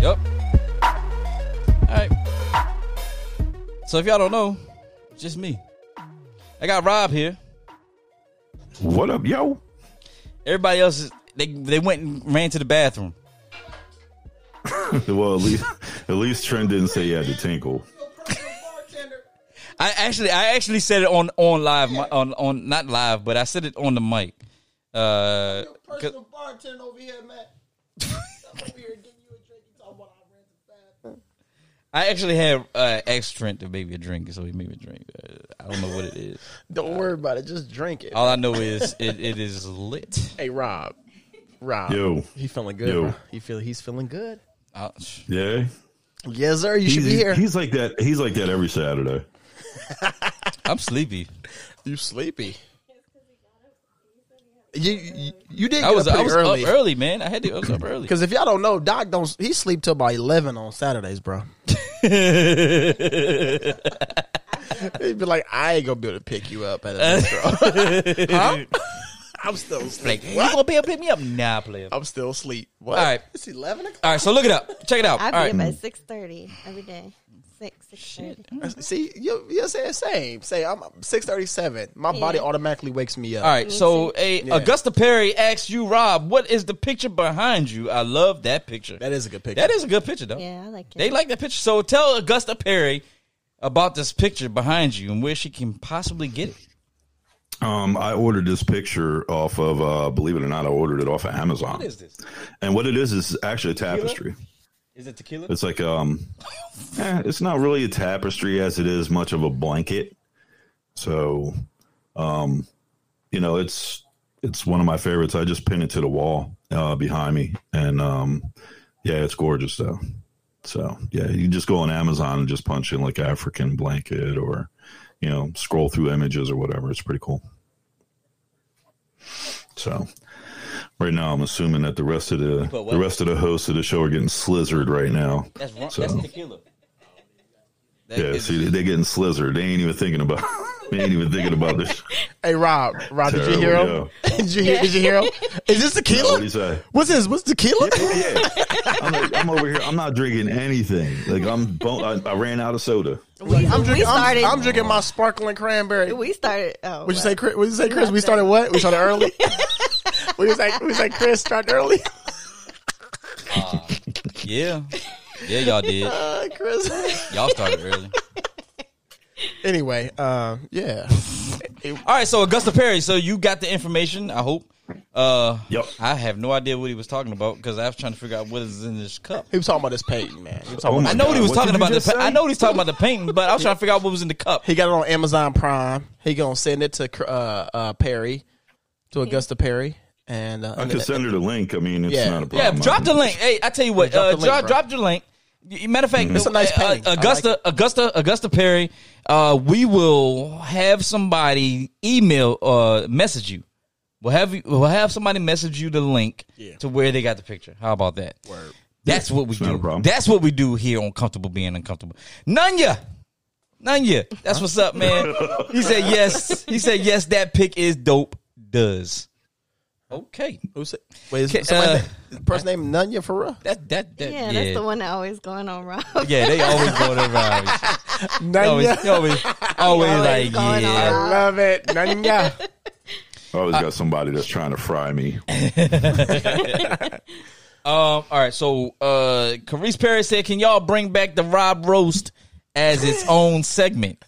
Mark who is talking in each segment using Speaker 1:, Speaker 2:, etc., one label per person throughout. Speaker 1: Yep. All right. So if y'all don't know, it's just me. I got Rob here.
Speaker 2: What up, yo?
Speaker 1: Everybody else is, they they went and ran to the bathroom.
Speaker 2: well, at least at least Trent didn't say he had to tinkle.
Speaker 1: I actually I actually said it on on live mi- on on not live, but I said it on the mic. Uh, 'cause-
Speaker 3: Personal bartender over here, Matt. I'm over here getting you a drink. You talking about I ran the bathroom.
Speaker 1: I actually had uh, asked Trent to make me a drink, so he made me a drink. Uh, I don't know what it is.
Speaker 3: Don't worry about it. Just drink it.
Speaker 1: All I know is it, it is lit.
Speaker 3: Hey, Rob. Rob.
Speaker 2: Yo.
Speaker 3: He feeling good,
Speaker 2: Yo.
Speaker 3: bro. He feel he's feeling good.
Speaker 1: Uh, sh-
Speaker 2: Yeah,
Speaker 3: Yes, sir. You should
Speaker 2: he's,
Speaker 3: be here.
Speaker 2: he's like that. He's like that every Saturday.
Speaker 1: I'm sleepy.
Speaker 3: You sleepy. You you, you did
Speaker 1: I
Speaker 3: get
Speaker 1: was
Speaker 3: up
Speaker 1: I
Speaker 3: pretty
Speaker 1: was
Speaker 3: early.
Speaker 1: up early, man. I had to I was up early.
Speaker 3: Cause if y'all don't know, Doc don't he sleep till about eleven on Saturdays, bro. He'd be like, I ain't gonna be able to pick you up at a huh? I'm still asleep.
Speaker 1: Like, you gonna be able to pick me up? Nah, player. All
Speaker 3: I'm still asleep. What?
Speaker 1: All right.
Speaker 3: It's eleven o'clock.
Speaker 1: right, so look it up. Check it out. All
Speaker 4: I be
Speaker 1: right.
Speaker 4: up at six thirty every day. Six six thirty.
Speaker 3: See, you you're saying same. Say I'm six thirty seven. My body
Speaker 4: Yeah.
Speaker 3: automatically wakes me up.
Speaker 1: All right, so a,
Speaker 3: Yeah.
Speaker 1: Augusta Perry asks you, Rob, what is the picture behind you? I love that picture.
Speaker 3: That is a good picture.
Speaker 1: That is a good picture, though.
Speaker 4: Yeah, I like it.
Speaker 1: They like that picture. So tell Augusta Perry about this picture behind you and where she can possibly get it.
Speaker 2: Um, I ordered this picture off of. Uh, believe it or not, I ordered it off of Amazon.
Speaker 1: this?
Speaker 2: And what it is is actually a tapestry.
Speaker 1: Is it tequila?
Speaker 2: It's like um, eh, it's not really a tapestry as it is much of a blanket. So, um, you know, it's it's one of my favorites. I just pinned it to the wall uh, behind me, and um, yeah, it's gorgeous though. So yeah, you can just go on Amazon and just punch in like African blanket or you know scroll through images or whatever. It's pretty cool. So. Right now, I'm assuming that the rest of the
Speaker 1: But what-
Speaker 2: the rest of the hosts of the show are getting slizzard right now.
Speaker 1: That's wrong.
Speaker 2: So-
Speaker 1: That's tequila. That
Speaker 2: Yeah,
Speaker 1: is-
Speaker 2: see, they're getting slizzard. They ain't even thinking about. They ain't even thinking about this.
Speaker 3: Hey Rob, Rob, did you
Speaker 2: Terrible,
Speaker 3: hear him?
Speaker 2: yo.
Speaker 3: did you hear? Did you hear him? Is this
Speaker 2: What
Speaker 3: tequila?
Speaker 2: do you say?
Speaker 3: What's this? What's tequila?
Speaker 2: Yeah, I'm, like, I'm over here. I'm not drinking anything. Like I'm. Bon- I, I ran out of soda.
Speaker 3: I'm
Speaker 4: we, we
Speaker 3: drinking. I'm,
Speaker 4: started.
Speaker 3: I'm drinking my sparkling cranberry.
Speaker 4: we started. Oh,
Speaker 3: What'd you say, Chris? What'd you say, Chris? We started what? We started early. we was like, we was like, Chris started early.
Speaker 1: yeah, yeah, y'all did.
Speaker 3: Uh, Chris.
Speaker 1: Y'all started early.
Speaker 3: anyway, uh, yeah. It-
Speaker 1: All right, so Augusta Perry. So you got the information. I hope. Uh,
Speaker 2: Yep.
Speaker 1: I have no idea what he was talking about because I was trying to figure out what is in this cup.
Speaker 3: he was talking about his painting, man. He, was
Speaker 2: Oh
Speaker 3: talking
Speaker 2: my
Speaker 3: about,
Speaker 1: I know what he
Speaker 2: God,
Speaker 1: was
Speaker 2: what
Speaker 1: talking
Speaker 2: did you
Speaker 1: about. The
Speaker 2: just
Speaker 1: pa- I
Speaker 2: say?
Speaker 1: know what he's talking about the painting, but I was trying to figure out what was in the cup.
Speaker 3: he got it on Amazon Prime. He gonna send it to uh, uh, Perry, to Augusta Perry, and uh,
Speaker 2: I could send her the link. I mean, it's
Speaker 3: Yeah.
Speaker 2: not a
Speaker 1: Yeah,
Speaker 2: problem.
Speaker 1: drop the link. Hey, I tell you what,
Speaker 3: Yeah, drop
Speaker 1: uh,
Speaker 3: the link,
Speaker 1: drop,
Speaker 3: bro. Mm-hmm.
Speaker 1: drop your link. Y- Matter of fact,
Speaker 3: It's a nice
Speaker 1: uh, uh,
Speaker 3: painting. I like
Speaker 1: Augusta, Augusta, Augusta Perry. Uh, we will have somebody email or message you. We'll have you, we'll have somebody message you the link
Speaker 3: Yeah.
Speaker 1: to where they got the picture. How about that?
Speaker 3: Word.
Speaker 1: That's what we
Speaker 2: not a
Speaker 1: do.
Speaker 2: problem.
Speaker 1: That's what we do here on Comfortable Being Uncomfortable. Nunya. Nunya. That's what's up, man. he said yes. He said yes, that pick is dope. Does. Okay.
Speaker 3: Who's it? Wait, is
Speaker 1: Ca-
Speaker 3: somebody
Speaker 1: uh,
Speaker 3: na- person named Nunya for real?
Speaker 1: That that that
Speaker 4: Yeah, that's the one that always going on, Rob.
Speaker 1: Yeah, they always go to Robbie's. They always, they
Speaker 3: Nunya.
Speaker 1: always, always like,
Speaker 4: Always going
Speaker 3: I
Speaker 1: yeah.
Speaker 4: on.
Speaker 3: love it. Nunya.
Speaker 2: I
Speaker 3: Uh,
Speaker 2: always got somebody that's trying to fry me.
Speaker 1: Um, all right, so uh, Carice Perry said, "Can y'all bring back the Rob roast as its own segment?"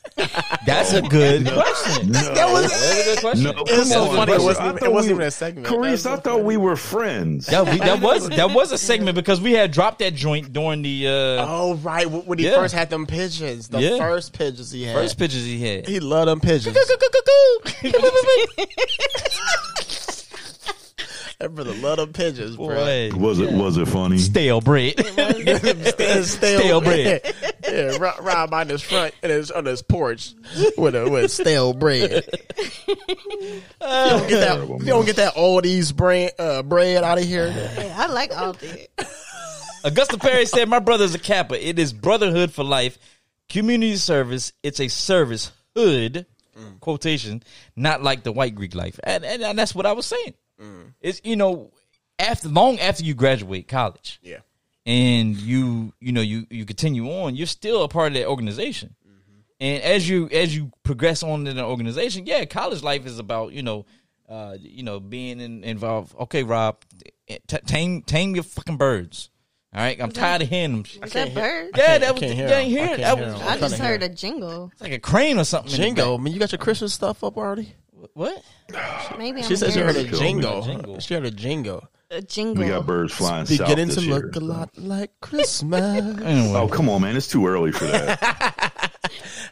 Speaker 1: That's a good question.
Speaker 3: That was
Speaker 1: That's a good question.
Speaker 2: No,
Speaker 3: It's so
Speaker 2: come on,
Speaker 3: funny, it
Speaker 2: Carice.
Speaker 3: wasn't
Speaker 2: I
Speaker 3: even- it
Speaker 2: thought
Speaker 3: wasn't
Speaker 2: we-
Speaker 3: even a segment. That
Speaker 2: Carice,
Speaker 3: was so
Speaker 2: I thought we were friends.
Speaker 1: That, we, that was that was a segment because we had dropped that joint during the uh,
Speaker 3: Oh right, wh- when he
Speaker 1: Yeah.
Speaker 3: first had them pigeons, the
Speaker 1: Yeah.
Speaker 3: first pigeons he had.
Speaker 1: first pictures he had.
Speaker 3: he loved them pigeons. That brother love them pigeons, bro.
Speaker 1: Boy.
Speaker 2: Was it was it funny?
Speaker 1: Stale bread.
Speaker 3: Stale,
Speaker 1: Stale bread.
Speaker 3: yeah, Rob, Rob on his front and his on his porch with a with stale bread. you don't get that. You don't get that oldies brand uh, bread out of here.
Speaker 4: Yeah, I like Aldi.
Speaker 1: Augusta Perry said, My brother's a Kappa. It is brotherhood for life, community service. It's a service hood,
Speaker 3: Mm.
Speaker 1: quotation, not like the white Greek life. And, and, and that's what I was saying.
Speaker 3: Mm.
Speaker 1: It's, you know, after long after you graduate college,
Speaker 3: Yeah,
Speaker 1: and you you know you you continue on you're still a part of that organization and as you as you progress on in the organization yeah college life is about you know uh you know being in, involved okay rob t- tame tame your fucking birds all right i'm tired of hearing them
Speaker 4: Is that bird?
Speaker 1: yeah
Speaker 3: can't-
Speaker 1: that
Speaker 3: I
Speaker 1: was
Speaker 3: can't hear
Speaker 1: you ain't hear
Speaker 3: them. I
Speaker 1: it.
Speaker 3: can't
Speaker 1: that
Speaker 3: hear
Speaker 1: was
Speaker 3: them.
Speaker 4: I
Speaker 1: it's
Speaker 4: just
Speaker 3: Kinda
Speaker 4: heard a jingle.
Speaker 1: like a crane or something in the
Speaker 3: Jingo, man, you got your Christmas stuff up already.
Speaker 1: back. what
Speaker 4: Maybe
Speaker 3: She
Speaker 4: I'm
Speaker 3: said she heard a
Speaker 4: hearing
Speaker 2: Jingle.
Speaker 3: jingo.
Speaker 1: Jingle.
Speaker 3: She heard a jingo.
Speaker 4: a jingle.
Speaker 2: We got birds flying south
Speaker 3: Beginning
Speaker 2: this
Speaker 3: to
Speaker 2: year.
Speaker 3: look a lot like Christmas.
Speaker 1: anyway
Speaker 2: Oh come on, man! It's too early for that.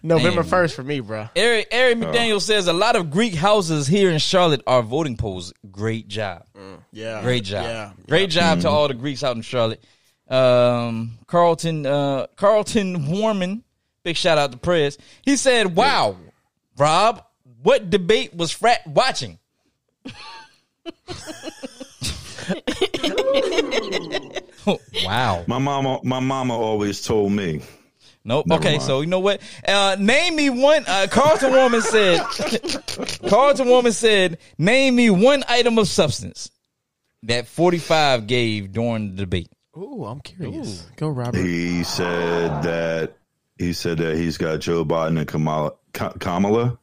Speaker 3: November
Speaker 1: Damn.
Speaker 3: first for me, bro.
Speaker 1: Eric, Eric McDaniel says a lot of Greek houses here in Charlotte are voting polls. Great job.
Speaker 3: Yeah,
Speaker 1: Great job.
Speaker 3: Yeah,
Speaker 1: Great job to all the Greeks out in Charlotte. Um, Carlton uh, Carlton Warman, big shout out to Prez. He said, Wow, Rob, what debate was Frat watching? wow.
Speaker 2: my mama, my mama always told me.
Speaker 1: Nope.
Speaker 2: Never
Speaker 1: okay,
Speaker 2: mind.
Speaker 1: so you know what? Uh, name me one. Uh, Carlton Woman said. Carlton Woman said, "Name me one item of substance that 45 gave during the debate."
Speaker 3: Ooh, I'm curious. Go, Robert.
Speaker 2: He said that he said that he's got Joe Biden and Kamala. Ka- Kamala.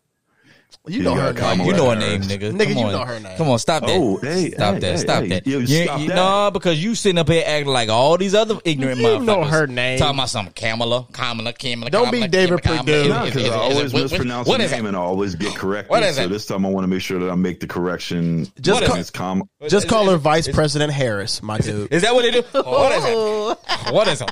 Speaker 3: You know
Speaker 2: You
Speaker 3: her
Speaker 2: got
Speaker 3: name.
Speaker 2: Kamala
Speaker 1: you know her name,
Speaker 2: Harris.
Speaker 1: nigga.
Speaker 3: Nigga,
Speaker 1: Come
Speaker 3: you
Speaker 1: on.
Speaker 3: know her name.
Speaker 1: Come on, stop that.
Speaker 2: Oh, hey,
Speaker 1: stop
Speaker 2: hey,
Speaker 1: that.
Speaker 2: hey,
Speaker 1: stop
Speaker 2: hey.
Speaker 1: that.
Speaker 2: Yo,
Speaker 1: You-
Speaker 2: stop
Speaker 1: you-
Speaker 2: that.
Speaker 1: No, because you sitting up here acting like all these other ignorant
Speaker 3: You
Speaker 1: motherfuckers.
Speaker 3: know her name.
Speaker 1: Talking about some Kamala, Kamala, Kamala.
Speaker 3: Don't be
Speaker 1: Kamala,
Speaker 3: David
Speaker 1: Kamala,
Speaker 3: Perdue.
Speaker 1: Kamala.
Speaker 2: No,
Speaker 1: Is-
Speaker 2: because
Speaker 1: is-
Speaker 2: I
Speaker 1: is- what-
Speaker 2: always
Speaker 1: what-
Speaker 2: mispronounce
Speaker 1: what
Speaker 2: the
Speaker 1: is it?
Speaker 2: name and I always get corrected.
Speaker 1: What is
Speaker 2: so
Speaker 1: it?
Speaker 2: this time I want to make sure that I make the correction.
Speaker 3: Just
Speaker 2: That
Speaker 3: call-
Speaker 2: it's Kam-
Speaker 3: Just call her Vice President Harris, my dude.
Speaker 1: Is that what it is? What is it?
Speaker 4: Oh,
Speaker 1: What is it?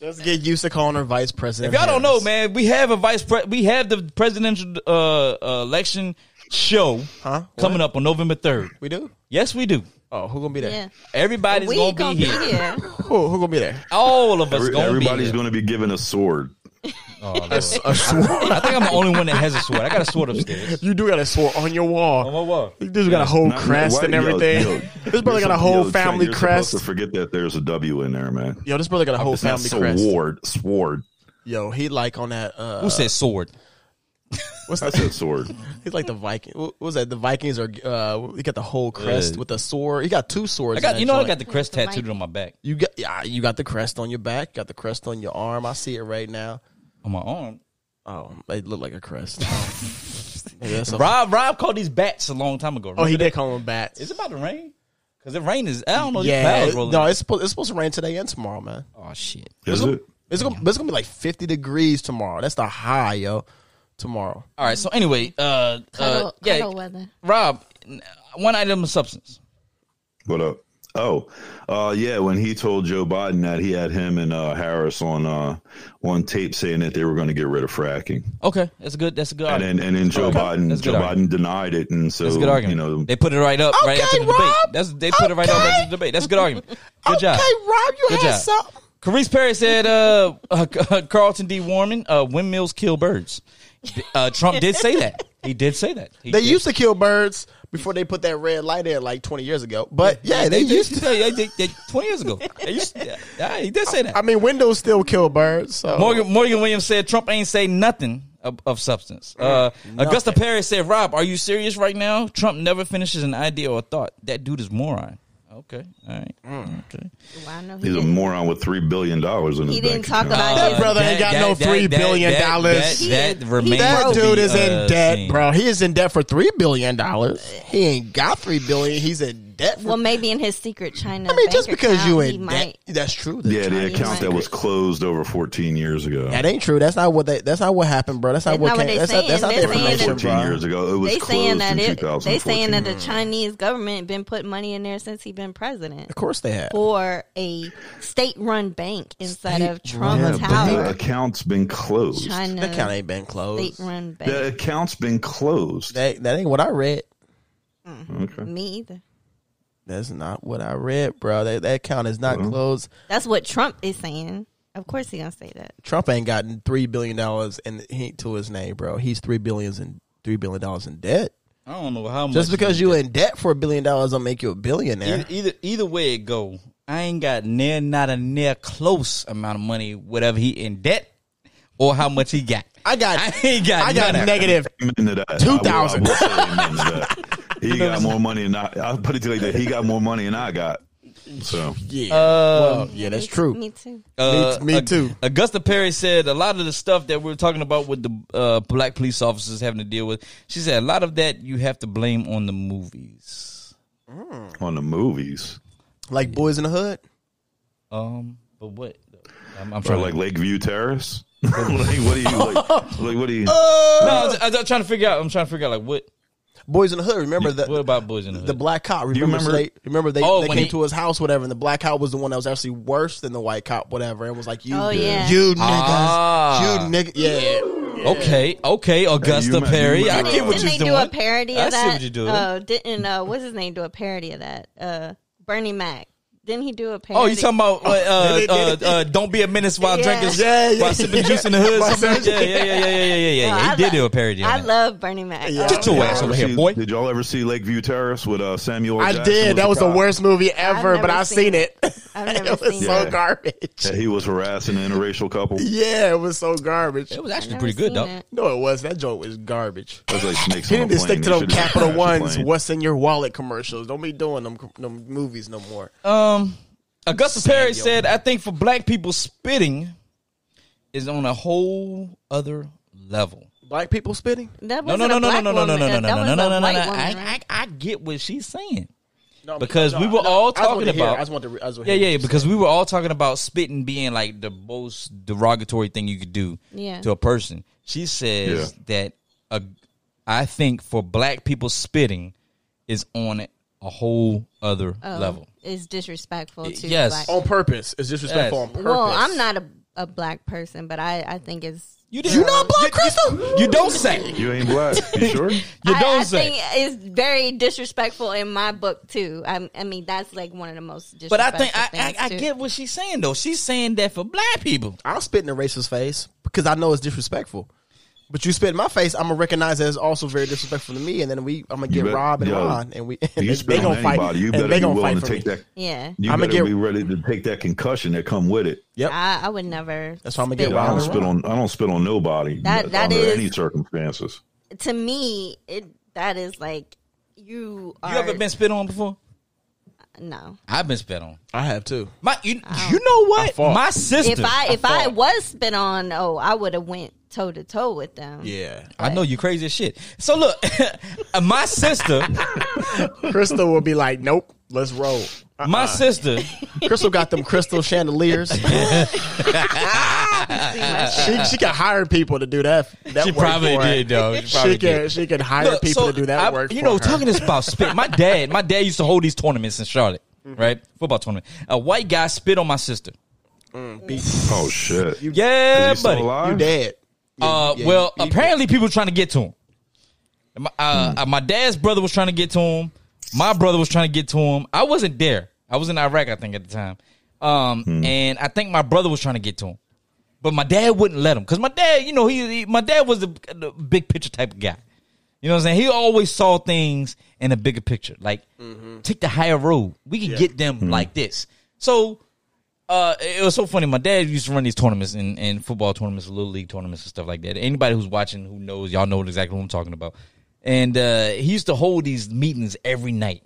Speaker 3: Let's get used to calling her Vice President.
Speaker 1: If y'all don't know,
Speaker 3: Harris.
Speaker 1: man, we have a vice pre- we have the presidential uh, uh, election show
Speaker 3: Huh? What?
Speaker 1: coming up on November third.
Speaker 3: we do.
Speaker 1: Yes, we do.
Speaker 3: Oh, who gonna be there?
Speaker 4: yeah.
Speaker 1: Everybody's
Speaker 4: We
Speaker 1: gonna,
Speaker 4: gonna
Speaker 1: be, here.
Speaker 3: Who, who gonna be there?
Speaker 1: All of us
Speaker 2: Every-
Speaker 1: gonna
Speaker 2: everybody's
Speaker 1: be
Speaker 2: going to be given a sword.
Speaker 1: here. I think I'm the only one that has a sword. I got a sword upstairs.
Speaker 3: You do got a sword on your
Speaker 1: Oh,
Speaker 3: wall.
Speaker 1: what, what?
Speaker 3: You dude's got a whole
Speaker 2: Not-
Speaker 3: crest
Speaker 2: why-
Speaker 3: and
Speaker 2: yo,
Speaker 3: everything.
Speaker 2: yo,
Speaker 3: this brother
Speaker 2: you're
Speaker 3: got a
Speaker 2: sup-
Speaker 3: whole
Speaker 2: yo, Trent,
Speaker 3: family
Speaker 2: you're supposed
Speaker 3: crest.
Speaker 2: To forget that there's a W in there, man.
Speaker 3: Yo, this brother got a whole
Speaker 2: it's not
Speaker 3: family crest.
Speaker 2: sword. Sword.
Speaker 3: Yo, he like on that. Uh,
Speaker 1: Who said sword?
Speaker 3: what's
Speaker 2: I
Speaker 3: that?
Speaker 2: said sword.
Speaker 3: He's like the Viking. What was that? The Vikings are. Uh, he got the whole crest
Speaker 1: Yeah.
Speaker 3: with a sword. He got two swords.
Speaker 1: I
Speaker 3: in
Speaker 1: got
Speaker 3: that
Speaker 1: you know I
Speaker 3: joint.
Speaker 1: got the crest
Speaker 4: Mike.
Speaker 1: tattooed on my back.
Speaker 3: You got yeah, you got the crest on your back, got the crest on your arm. I see it right now.
Speaker 1: On my arm.
Speaker 3: Oh, it looked like a crest. Yeah, that's a-
Speaker 1: Rob Rob called these bats a long time ago.
Speaker 3: oh,
Speaker 1: Remember
Speaker 3: he
Speaker 1: that?
Speaker 3: did call him bats.
Speaker 1: Is it about to rain? Because the rain is I don't know, yeah,
Speaker 3: yeah,
Speaker 1: clouds
Speaker 3: it-
Speaker 1: rolling.
Speaker 3: no, it's supposed, it's supposed to rain today and tomorrow, man.
Speaker 1: oh shit.
Speaker 2: Is it?
Speaker 3: It's gonna, it's gonna be like fifty degrees tomorrow. That's the high, yo. Tomorrow,
Speaker 1: All right, so anyway, uh,
Speaker 4: Cuddle,
Speaker 1: uh yeah,
Speaker 4: cuddle weather.
Speaker 1: Rob, n- one item of substance.
Speaker 2: What up? Oh, uh, yeah. When he told Joe Biden that he had him and uh, Harris on uh, on tape saying that they were going to get rid of fracking,
Speaker 1: Okay, that's a good. That's a good.
Speaker 2: and
Speaker 1: argument.
Speaker 2: then and then Joe
Speaker 1: Okay.
Speaker 2: Biden
Speaker 1: That's a
Speaker 2: Joe
Speaker 1: good
Speaker 2: Biden
Speaker 1: argument.
Speaker 2: denied it, and so
Speaker 1: That's a good argument.
Speaker 2: you know
Speaker 1: they put it right up right
Speaker 3: Okay,
Speaker 1: after the
Speaker 3: Rob.
Speaker 1: debate. That's they put it right up
Speaker 3: Okay.
Speaker 1: after the debate. That's a good argument. Good job.
Speaker 3: Rob, you
Speaker 1: Good had job.
Speaker 3: something.
Speaker 1: Carice Perry said, uh, uh, Carlton D. Warman, uh, windmills kill birds. Uh, Trump did say that. He did say that. He
Speaker 3: They
Speaker 1: did.
Speaker 3: used to kill birds before they put that red light in, like twenty years ago. But yeah, they used to.
Speaker 1: They, they, they, Twenty years ago, they used to, yeah, he did say that.
Speaker 3: I mean, oh. windows still kill birds. So
Speaker 1: Morgan, Morgan Williams said Trump ain't say nothing of, of substance. Uh,
Speaker 3: Mm,
Speaker 1: Augusta Perry said, "Rob, are you serious right now? Trump never finishes an idea or a thought. That dude is moron." Okay, all right.
Speaker 3: Mm.
Speaker 1: Okay.
Speaker 4: Well, I know he
Speaker 2: he's a
Speaker 4: didn't,
Speaker 2: moron with three billion dollars in his
Speaker 4: he didn't
Speaker 2: bank
Speaker 4: talk
Speaker 2: account.
Speaker 4: about
Speaker 3: That
Speaker 4: it.
Speaker 3: brother
Speaker 1: Uh,
Speaker 3: ain't got no
Speaker 1: three
Speaker 3: three
Speaker 1: billion
Speaker 3: billion dollars.
Speaker 1: That, that remains.
Speaker 3: That
Speaker 1: to
Speaker 3: dude
Speaker 1: be,
Speaker 3: is
Speaker 1: uh,
Speaker 3: in debt,
Speaker 1: seen.
Speaker 3: bro. He is in debt for three billion dollars. He ain't got three billion. He's in debt. For,
Speaker 4: Well, maybe in his secret China.
Speaker 3: I mean, just
Speaker 4: bank
Speaker 3: because
Speaker 4: account,
Speaker 3: you
Speaker 4: he
Speaker 3: in debt,
Speaker 4: might.
Speaker 3: that's true.
Speaker 2: Yeah, the
Speaker 4: Chinese
Speaker 2: account that
Speaker 4: migrant.
Speaker 2: was closed over 14 years ago.
Speaker 3: that ain't true. That's not what. They, that's not what happened, bro. That's not
Speaker 4: That's
Speaker 3: what.
Speaker 4: not
Speaker 3: came,
Speaker 4: what they
Speaker 3: that's, not, that's not
Speaker 4: saying.
Speaker 3: the
Speaker 4: They're saying
Speaker 3: information,
Speaker 2: 14
Speaker 3: bro.
Speaker 2: years ago, it was
Speaker 4: They saying
Speaker 2: closed
Speaker 4: that
Speaker 2: in
Speaker 4: it. They
Speaker 2: 2014.
Speaker 4: saying that the Chinese government been putting money in there since he been president.
Speaker 3: Of course they have.
Speaker 4: Or a state-run bank instead of
Speaker 3: State-run
Speaker 4: Trump
Speaker 2: yeah, but the
Speaker 4: Tower,
Speaker 2: account's been closed.
Speaker 4: China
Speaker 3: That account ain't been closed.
Speaker 4: state-run bank.
Speaker 2: The account's been closed.
Speaker 3: That that ain't what I read.
Speaker 2: Okay.
Speaker 4: Me either.
Speaker 3: That's not what I read, bro. That that account is
Speaker 1: Mm-hmm.
Speaker 3: not closed.
Speaker 4: That's what Trump is saying. Of course he gonna say that.
Speaker 3: Trump ain't gotten three billion dollars in he, to his name, bro. He's three billions in three billion dollars in debt.
Speaker 1: I don't know how much.
Speaker 3: Just because you in debt for a billion dollars don't make you a
Speaker 1: either,
Speaker 3: billionaire.
Speaker 1: either either way it go, I ain't got near not a near close amount of money, whatever he in debt or how much he got.
Speaker 3: I got
Speaker 1: I ain't got
Speaker 3: I got
Speaker 1: none of that.
Speaker 3: negative
Speaker 2: Amen to that. I will- I
Speaker 3: 2000.
Speaker 2: will say amen to that. He got more money than I. I'll put it to you like that. He got more money than I got. So
Speaker 3: Yeah. well, yeah, that's
Speaker 4: Me-
Speaker 3: true.
Speaker 4: Me too.
Speaker 1: Uh,
Speaker 3: me
Speaker 1: Ag-
Speaker 3: too.
Speaker 1: Augusta Perry said a lot of the stuff that we are talking about with the uh, black police officers having to deal with. She said a lot of that you have to blame on the movies.
Speaker 2: on the movies,
Speaker 3: Like boys in the hood.
Speaker 1: Um, but what? I'm, I'm
Speaker 2: or
Speaker 1: trying.
Speaker 2: like
Speaker 1: to,
Speaker 2: Lakeview Terrace. like, what do you like? Like, what do you?
Speaker 3: Oh,
Speaker 1: no, I was, I was trying to figure out. I'm trying to figure out like what.
Speaker 3: Boys in the hood. Remember the
Speaker 1: What about boys in the hood?
Speaker 3: the black cop. Remember,
Speaker 2: remember-
Speaker 3: they remember they,
Speaker 1: Oh,
Speaker 3: they
Speaker 1: when
Speaker 3: came
Speaker 1: he-
Speaker 3: to his house, whatever, and the black cop was the one that was actually worse than the white cop, whatever, and was like, You
Speaker 4: Oh, yeah.
Speaker 3: you niggas.
Speaker 1: Ah.
Speaker 3: You nigga yeah.
Speaker 1: okay, okay, Augusta
Speaker 2: might- you
Speaker 1: Perry.
Speaker 2: might
Speaker 1: I
Speaker 2: be
Speaker 1: get
Speaker 2: right.
Speaker 1: what
Speaker 4: didn't
Speaker 1: you're
Speaker 4: they
Speaker 1: doing.
Speaker 4: do a parody of
Speaker 1: I see
Speaker 4: that?
Speaker 1: what you're doing.
Speaker 4: Uh, didn't uh, what's his name do a parody of that? Uh, Bernie Mac. Didn't he do a parody?
Speaker 1: Oh, you talking about uh, uh, uh, uh, "Don't Be a Menace While
Speaker 4: Yeah.
Speaker 1: Drinking,
Speaker 3: Yeah, yeah,
Speaker 1: while sipping juice in the hood"? something like that? Yeah, yeah, yeah, yeah, yeah, yeah, yeah.
Speaker 4: No,
Speaker 1: yeah. He
Speaker 4: I
Speaker 1: did
Speaker 4: lo-
Speaker 1: do a parody. on
Speaker 4: I
Speaker 1: that.
Speaker 4: love Bernie Mac.
Speaker 3: Yeah.
Speaker 4: Oh,
Speaker 1: Get your
Speaker 4: God.
Speaker 1: ass over
Speaker 2: See-
Speaker 1: here, boy.
Speaker 2: Did y'all ever see Lakeview Terrace with uh, Samuel?
Speaker 3: I
Speaker 2: Jackson
Speaker 3: did. That was the
Speaker 2: cop?
Speaker 3: worst movie ever,
Speaker 4: I've
Speaker 3: but
Speaker 4: never
Speaker 3: I've seen
Speaker 4: seen
Speaker 3: it.
Speaker 4: I've never
Speaker 3: it was
Speaker 4: seen
Speaker 3: so
Speaker 2: it.
Speaker 3: garbage.
Speaker 2: That he was harassing an interracial couple. It
Speaker 3: Yeah, it was so garbage.
Speaker 1: It was actually
Speaker 4: Never
Speaker 1: pretty good,
Speaker 4: seen
Speaker 1: though.
Speaker 4: it.
Speaker 3: No, it was. That joke was garbage.
Speaker 2: was like snakes
Speaker 3: He
Speaker 2: on a
Speaker 3: need to
Speaker 2: plane.
Speaker 3: stick to
Speaker 2: They
Speaker 3: them
Speaker 2: should have
Speaker 3: Capital
Speaker 2: crashed the
Speaker 3: Ones,
Speaker 2: plane.
Speaker 3: what's in your wallet commercials. Don't be doing them, them movies no more.
Speaker 1: Um, Augusta Perry
Speaker 3: yo.
Speaker 1: said, "I think for black people, spitting is on a whole other level."
Speaker 3: Black people spitting?
Speaker 4: That
Speaker 1: No, no,
Speaker 4: wasn't
Speaker 1: no,
Speaker 4: a
Speaker 1: no, no,
Speaker 4: black
Speaker 1: no, no, no, no,
Speaker 4: woman,
Speaker 1: no, no,
Speaker 4: that- that was
Speaker 1: no, no,
Speaker 4: a
Speaker 1: no, no.
Speaker 4: white
Speaker 1: I,
Speaker 4: woman,
Speaker 1: I,
Speaker 4: right?
Speaker 1: I get what she's saying.
Speaker 3: No,
Speaker 1: Because we were all talking about- Yeah, yeah, yeah, because we were all talking about spitting being like the most derogatory thing you could do
Speaker 4: Yeah.
Speaker 1: to a person. She says that a, I think for black people, spitting is on a whole other
Speaker 4: Oh,
Speaker 1: level.
Speaker 4: It's disrespectful to
Speaker 1: Yes.
Speaker 4: black.
Speaker 3: on purpose. It's disrespectful
Speaker 1: Yes.
Speaker 3: on purpose.
Speaker 4: Well, I'm not a, a black person, but I, I think it's.
Speaker 1: didn't-
Speaker 4: You not black,
Speaker 1: you- you- You don't say.
Speaker 2: You ain't black. You sure?
Speaker 1: You
Speaker 4: I,
Speaker 1: don't
Speaker 4: I
Speaker 1: say.
Speaker 4: think it's very disrespectful in my book too. I, I mean, that's like one of the most.
Speaker 1: But I
Speaker 4: Disrespectful
Speaker 1: think I, I,
Speaker 4: things,
Speaker 1: I
Speaker 4: too.
Speaker 1: get what she's saying though. She's saying that for black people.
Speaker 3: I'll spit in a racist face because I know it's disrespectful. But you spit in my face, I'm gonna recognize that it's also very disrespectful to me, and then we, I'm gonna get
Speaker 2: bet-
Speaker 3: Rob and
Speaker 2: yo,
Speaker 3: Ron, and we, and
Speaker 2: You
Speaker 3: they,
Speaker 2: spit
Speaker 3: they
Speaker 2: on
Speaker 3: gonna fight.
Speaker 2: anybody. You
Speaker 3: and
Speaker 2: better
Speaker 3: they
Speaker 2: be
Speaker 3: gonna
Speaker 2: willing
Speaker 3: fight
Speaker 2: to
Speaker 3: for
Speaker 2: take
Speaker 3: me.
Speaker 2: that.
Speaker 4: Yeah,
Speaker 2: You
Speaker 3: I'ma
Speaker 2: better
Speaker 3: get-
Speaker 2: be ready to take that concussion that come with it.
Speaker 3: Yep.
Speaker 4: I, I would never.
Speaker 3: That's why I'ma
Speaker 4: spit
Speaker 3: get
Speaker 2: Yeah, I
Speaker 3: Ron
Speaker 2: don't
Speaker 3: and
Speaker 2: spit on.
Speaker 3: Ron.
Speaker 2: I don't spit on nobody
Speaker 4: That-
Speaker 2: but
Speaker 4: that
Speaker 2: under
Speaker 4: is-
Speaker 2: any circumstances.
Speaker 4: To me, it that is like you are.
Speaker 1: You ever been spit on before?
Speaker 4: no.
Speaker 1: I've been spit on.
Speaker 3: I have too.
Speaker 1: My, you, you know what?
Speaker 3: fought.
Speaker 1: My sister.
Speaker 4: Oh. If I if I
Speaker 1: fought.
Speaker 4: was spit on, oh, I would have went toe to toe with them.
Speaker 3: Yeah,
Speaker 1: I know you crazy as shit. So look, my sister,
Speaker 3: Uh-uh. Crystal will be like, "Nope, let's roll."
Speaker 1: my sister,
Speaker 3: Crystal got them crystal chandeliers. she she can hire people to do that. that
Speaker 1: she
Speaker 3: work
Speaker 1: probably
Speaker 3: for her.
Speaker 1: did though. She probably
Speaker 3: She can
Speaker 1: did.
Speaker 3: she can hire
Speaker 1: Look,
Speaker 3: people
Speaker 1: so
Speaker 3: to do that
Speaker 1: I-
Speaker 3: work.
Speaker 1: You
Speaker 3: for
Speaker 1: know,
Speaker 3: her.
Speaker 1: talking this about spit. My dad, my dad used to hold these tournaments in Charlotte,
Speaker 3: Mm-hmm.
Speaker 1: right? Football tournament. A white guy spit on my sister.
Speaker 2: Oh shit! You,
Speaker 1: Yeah, buddy.
Speaker 3: you dead.
Speaker 1: Uh,
Speaker 3: Yeah, Hmm.
Speaker 1: well,
Speaker 3: you- you-
Speaker 1: apparently people were trying to get to him. My, uh, uh, my dad's brother was trying to get to him. My brother was trying to get to him. I wasn't there. I was in Iraq, I think, at the time. Um,
Speaker 3: Hmm.
Speaker 1: and I think my brother was trying to get to him, but my dad wouldn't let him because my dad, you know, he, he- my dad was the, the big picture type of guy. You know what I'm saying? He always saw things in a bigger picture. Like,
Speaker 3: Mm-hmm.
Speaker 1: take the higher road. We can get them
Speaker 3: Hmm.
Speaker 1: like this. So uh, it was so funny. My dad used to run these tournaments and, and football tournaments, little league tournaments and stuff like that. Anybody who's watching who knows, y'all know exactly who I'm talking about. And uh, he used to hold these meetings every night,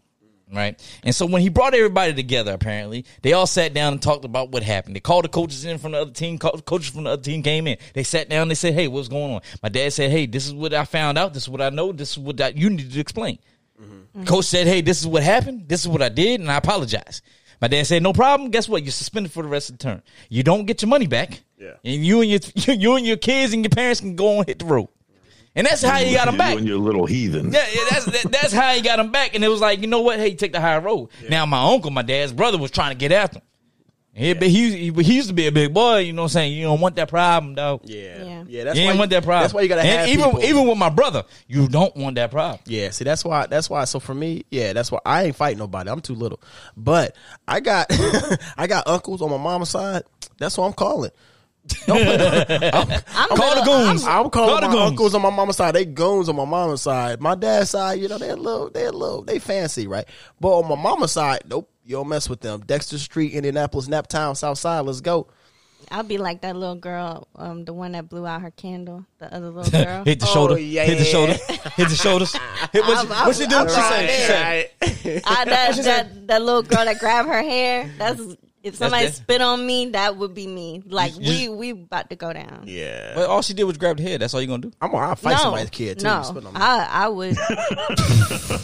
Speaker 1: right? And so when he brought everybody together, apparently they all sat down and talked about what happened. They called the coaches in from the other team. Co- coaches from the other team came in. They sat down. They said, "Hey, what's going on?" My dad said, "Hey, this is what I found out. This is what I know. This is what I, you need to explain." Mm-hmm. Coach said, "Hey, this is what happened. This is what I did, and I apologize." My dad said, "No problem. Guess what? You're suspended for the rest of the term. You don't get your money back.
Speaker 3: Yeah.
Speaker 1: and you and your you, and your kids and your parents can go and hit the road. And that's how he got him back.
Speaker 2: You and your little heathen.
Speaker 1: Yeah, yeah, that's that, that's how he got him back. And it was like, you know what? Hey, take the high road. Now my uncle, my dad's brother, was trying to get after him. He, but he, he, he used to be a big boy. You know what I'm saying? You don't want that problem, dog.
Speaker 3: Yeah, yeah.
Speaker 4: Yeah.
Speaker 3: that's
Speaker 1: you
Speaker 3: why
Speaker 1: ain't want that problem.
Speaker 3: That's why you gotta
Speaker 1: and
Speaker 3: have
Speaker 1: even
Speaker 3: people.
Speaker 1: even with my brother, you don't want that problem.
Speaker 3: Yeah, see that's why that's why so for me, yeah, that's why I ain't fighting nobody. I'm too little. But I got I got uncles on my mama's side. That's what I'm calling. Don't play the- I'm,
Speaker 4: I'm
Speaker 1: Call the
Speaker 4: little-
Speaker 1: goons.
Speaker 4: I'm-
Speaker 3: I'm calling
Speaker 1: Call the
Speaker 3: my
Speaker 1: goons.
Speaker 3: uncles on my mama's side. They goons on my mama's side. My dad's side, you know, they're a little, they're a little, they fancy, right? But on my mama's side, nope, you don't mess with them. Dexter Street, Indianapolis, Naptown, South Side, let's go.
Speaker 4: I'll be like that little girl, um, the one that blew out her candle, the other little girl.
Speaker 1: hit the
Speaker 3: Oh,
Speaker 1: shoulder.
Speaker 3: yeah.
Speaker 1: Hit the shoulder. Hit the shoulders. Hit what, she,
Speaker 4: I'm-
Speaker 1: what she
Speaker 4: I'm-
Speaker 1: do?
Speaker 4: I'm
Speaker 1: She
Speaker 4: right
Speaker 1: say, she say,
Speaker 4: I, that, that, that little girl that grabbed her hair. That's if somebody
Speaker 1: that.
Speaker 4: spit on me, that would be me. Like
Speaker 1: You- you-
Speaker 4: we we about to go down.
Speaker 3: Yeah.
Speaker 1: but all she did was grab the head. That's all you gonna do.
Speaker 3: I'm gonna I'll fight somebody's kid too. Spit
Speaker 4: No,
Speaker 3: on me.
Speaker 4: I, I would,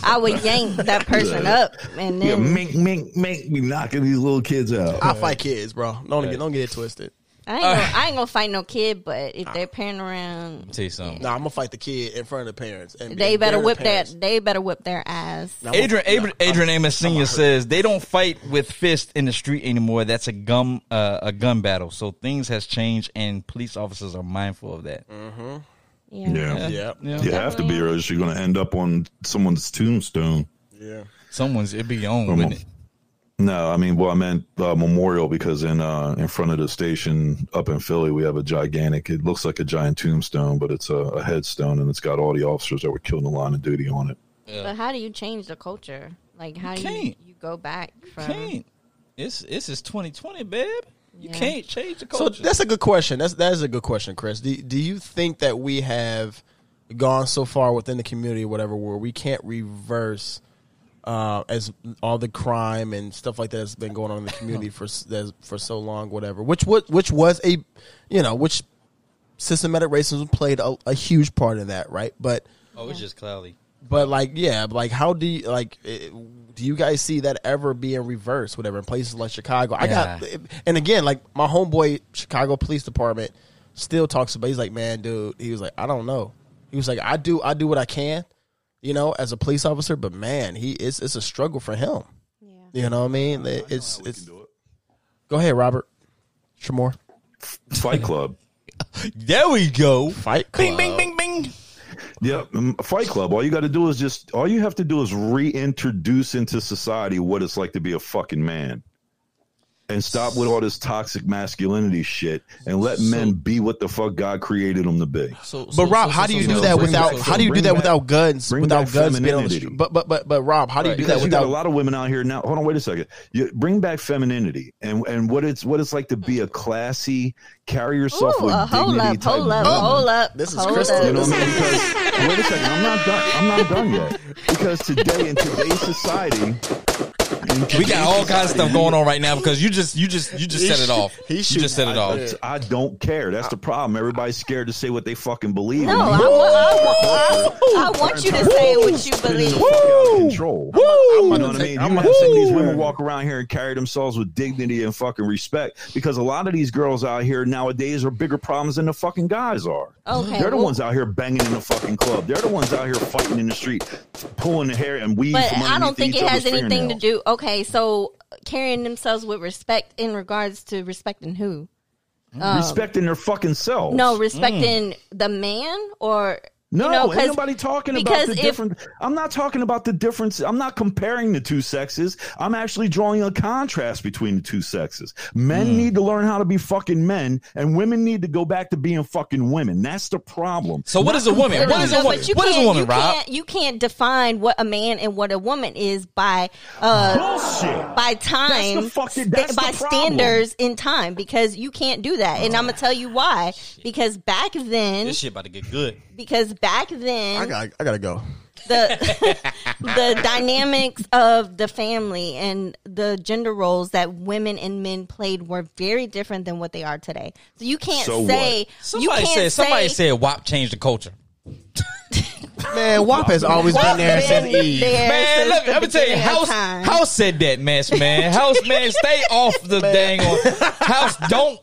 Speaker 4: I would yank that person up, and
Speaker 2: Yeah,
Speaker 4: then
Speaker 2: mink, mink, mink. We knocking these little kids out.
Speaker 3: I fight kids, bro. Don't get don't get it twisted.
Speaker 4: I ain't, gonna, I ain't gonna fight no kid. But if they're parent around,
Speaker 1: Tell you something.
Speaker 3: Nah, I'm gonna fight the kid in front of the parents. And
Speaker 4: they better whip
Speaker 3: that.
Speaker 4: that. They better whip their ass.
Speaker 3: Now, I'm
Speaker 1: Adrian
Speaker 3: gonna-
Speaker 1: Adrian, Adrian Amos Senior says they don't fight with fists in the street anymore. That's a gum uh, a gun battle. So things has changed, and police officers are mindful of that.
Speaker 4: Yeah.
Speaker 2: yeah.
Speaker 3: Mm, Yeah,
Speaker 1: Yeah.
Speaker 2: You have to be, or else you're going to end up on someone's tombstone.
Speaker 3: yeah.
Speaker 1: Someone's it'd be your own,
Speaker 2: Come
Speaker 1: wouldn't
Speaker 2: on.
Speaker 1: it?
Speaker 2: No, I mean, well, I meant uh, memorial because in uh, in front of the station up in Philly, we have a gigantic. It looks like a giant tombstone, but it's a, a headstone, and it's got all the officers that were killed in the line of duty on it.
Speaker 4: But how do you change the culture? Like how do you,
Speaker 1: can't.
Speaker 4: you go back from?
Speaker 1: Can't. It's this is twenty twenty, babe. You
Speaker 4: Yeah.
Speaker 1: can't change the
Speaker 3: So
Speaker 1: culture.
Speaker 3: that's a good question. That's that is a good question, Chris. Do do you think that we have gone so far within the community, or whatever, where we can't reverse uh, as all the crime and stuff like that that's been going on in the community for s- that's, for so long, whatever? Which was which was a you know which systematic racism played a, a huge part in that, right? But
Speaker 1: oh, it's just cloudy.
Speaker 3: But like, yeah, but, like how do you like? eh, Do you guys see that ever being reversed? Whatever in places like Chicago, I got, eh,
Speaker 1: Yeah.
Speaker 3: and again, like my homeboy, Chicago Police Department, still talks about. He's like, man, dude. He was like, I don't know. He was like, I do, I do what I can, you know, as a police officer. But man, he it's it's a struggle for him.
Speaker 4: Yeah.
Speaker 3: You know what I mean? it's it's. Go ahead, Robert. Tremore.
Speaker 2: Fight Club.
Speaker 1: There we go.
Speaker 3: Fight
Speaker 1: Bing, bing,
Speaker 3: Club.
Speaker 1: bing, bing.
Speaker 2: Yeah, mm, Fight Club. All you got to do is just all you have to do is reintroduce into society what it's like to be a fucking man, and stop with all this toxic masculinity shit, and let men be what the fuck God created them to be.
Speaker 1: So,
Speaker 3: But Rob, how do you do that
Speaker 2: bring
Speaker 3: without?
Speaker 2: back-
Speaker 3: How do you do
Speaker 2: bring
Speaker 3: that
Speaker 2: back-
Speaker 3: without guns?
Speaker 2: bring
Speaker 3: Without
Speaker 2: back
Speaker 3: guns being on the
Speaker 2: femininity.
Speaker 3: street. But but but but Rob, how do you
Speaker 1: Right,
Speaker 3: do that
Speaker 2: Because you got
Speaker 3: without
Speaker 2: a lot of women out here now. Hold on, wait a second. You bring back femininity and and what it's what it's like to be a classy, carry yourself
Speaker 4: Ooh,
Speaker 2: with
Speaker 4: uh, hold
Speaker 2: dignity
Speaker 4: up,
Speaker 2: type
Speaker 4: hold up,
Speaker 2: woman.
Speaker 4: hold up.
Speaker 3: This is
Speaker 4: hold
Speaker 3: Crystal.
Speaker 4: up.
Speaker 2: You know what I mean? Because, wait a second, I'm not done. I'm not done yet. Because today in today's society, in
Speaker 1: We got all
Speaker 2: today's
Speaker 1: kinds of stuff
Speaker 2: society,
Speaker 1: going on right now because you just you just you just set it off.
Speaker 3: He
Speaker 1: You
Speaker 3: shooting
Speaker 1: just set it
Speaker 3: out
Speaker 1: off.
Speaker 3: there.
Speaker 2: I don't care. That's the problem. Everybody's scared to say what they fucking believe.
Speaker 4: No, I,
Speaker 2: And
Speaker 4: wa- I, wa- I want you to say what you
Speaker 2: it's
Speaker 4: believe.
Speaker 2: the fuck out of control.
Speaker 1: Woo!
Speaker 2: You know what I mean? You have some of these women walk around here and carry themselves with dignity and fucking respect because a lot of these girls out here nowadays are bigger problems than the fucking guys are.
Speaker 4: Okay,
Speaker 2: They're the
Speaker 4: well-
Speaker 2: ones out here banging in the fucking club. They're the ones out here fighting in the street, pulling the hair and weave.
Speaker 4: But
Speaker 2: from
Speaker 4: I don't
Speaker 2: underneath
Speaker 4: think
Speaker 2: each
Speaker 4: it has
Speaker 2: other's
Speaker 4: anything to
Speaker 2: fingernails.
Speaker 4: do. Okay, so uh, carrying themselves with respect in regards to respecting who?
Speaker 2: respecting their fucking selves.
Speaker 4: um, No, respecting the man or
Speaker 2: Mm. No,
Speaker 4: you know, 'cause-
Speaker 2: ain't nobody talking about
Speaker 4: because
Speaker 2: the
Speaker 4: if-
Speaker 2: difference. I'm not talking about the difference. I'm not comparing the two sexes. I'm actually drawing a contrast between the two sexes. Men
Speaker 4: Hmm.
Speaker 2: need to learn how to be fucking men, and women need to go back to being fucking women. That's the problem.
Speaker 1: So what is a woman? What is a
Speaker 4: No,
Speaker 1: woman?
Speaker 4: but you
Speaker 1: What is a
Speaker 4: can't-
Speaker 1: woman,
Speaker 4: you
Speaker 1: Rob?
Speaker 4: Can't, you can't define what a man and what a woman is by uh,
Speaker 2: Bullshit.
Speaker 4: by time,
Speaker 2: That's the fucking- that's
Speaker 4: by
Speaker 2: the problem. Oh,
Speaker 4: standards in time, because you can't do that. And I'm gonna tell you why. Because back then,
Speaker 1: This shit about to get good.
Speaker 4: because back then,
Speaker 3: I got. I gotta go.
Speaker 4: the the dynamics of the family and the gender roles that women and men played were very different than what they are today. So you can't
Speaker 2: So
Speaker 4: say you
Speaker 1: Somebody
Speaker 4: can't
Speaker 1: said
Speaker 4: say
Speaker 1: somebody said WAP changed the culture.
Speaker 3: Man, WAP has always been there since Eve.
Speaker 1: Man, let me, let me tell you, House House said that mess, man. House man, stay off the dang on. House don't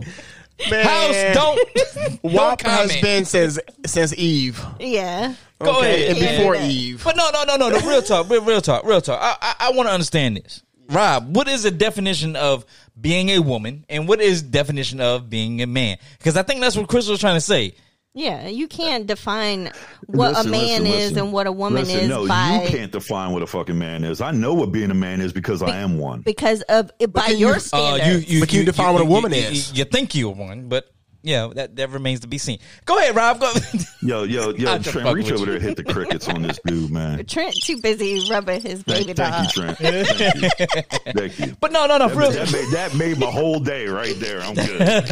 Speaker 3: Man,
Speaker 1: House don't
Speaker 3: WAP
Speaker 1: don't
Speaker 3: has
Speaker 1: comment.
Speaker 3: been since since Eve.
Speaker 4: yeah.
Speaker 1: Go
Speaker 3: okay?
Speaker 1: ahead.
Speaker 3: and
Speaker 1: Yeah.
Speaker 3: before Eve.
Speaker 1: But no, no, no, no, no. Real talk, real, real talk, real talk. I, I, I want to understand this. Rob, what is the definition of being a woman, and what is definition of being a man? Because I think that's what Chris was trying to say.
Speaker 4: Yeah, you can't define what
Speaker 2: Listen,
Speaker 4: a man
Speaker 2: listen,
Speaker 4: is
Speaker 2: listen.
Speaker 4: and what a woman
Speaker 2: Listen,
Speaker 4: is
Speaker 2: no,
Speaker 4: by
Speaker 2: you can't define what a fucking man is. I know what being a man is because I am one.
Speaker 4: because of by
Speaker 3: can
Speaker 4: your
Speaker 3: you-
Speaker 1: Uh,
Speaker 4: standards.
Speaker 1: you, you,
Speaker 3: But can you define what a woman is?
Speaker 1: You, you think you're one, but yeah, that, that remains to be seen. Go ahead, Rob. Go.
Speaker 2: Yo, yo, yo,
Speaker 1: I'm
Speaker 2: Trent,
Speaker 1: fucking
Speaker 2: reach
Speaker 1: with
Speaker 2: over
Speaker 1: you.
Speaker 2: there, and hit the crickets on this dude, man.
Speaker 4: Trent too busy rubbing his baby
Speaker 2: Thank,
Speaker 4: doll.
Speaker 2: thank you, Trent. Thank you. Thank you.
Speaker 1: but no, no, no, for real.
Speaker 2: That made, that made my whole day right there. I'm good.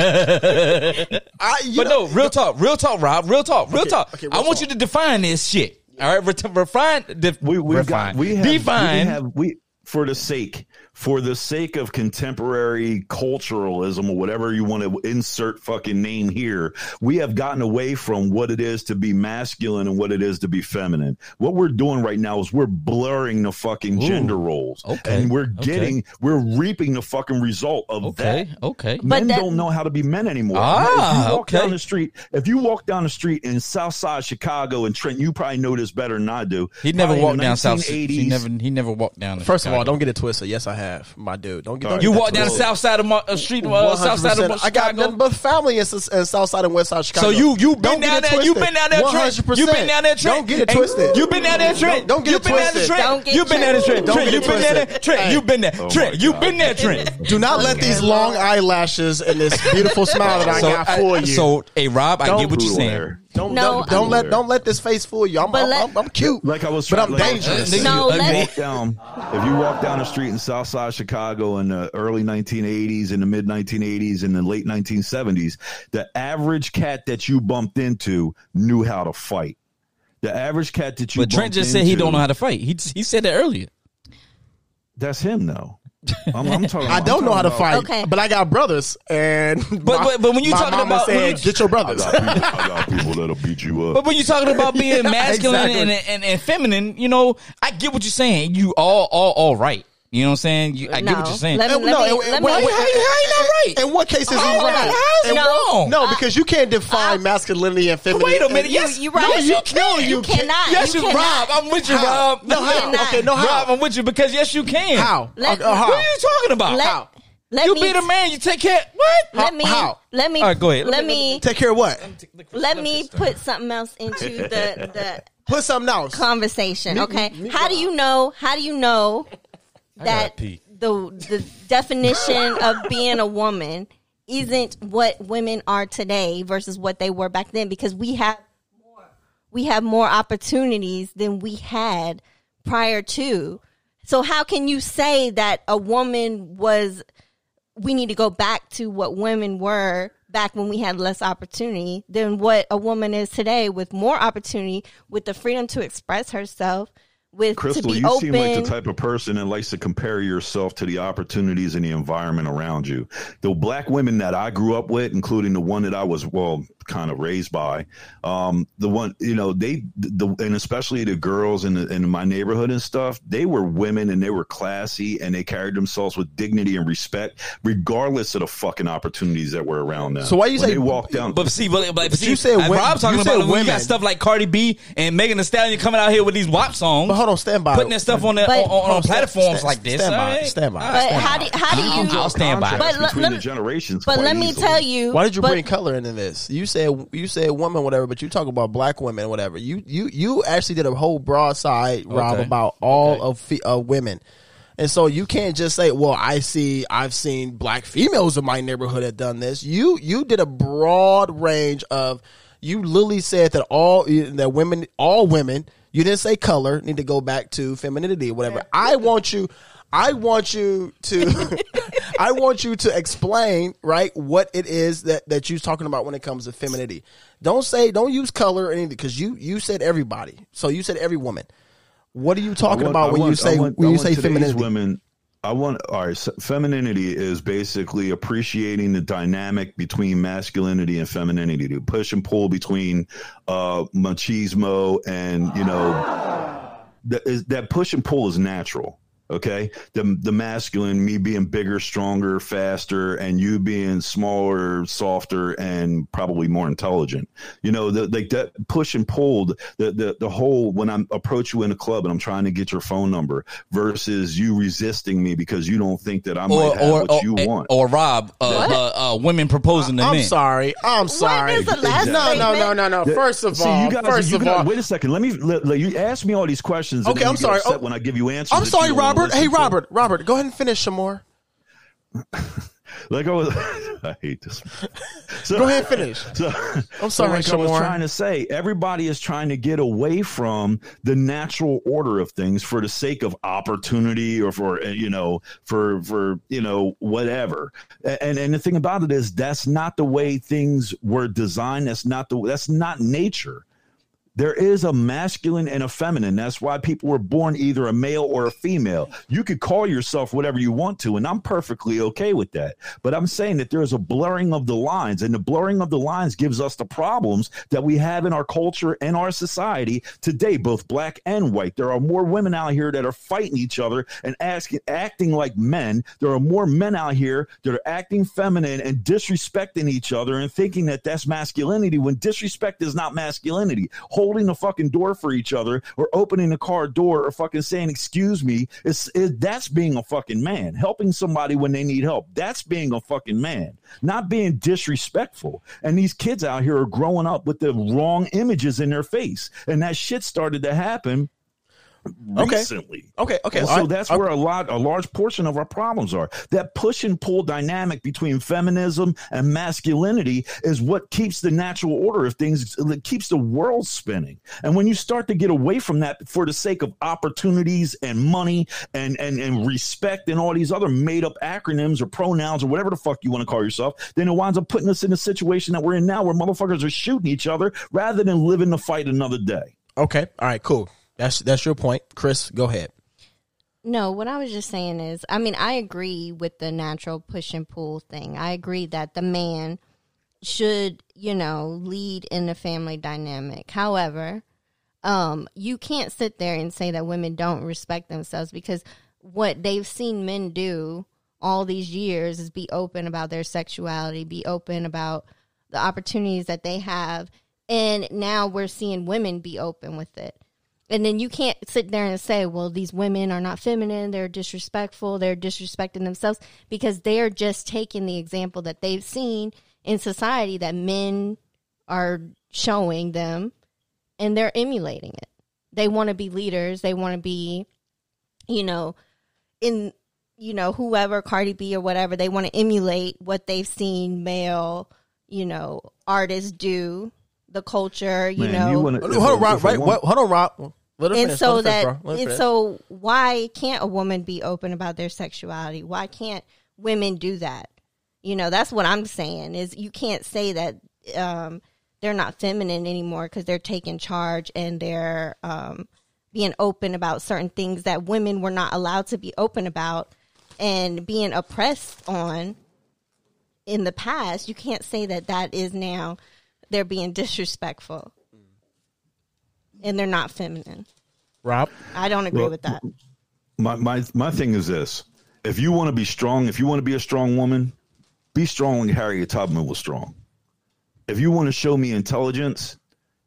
Speaker 3: I, you
Speaker 1: But no, real talk, real talk, Rob, real talk, real talk.
Speaker 3: okay, real
Speaker 1: I want you
Speaker 3: talk.
Speaker 1: to define this shit. All right, Ret- refine, def-
Speaker 2: We we
Speaker 1: refine,
Speaker 2: got we have,
Speaker 1: define.
Speaker 2: we have we for the sake for the sake of contemporary culturalism or whatever you want to insert fucking name here, we have gotten away from what it is to be masculine and what it is to be feminine. What we're doing right now is we're blurring the fucking gender roles,
Speaker 1: okay,
Speaker 2: and we're
Speaker 1: okay.
Speaker 2: getting we're reaping the fucking result of that.
Speaker 1: okay, okay.
Speaker 4: But
Speaker 2: men
Speaker 4: that-
Speaker 2: don't know how to be men anymore.
Speaker 1: Ah,
Speaker 2: if you walk
Speaker 1: okay.
Speaker 2: down the street, if you walk down the street in South Side Chicago and Trent, you probably know this better than I do.
Speaker 1: He never
Speaker 2: Probably in
Speaker 1: walked
Speaker 2: the
Speaker 1: down South. He
Speaker 2: 1980s.
Speaker 1: never, he never walked down. to
Speaker 3: First of all,
Speaker 1: Chicago.
Speaker 3: don't get it twisted. Yes, I have, my dude. Don't get.
Speaker 2: All
Speaker 3: Don't
Speaker 2: right.
Speaker 1: You
Speaker 3: get that
Speaker 1: walk down the
Speaker 3: twisted.
Speaker 1: South Side of Mar- uh, Street, uh, South Side of Mar-
Speaker 3: 100%. I got
Speaker 1: Chicago.
Speaker 3: nothing but family in, S- in South Side and West Side of Chicago.
Speaker 1: So you you
Speaker 3: Don't
Speaker 1: been down
Speaker 3: get it
Speaker 1: there? You been
Speaker 3: twisted.
Speaker 1: down there? Trent?
Speaker 3: 100%.
Speaker 1: You been down there? Trent?
Speaker 3: Don't get it
Speaker 1: Hey,
Speaker 3: twisted.
Speaker 1: You been down there, Trent?
Speaker 3: Don't- don't get
Speaker 1: you
Speaker 3: it
Speaker 1: been down there,
Speaker 3: twisted.
Speaker 1: Trent?
Speaker 4: Don't get
Speaker 1: You been down there, Trent?
Speaker 3: Don't
Speaker 1: Trent,
Speaker 3: get
Speaker 1: you
Speaker 3: it
Speaker 1: been down there,
Speaker 3: twisted.
Speaker 1: Trent? You been there,
Speaker 2: Oh my
Speaker 1: Trent? You
Speaker 2: God.
Speaker 1: been there, Trent?
Speaker 3: Do not let these long eyelashes and this beautiful smile that I
Speaker 1: So,
Speaker 3: got for
Speaker 1: I-
Speaker 3: you.
Speaker 1: so hey, Rob, I
Speaker 3: Don't
Speaker 1: get what you're
Speaker 2: Brutal
Speaker 1: saying.
Speaker 2: there.
Speaker 3: don't
Speaker 4: No,
Speaker 3: don't, don't
Speaker 4: I-
Speaker 3: let don't let this face fool you. I'm
Speaker 4: But
Speaker 3: I'm,
Speaker 4: let-
Speaker 3: I'm, I'm cute.
Speaker 2: Like I was,
Speaker 3: but
Speaker 2: trying-
Speaker 3: I'm
Speaker 2: like I was
Speaker 3: dangerous.
Speaker 1: trying to uh, say,
Speaker 4: No,
Speaker 1: you ugly.
Speaker 4: let's-
Speaker 2: walk down, if you walk down the street in South Side Chicago in the early 1980s, in the mid 1980s, in the late 1970s, the average cat that you bumped into knew how to fight. The average cat that you
Speaker 1: But Trent
Speaker 2: bumped
Speaker 1: just said he
Speaker 2: into-
Speaker 1: don't know how to fight. He he said that earlier.
Speaker 2: That's him though. I'm, I'm talking.
Speaker 3: I
Speaker 2: I'm
Speaker 3: don't know how to
Speaker 2: talking
Speaker 3: fight,
Speaker 4: Okay.
Speaker 3: but I got brothers, and
Speaker 1: But- but- but when you
Speaker 3: my
Speaker 1: talking
Speaker 3: mama
Speaker 1: about- when
Speaker 3: said,
Speaker 1: you-
Speaker 3: get your brothers.
Speaker 2: about- I got, people, I got people that'll beat you up.
Speaker 1: But when you're talking about being masculine
Speaker 3: exactly.
Speaker 1: and, and and feminine, you know, I get what you're saying. You all all all right. You know what I'm saying? You, I get what
Speaker 4: No.
Speaker 1: you're saying.
Speaker 4: Let me-
Speaker 3: And- no, and-
Speaker 4: let
Speaker 3: and-
Speaker 4: me-
Speaker 3: wait, wait,
Speaker 1: How you- how you not right?
Speaker 3: In what case is he
Speaker 1: How you
Speaker 3: right?
Speaker 1: not- how's he
Speaker 3: In-
Speaker 1: wrong?
Speaker 3: No, because you can't define masculinity and femininity.
Speaker 1: Wait a minute. Yes,
Speaker 4: Uh, you right.
Speaker 1: No, you,
Speaker 4: You
Speaker 1: can.
Speaker 4: can. You cannot.
Speaker 1: Yes, you,
Speaker 4: You cannot.
Speaker 1: Rob. I'm with you,
Speaker 3: How?
Speaker 1: Rob.
Speaker 3: No, how?
Speaker 4: cannot.
Speaker 3: Okay, no, how?
Speaker 1: Rob, I'm with you because yes, you can.
Speaker 3: How?
Speaker 4: Let-
Speaker 3: Uh, uh,
Speaker 1: What
Speaker 3: how?
Speaker 1: are you talking about?
Speaker 4: Let-
Speaker 1: How?
Speaker 4: let
Speaker 1: you
Speaker 4: me-
Speaker 1: be the man. You take care. What?
Speaker 4: let me
Speaker 3: How?
Speaker 4: let me
Speaker 1: All right, go ahead.
Speaker 4: let me
Speaker 3: Take care of what?
Speaker 4: let me put something else into the the
Speaker 3: Put something else.
Speaker 4: conversation.
Speaker 3: Me-
Speaker 4: Okay,
Speaker 3: me- me-
Speaker 4: how do you know? How do you know that the
Speaker 1: pee.
Speaker 4: the definition of being a woman isn't what women are today versus what they were back then? Because we have more we have more opportunities than we had prior to. So how can you say that a woman was? We need to go back to what women were back when we had less opportunity than what a woman is today, with more opportunity, with the freedom to express herself, with to
Speaker 2: Crystal,
Speaker 4: be
Speaker 2: you
Speaker 4: open.
Speaker 2: seem like the type of person that likes to compare yourself to the opportunities and the environment around you. The black women that I grew up with, including the one that I was well kind of raised by, um, the one you know they the and especially the girls in the, in my neighborhood and stuff, they were women and they were classy and they carried themselves with dignity and respect, regardless of the fucking opportunities that were around them.
Speaker 3: So why you
Speaker 2: When
Speaker 3: say-
Speaker 2: they walk down?
Speaker 1: But see, but, but see,
Speaker 3: you said
Speaker 1: uh,
Speaker 3: wo-
Speaker 1: Rob's talking
Speaker 3: you
Speaker 1: about it
Speaker 3: said
Speaker 1: when you got
Speaker 3: women.
Speaker 1: stuff like Cardi B and Megan Thee Stallion coming out here with these WAP songs,
Speaker 3: But hold on, stand by.
Speaker 1: putting that stuff on, the, on, on,
Speaker 4: But-
Speaker 1: on
Speaker 3: Hold on, stand-
Speaker 1: platforms
Speaker 3: stand-
Speaker 1: like this.
Speaker 3: stand by,
Speaker 1: all right?
Speaker 3: stand by.
Speaker 1: All
Speaker 4: But
Speaker 1: right.
Speaker 4: how do how do you?
Speaker 1: I'll stand by. it.
Speaker 4: But let-
Speaker 2: between
Speaker 4: let
Speaker 2: the
Speaker 4: me-
Speaker 2: generations.
Speaker 4: But
Speaker 2: quite
Speaker 4: let me
Speaker 2: easily.
Speaker 4: tell you.
Speaker 3: Why did you
Speaker 4: but-
Speaker 3: bring color into this? You said you said woman, whatever, but you talk about black women, whatever. You you you actually did a whole broadside Rob
Speaker 1: Okay.
Speaker 3: about all of fe- of women, and so you can't just say, "Well, I see, I've seen black females in my neighborhood that done this." You you did a broad range of. You literally said that all that women, all women. You didn't say color. Need to go back to femininity, whatever. I want you. I want you to I want you to explain, right, what it is that that you're talking about when it comes to femininity. Don't say don't use color or anything because you you said everybody. So you said every woman. What are you talking
Speaker 2: I want-
Speaker 3: about
Speaker 2: I
Speaker 3: when you
Speaker 2: want- I
Speaker 3: say
Speaker 2: want-
Speaker 3: when
Speaker 2: I
Speaker 3: you
Speaker 2: want
Speaker 3: say
Speaker 2: today's
Speaker 3: femininity?
Speaker 2: Women, I want all right. So femininity is basically appreciating the dynamic between masculinity and femininity, to push and pull between uh, machismo and you know that is that push and pull is natural. Okay, the the masculine, me being bigger, stronger, faster, and you being smaller, softer, and probably more intelligent. You know, the, like that push and pull, the, the the whole when I'm approach you in a club and I'm trying to get your phone number versus you resisting me because you don't think that I might
Speaker 5: or
Speaker 2: have
Speaker 5: or
Speaker 2: what
Speaker 5: or,
Speaker 3: oh, eh,
Speaker 2: you want.
Speaker 5: or Rob, uh, uh, uh, women proposing to
Speaker 3: I'm
Speaker 5: men.
Speaker 3: sorry. I'm sorry.
Speaker 4: is the last
Speaker 3: no, no, no,
Speaker 4: statement?
Speaker 3: no, no. First of all,
Speaker 2: you guys,
Speaker 3: first
Speaker 2: you
Speaker 3: of
Speaker 2: guys-
Speaker 3: all,
Speaker 2: wait a second. Let me. Let, let- you ask me all these questions. and
Speaker 3: Okay,
Speaker 2: then
Speaker 3: I'm
Speaker 2: you get
Speaker 3: sorry.
Speaker 2: upset
Speaker 3: Oh,
Speaker 2: when I give you answers,
Speaker 3: I'm
Speaker 2: that you
Speaker 3: sorry,
Speaker 2: don't wanna
Speaker 3: Robert.
Speaker 2: listen
Speaker 3: Hey,
Speaker 2: to.
Speaker 3: Robert, Robert, go ahead and finish some more.
Speaker 2: Like I was. I hate this. So,
Speaker 3: Go ahead and finish.
Speaker 2: So,
Speaker 3: I'm
Speaker 2: so
Speaker 3: sorry,
Speaker 2: like I was
Speaker 3: Shamar.
Speaker 2: trying to say, everybody is trying to get away from the natural order of things for the sake of opportunity or for uh, you know for for you know whatever. A- And and the thing about it is that's not the way things were designed. That's not the that's not nature. There is a masculine and a feminine. That's why people were born either a male or a female. You could call yourself whatever you want to, and I'm perfectly okay with that. But I'm saying that there is a blurring of the lines, and the blurring of the lines gives us the problems that we have in our culture and our society today, both black and white. There are more women out here that are fighting each other and asking, acting like men. There are more men out here that are acting feminine and disrespecting each other and thinking that that's masculinity when disrespect is not masculinity. Holding the fucking door for each other or opening the car door or fucking saying excuse me is is- that's being a fucking man. Helping somebody when they need help that's being a fucking man. Not being disrespectful. And these kids out here are growing up with the wrong images in their face, and that shit started to happen.
Speaker 3: Okay.
Speaker 2: Recently.
Speaker 3: Okay, okay.
Speaker 2: And
Speaker 3: all
Speaker 2: so
Speaker 3: right,
Speaker 2: that's
Speaker 3: all
Speaker 2: where a lot, a large portion of our problems are. That push and pull dynamic between feminism and masculinity is what keeps the natural order of things, that keeps the world spinning. And when you start to get away from that for the sake of opportunities and money and and and respect and all these other made up acronyms or pronouns or whatever the fuck you want to call yourself, then it winds up putting us in the situation that we're in now, where motherfuckers are shooting each other rather than living the fight another day.
Speaker 3: Okay. All right. Cool. That's that's your point, Chris. Go ahead.
Speaker 4: No, what I was just saying is, I mean, I agree with the natural push and pull thing. I agree that the man should, you know, lead in the family dynamic. However, um, you can't sit there and say that women don't respect themselves because what they've seen men do all these years is be open about their sexuality, be open about the opportunities that they have. And now we're seeing women be open with it. And then you can't sit there and say, well, these women are not feminine. They're disrespectful. They're disrespecting themselves because they're just taking the example that they've seen in society that men are showing them and they're emulating it. They want to be leaders. They want to be, you know, in, you know, whoever, Cardi B or whatever, they want to emulate what they've seen male, you know, artists do, the culture, you know
Speaker 2: wanna-
Speaker 3: Hold on, Rob.
Speaker 2: if a
Speaker 3: Right.
Speaker 2: woman-
Speaker 3: What, hold on, Rob. Let her
Speaker 4: and
Speaker 3: finish,
Speaker 4: so
Speaker 3: let her finish,
Speaker 4: that
Speaker 3: bro. Let her
Speaker 4: and
Speaker 3: finish.
Speaker 4: so why can't a woman be open about their sexuality why can't women do that you know that's what i'm saying is you can't say that um, they're not feminine anymore because they're taking charge and they're um, being open about certain things that women were not allowed to be open about and being oppressed on in the past you can't say that that is now they're being disrespectful
Speaker 3: Mm.
Speaker 4: and they're not feminine
Speaker 3: Rob.
Speaker 4: I don't agree
Speaker 2: Well, mm,
Speaker 4: with that.
Speaker 2: my my my thing is this: if you want to be strong, if you want to be a strong woman, be strong like Harriet Tubman was strong. If you want to show me intelligence,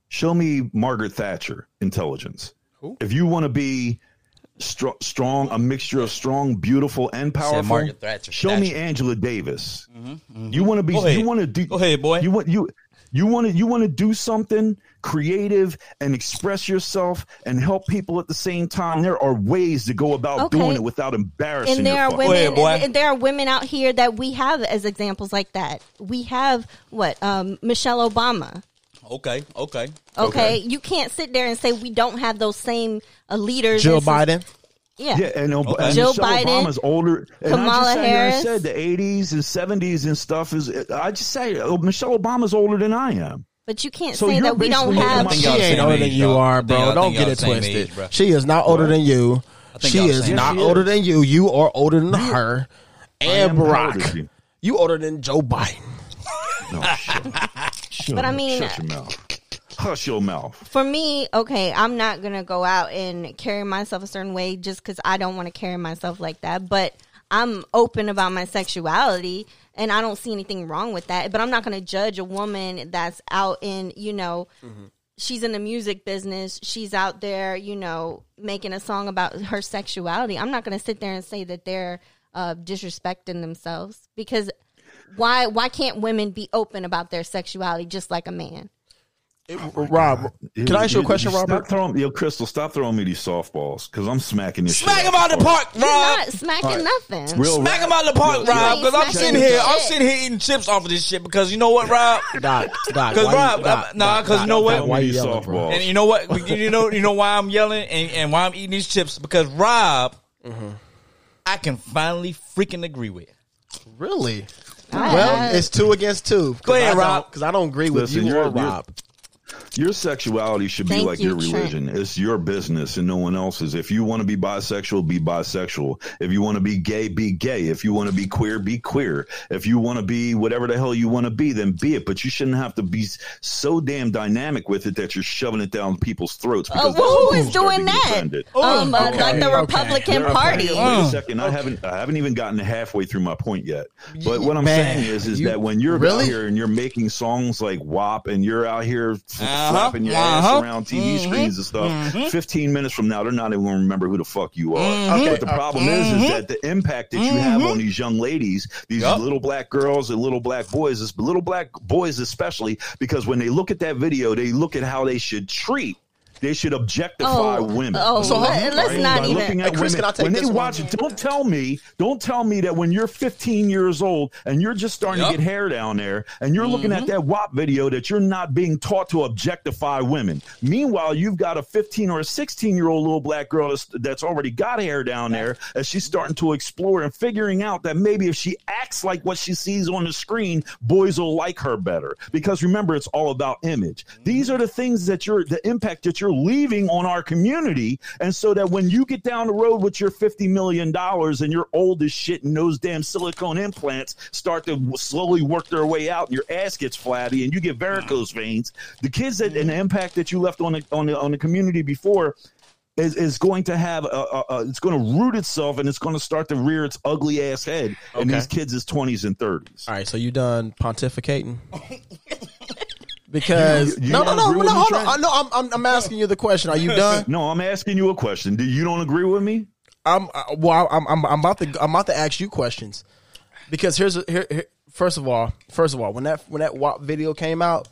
Speaker 2: show me Margaret Thatcher intelligence. If you want to be str- strong, a mixture of strong, beautiful, and powerful,
Speaker 5: Margaret Thatcher.
Speaker 2: show me
Speaker 5: Thatcher.
Speaker 2: Angela Davis. You want to
Speaker 5: Mm-hmm,
Speaker 2: be,
Speaker 5: Go ahead.
Speaker 2: you want to do,
Speaker 5: Go ahead, boy.
Speaker 2: You want you. You want to you want to do something creative and express yourself and help people at the same time. There are ways to go about
Speaker 4: Okay.
Speaker 2: doing it without embarrassing.
Speaker 4: And there
Speaker 2: your
Speaker 4: are
Speaker 2: fuck-
Speaker 4: women.
Speaker 5: Wait, boy.
Speaker 4: and there are women out here that we have as examples like that. We have what um, Michelle Obama.
Speaker 5: Okay, okay.
Speaker 4: Okay? you can't sit there and say we don't have those same uh, leaders.
Speaker 3: Jill
Speaker 4: and sus-
Speaker 3: Biden.
Speaker 4: Yeah.
Speaker 2: Yeah, and, Ob-
Speaker 5: Okay.
Speaker 2: and
Speaker 4: Joe
Speaker 2: Michelle
Speaker 4: Biden,
Speaker 2: Obama's older. And I
Speaker 4: Kamala
Speaker 2: just sat here and
Speaker 4: Harris.
Speaker 2: said the '80s and '70s and stuff is. I just say oh, Michelle Obama's older than I am.
Speaker 4: But you can't
Speaker 2: So
Speaker 4: say
Speaker 2: you're
Speaker 4: that we don't
Speaker 2: basically
Speaker 5: I
Speaker 4: have.
Speaker 5: think
Speaker 3: She
Speaker 5: y'all the
Speaker 3: ain't
Speaker 5: same
Speaker 3: older than
Speaker 5: age,
Speaker 3: you
Speaker 5: y'all. I
Speaker 3: are,
Speaker 5: think y'all-
Speaker 3: bro.
Speaker 5: I
Speaker 3: Don't
Speaker 5: think
Speaker 3: get
Speaker 5: y'all
Speaker 3: it
Speaker 5: the same
Speaker 3: twisted.
Speaker 5: age, bro.
Speaker 3: she is not older than you.
Speaker 5: think
Speaker 3: She
Speaker 5: y'all the
Speaker 3: is
Speaker 5: same
Speaker 3: not
Speaker 2: age.
Speaker 3: older than you. You are older than her and
Speaker 2: am older
Speaker 3: Barack.
Speaker 2: than
Speaker 3: You.
Speaker 2: you.
Speaker 3: older than Joe Biden.
Speaker 2: No, shut, shut
Speaker 4: But I
Speaker 2: up,
Speaker 4: mean-
Speaker 2: shut your mouth. Hush your mouth.
Speaker 4: for me, okay, I'm not gonna go out and carry myself a certain way just because I don't want to carry myself like that. But I'm open about my sexuality, and I don't see anything wrong with that. But I'm not gonna judge a woman that's out in, you know, she's in the music business. She's out there, you know, making a song about her sexuality. I'm not gonna sit there and say that they're uh, disrespecting themselves because why? Why can't women be open about their sexuality just like a man?
Speaker 3: Uh, Rob, can I ask you a question,
Speaker 2: Stop
Speaker 3: Robert?
Speaker 2: Throwing, yo, Crystal, stop throwing me these softballs because I'm smacking this.
Speaker 1: Smack
Speaker 2: shit
Speaker 1: him out the park, Rob.
Speaker 4: You're not smacking nothing.
Speaker 2: Real
Speaker 1: Smack him out the park, Rob.
Speaker 4: ain't
Speaker 1: Because I'm
Speaker 4: smacking
Speaker 1: sitting here, I'm
Speaker 4: shit.
Speaker 1: sitting here eating chips off of this shit. Because you know what, Rob?
Speaker 3: Doc, Doc,
Speaker 1: 'Cause
Speaker 3: why you-
Speaker 1: Rob,
Speaker 3: Doc,
Speaker 1: I'm- nah,
Speaker 3: Doc,
Speaker 1: 'cause you know
Speaker 3: Doc,
Speaker 1: what?
Speaker 3: Doc, Why you
Speaker 2: These
Speaker 3: yelling, bro?
Speaker 2: softballs.
Speaker 1: And you know what? You know, you know why I'm yelling and, and why I'm eating these chips because Rob, I can finally freaking agree with.
Speaker 3: Really?
Speaker 4: I-
Speaker 3: Well, it's two against two.
Speaker 1: Go ahead, Rob.
Speaker 3: Because I don't agree with
Speaker 2: Listen,
Speaker 3: you
Speaker 2: you're-
Speaker 3: or
Speaker 2: you're-
Speaker 3: Rob.
Speaker 2: Your sexuality should be
Speaker 4: Thank
Speaker 2: like
Speaker 4: you,
Speaker 2: your
Speaker 4: Trent.
Speaker 2: religion. It's your business and no one else's. If you want to be bisexual, be bisexual. If you want to be gay, be gay. If you want to be queer, be queer. If you want to be whatever the hell you want to be, then be it. But you shouldn't have to be s- so damn dynamic with it that you're shoving it down people's throats.
Speaker 4: Uh,
Speaker 2: Because that's
Speaker 4: well, who
Speaker 2: when
Speaker 4: is
Speaker 2: people start
Speaker 4: doing
Speaker 2: to get
Speaker 4: that?
Speaker 2: offended.
Speaker 4: Um, uh, like the
Speaker 3: Oh, okay.
Speaker 4: Republican
Speaker 2: Wait a
Speaker 4: Party.
Speaker 2: second, Wait a
Speaker 3: Mm.
Speaker 2: second, I haven't I haven't even gotten halfway through my point yet. But what I'm
Speaker 3: Man,
Speaker 2: saying is, is
Speaker 3: you-
Speaker 2: that when you're
Speaker 3: really?
Speaker 2: out here and you're making songs like WAP and you're out here f- flapping your
Speaker 1: uh-huh,
Speaker 2: ass around TV
Speaker 3: Mm-hmm,
Speaker 2: screens and stuff, 15 minutes from now they're not even going to remember who the fuck you are.
Speaker 3: Mm-hmm.
Speaker 2: But the problem is, is that the impact that you have on these young ladies, these little black girls and little black boys, is little black boys especially, because when they look at that video, they look at how they should treat. They should objectify
Speaker 4: Oh,
Speaker 2: women
Speaker 4: oh, let, us
Speaker 2: right?
Speaker 4: not
Speaker 2: By
Speaker 4: even.
Speaker 2: looking at
Speaker 3: Hey,
Speaker 2: women.
Speaker 3: Chris, can I take
Speaker 2: when
Speaker 3: this
Speaker 2: they
Speaker 3: one?
Speaker 2: watch it, don't tell me, don't tell me that when you're 15 years old and you're just starting
Speaker 1: Yup.
Speaker 2: to get hair down there and you're looking at that WAP video that you're not being taught to objectify women. Meanwhile, you've got a 15 or a 16 year old little black girl that's, that's already got hair down there and she's starting to explore and figuring out that maybe if she acts like what she sees on the screen, boys will like her better. Because remember, it's all about image. These are the things that you're, the impact that you're leaving on our community. And so that when you get down the road with your $50 million and you're old as shit and those damn silicone implants start to w- slowly work their way out and your ass gets flabby and you get varicose veins, the kids that, and the impact that you left on the, on the, on the community before, is, is going to have a, a, a it's going to root itself and it's going to start to rear its ugly ass head in
Speaker 3: Okay.
Speaker 2: these kids' is 20s and 30s.
Speaker 3: All right, so you done pontificating? Because
Speaker 2: You- you
Speaker 3: no, no,
Speaker 2: don't
Speaker 3: no,
Speaker 2: agree
Speaker 3: no.
Speaker 2: with me,
Speaker 3: Hold on.
Speaker 2: Trent?
Speaker 3: I know. I'm, I'm, I'm asking you the question. Are you done?
Speaker 2: No, I'm asking you a question. Do you don't agree with me?
Speaker 3: I'm uh, well. I'm, I'm, I'm about to. I'm about to ask you questions. Because here's a- here, here. First of all, first of all, when that when that WAP video came out,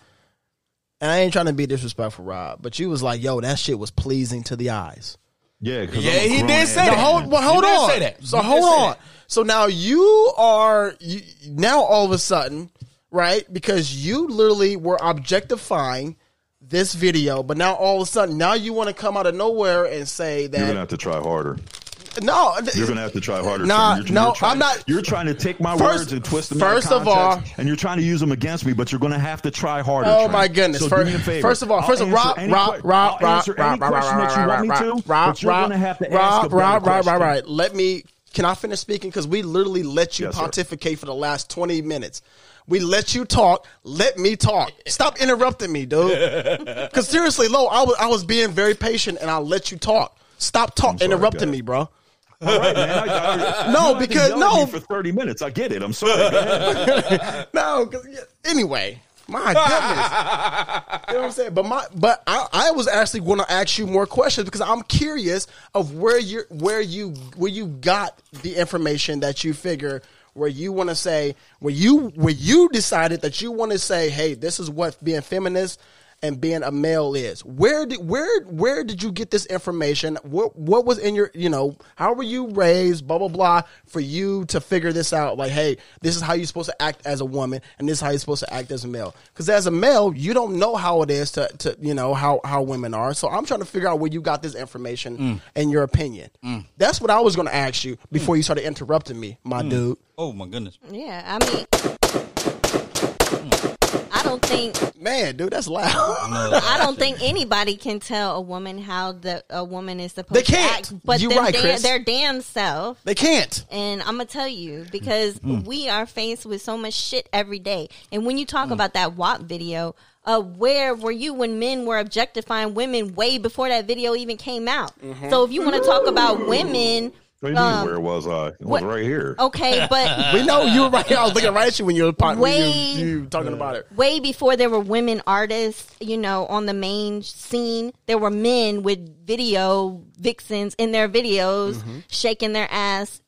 Speaker 3: and I ain't trying to be disrespectful, Rob, but you was like, "Yo, that shit was pleasing to the eyes."
Speaker 2: Yeah,
Speaker 1: Yeah, he did say
Speaker 3: Now
Speaker 1: that.
Speaker 3: hold, well, hold
Speaker 1: You did
Speaker 3: on.
Speaker 1: say that.
Speaker 3: So
Speaker 1: You did
Speaker 3: hold
Speaker 1: say
Speaker 3: on.
Speaker 1: that.
Speaker 3: So now you are you, now all of a sudden, right? Because you literally were objectifying this video, but now all of a sudden, now you want to come out of nowhere and say
Speaker 2: You're gonna
Speaker 3: that
Speaker 2: have to try harder.
Speaker 3: no,
Speaker 2: You're gonna have to try harder.
Speaker 3: Nah,
Speaker 2: Tim.
Speaker 3: no,
Speaker 2: you're trying,
Speaker 3: I'm not-
Speaker 2: You're trying to take my
Speaker 3: First-
Speaker 2: words and twist them.
Speaker 3: first
Speaker 2: out of
Speaker 3: of all-
Speaker 2: context, and you're trying to use them against me, but you're gonna have to try harder.
Speaker 3: Oh
Speaker 2: Trent.
Speaker 3: my goodness!
Speaker 2: So
Speaker 3: Fir-
Speaker 2: do me a favor.
Speaker 3: First of all,
Speaker 2: I'll
Speaker 3: first of
Speaker 2: answer
Speaker 3: Rob,
Speaker 2: any
Speaker 3: Rob,
Speaker 2: que-
Speaker 3: Rob,
Speaker 2: I'll
Speaker 3: Rob,
Speaker 2: answer
Speaker 3: Rob,
Speaker 2: any question that you want me to,
Speaker 3: Rob,
Speaker 2: but
Speaker 3: Rob,
Speaker 2: you're
Speaker 3: Rob,
Speaker 2: gonna have to ask a
Speaker 3: Rob,
Speaker 2: better
Speaker 3: Rob, Rob,
Speaker 2: question.
Speaker 3: Rob, Rob. Let me. Can I finish speaking? Because we literally let you
Speaker 2: Yes, sir.
Speaker 3: pontificate for the last twenty minutes. We let you talk. Let me talk. Stop interrupting me, dude. Because seriously, Lo, I was I was being very patient, and I let you talk. Stop talk
Speaker 2: sorry,
Speaker 3: interrupting
Speaker 2: guys.
Speaker 3: me, bro.
Speaker 2: All right, man, I got it. You don't have to
Speaker 3: because-
Speaker 2: yell at me
Speaker 3: no.
Speaker 2: for 30 minutes. I get it. I'm sorry. Go ahead.
Speaker 3: No, 'cause- yeah, anyway, my goodness. you know what I'm saying? But my but I, I was actually going to ask you more questions because I'm curious of where you where you where you got the information that you figure where you want to say where you where you decided that you want to say, hey, this is what being feminist and being a male is. Where did where where did you get this information? What what was in your you know how were you raised? Blah blah blah. For you to figure this out, like hey, this is how you're supposed to act as a woman, and this is how you're supposed to act as a male. Because as a male, you don't know how it is to to you know how how women are. So I'm trying to figure out where you got this information and your opinion. That's what I was going to ask you before you started interrupting me, my dude.
Speaker 1: Oh my goodness.
Speaker 4: Yeah, I mean, I don't think
Speaker 3: Man, dude, that's loud.
Speaker 4: I don't think anybody can tell a woman how the a woman is supposed
Speaker 3: They can't.
Speaker 4: to act, but
Speaker 3: You
Speaker 4: them
Speaker 3: right,
Speaker 4: da-
Speaker 3: Chris.
Speaker 4: their damn self.
Speaker 3: they can't.
Speaker 4: And I'm gonna tell you because we are faced with so much shit every day. And when you talk about that WAP video, uh, where were you when men were objectifying women way before that video even came out? So if you want to talk about women,
Speaker 2: What do you mean?
Speaker 4: um,
Speaker 2: Where was I? It was
Speaker 4: what- Oh.
Speaker 2: right here.
Speaker 4: okay, but
Speaker 3: We know you were right. here. I was looking right at you when you were pop- when you-
Speaker 4: Way-
Speaker 3: you, were talking about it.
Speaker 4: way before there were women artists, you know, on the main scene, there were men with video vixens in their videos
Speaker 2: Mm-hmm.
Speaker 4: shaking their ass.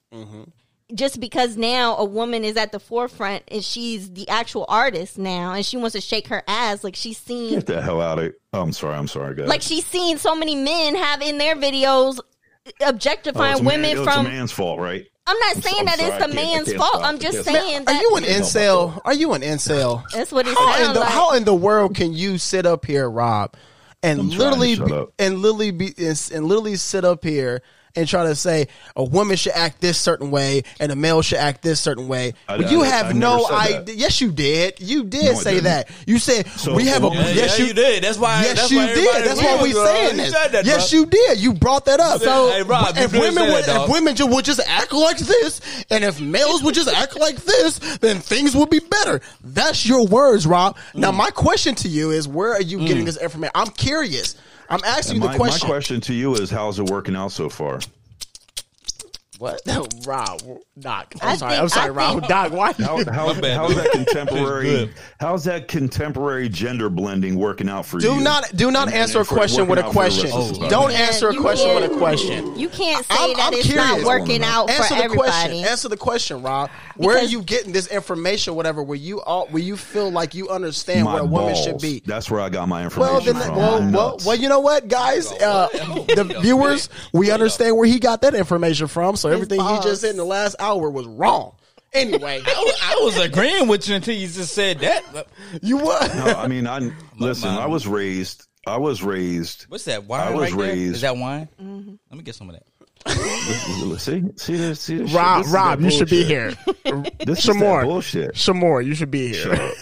Speaker 4: Just because now a woman is at the forefront and she's the actual artist now and she wants to shake her ass like she's seen
Speaker 2: Get the hell out of it. Oh, I'm sorry. I'm sorry, guys.
Speaker 4: like she's seen so many men have in their videos
Speaker 2: Oh, it's
Speaker 4: objectifying
Speaker 2: a man-
Speaker 4: women
Speaker 2: it's
Speaker 4: from
Speaker 2: a man's fault, right?
Speaker 4: I'm not saying
Speaker 2: I'm
Speaker 4: that
Speaker 2: sorry, I
Speaker 4: it's the
Speaker 2: can't- I
Speaker 4: man's
Speaker 2: can't
Speaker 4: fault.
Speaker 2: stop.
Speaker 4: I'm
Speaker 2: I
Speaker 4: just
Speaker 2: can't stop.
Speaker 4: saying
Speaker 3: Are
Speaker 4: that
Speaker 3: you an incel? Are you an incel?
Speaker 4: that's what it
Speaker 3: How in
Speaker 4: sounds
Speaker 3: the
Speaker 4: like.
Speaker 3: how in the world can you sit up here, Rob, and
Speaker 2: I'm trying to
Speaker 3: literally
Speaker 2: shut
Speaker 3: be-
Speaker 2: up.
Speaker 3: and literally be and, and literally sit up here and try to say a woman should act this certain way and a male should act this certain way?
Speaker 2: I-
Speaker 3: But you
Speaker 2: I-
Speaker 3: have
Speaker 2: I never
Speaker 3: no
Speaker 2: said that.
Speaker 3: idea. Yes, you did. You did
Speaker 2: No, I
Speaker 3: say
Speaker 2: didn't.
Speaker 3: that. You said
Speaker 2: So
Speaker 3: we have a
Speaker 2: what- Yeah,
Speaker 3: yes.
Speaker 1: yeah,
Speaker 3: you
Speaker 1: you did. That's why.
Speaker 3: Yes,
Speaker 1: that's
Speaker 3: you
Speaker 1: why
Speaker 3: did.
Speaker 1: everybody
Speaker 3: That's why
Speaker 1: was,
Speaker 3: we
Speaker 1: bro.
Speaker 3: saying
Speaker 1: You
Speaker 3: this.
Speaker 1: said that,
Speaker 3: yes,
Speaker 1: bro.
Speaker 3: you did. You brought that up.
Speaker 1: said-
Speaker 3: So
Speaker 1: Hey, Rob, you
Speaker 3: if
Speaker 1: really
Speaker 3: women
Speaker 1: said
Speaker 3: would,
Speaker 1: that,
Speaker 3: if
Speaker 1: dog.
Speaker 3: women ju- would just act like this, and if males would just act like this, then things would be better. That's your words, Rob.
Speaker 1: Mm.
Speaker 3: Now, my question to you is, where are you getting this information? I'm curious. I'm asking
Speaker 2: And
Speaker 3: you
Speaker 2: my,
Speaker 3: the
Speaker 2: my
Speaker 3: question.
Speaker 2: question to you is, how's it working out so far?
Speaker 3: What, Rob? Doc, I'm
Speaker 4: I
Speaker 3: sorry.
Speaker 4: think-
Speaker 3: I'm sorry,
Speaker 4: I
Speaker 3: Rob.
Speaker 4: think-
Speaker 3: Doc, why?
Speaker 2: How, how, how's that contemporary? how's that contemporary gender blending working out for you?
Speaker 3: Do not do not
Speaker 2: And-
Speaker 3: answer
Speaker 2: and
Speaker 3: a
Speaker 2: for
Speaker 3: question with a
Speaker 2: working out for the rest
Speaker 3: question.
Speaker 2: of society?
Speaker 3: Don't
Speaker 4: Yeah,
Speaker 3: answer a
Speaker 4: you
Speaker 3: question with a
Speaker 4: can't-
Speaker 3: question.
Speaker 4: You can't say
Speaker 3: I'm-
Speaker 4: that
Speaker 3: I'm
Speaker 4: it's
Speaker 3: curious.
Speaker 4: not working out for
Speaker 3: Answer the
Speaker 4: everybody.
Speaker 3: question. Answer the question, Rob. Where are
Speaker 4: Because-
Speaker 3: you getting this information? Whatever, where you all, where you feel like you understand
Speaker 2: My
Speaker 3: what a woman should
Speaker 2: balls.
Speaker 3: be.
Speaker 2: That's where I got my information
Speaker 3: Well, then,
Speaker 2: from.
Speaker 3: well,
Speaker 2: My
Speaker 3: well,
Speaker 2: nuts.
Speaker 3: well, you know what, guys, uh, the viewers, we understand where he got that information from. So everything he
Speaker 4: balls.
Speaker 3: just said in the last hour was wrong. Anyway,
Speaker 1: I was- I was agreeing with you until you just said that.
Speaker 3: you what?
Speaker 2: No, I mean, I listen. I was raised. I was raised.
Speaker 1: What's that wine
Speaker 2: I was
Speaker 1: right there?
Speaker 2: raised-
Speaker 1: Is that wine? Let me get some of that.
Speaker 2: See, see this, see this. shit?
Speaker 6: Rob,
Speaker 2: This is
Speaker 6: Rob,
Speaker 2: that
Speaker 6: you should be
Speaker 2: bullshit.
Speaker 6: here.
Speaker 2: This is
Speaker 6: Some
Speaker 2: that
Speaker 6: more.
Speaker 2: bullshit.
Speaker 6: Some more. You should be here.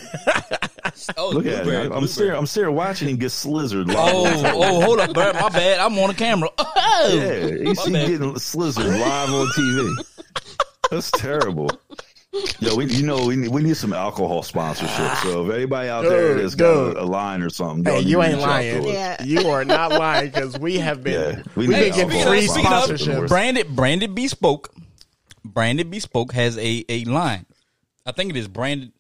Speaker 1: Oh,
Speaker 2: Look
Speaker 1: blueberry,
Speaker 2: at it. I'm
Speaker 1: blueberry.
Speaker 2: staring. I'm staring, watching him get slizzard. live on
Speaker 1: Oh, oh, hold up, bro. My bad. I'm on the camera. Oh.
Speaker 2: Yeah, you see
Speaker 1: bad.
Speaker 2: getting slizzard live on TV. That's terrible. Yo, we, you know, we need, we need some alcohol sponsorship. So if anybody out there
Speaker 6: Dude,
Speaker 2: that's got
Speaker 6: dude.
Speaker 2: a, a line or something, y'all
Speaker 6: Hey,
Speaker 2: need
Speaker 6: you
Speaker 2: to
Speaker 6: ain't
Speaker 2: reach out to
Speaker 6: lying.
Speaker 2: us.
Speaker 4: Yeah.
Speaker 6: You are not lying because we have been
Speaker 2: Yeah, we
Speaker 6: we,
Speaker 2: need
Speaker 6: have been
Speaker 2: alcohol
Speaker 6: getting free
Speaker 1: Speaking of- speaking
Speaker 6: sponsorships.
Speaker 1: of branded, branded bespoke, branded bespoke has a a line. I think it is branded.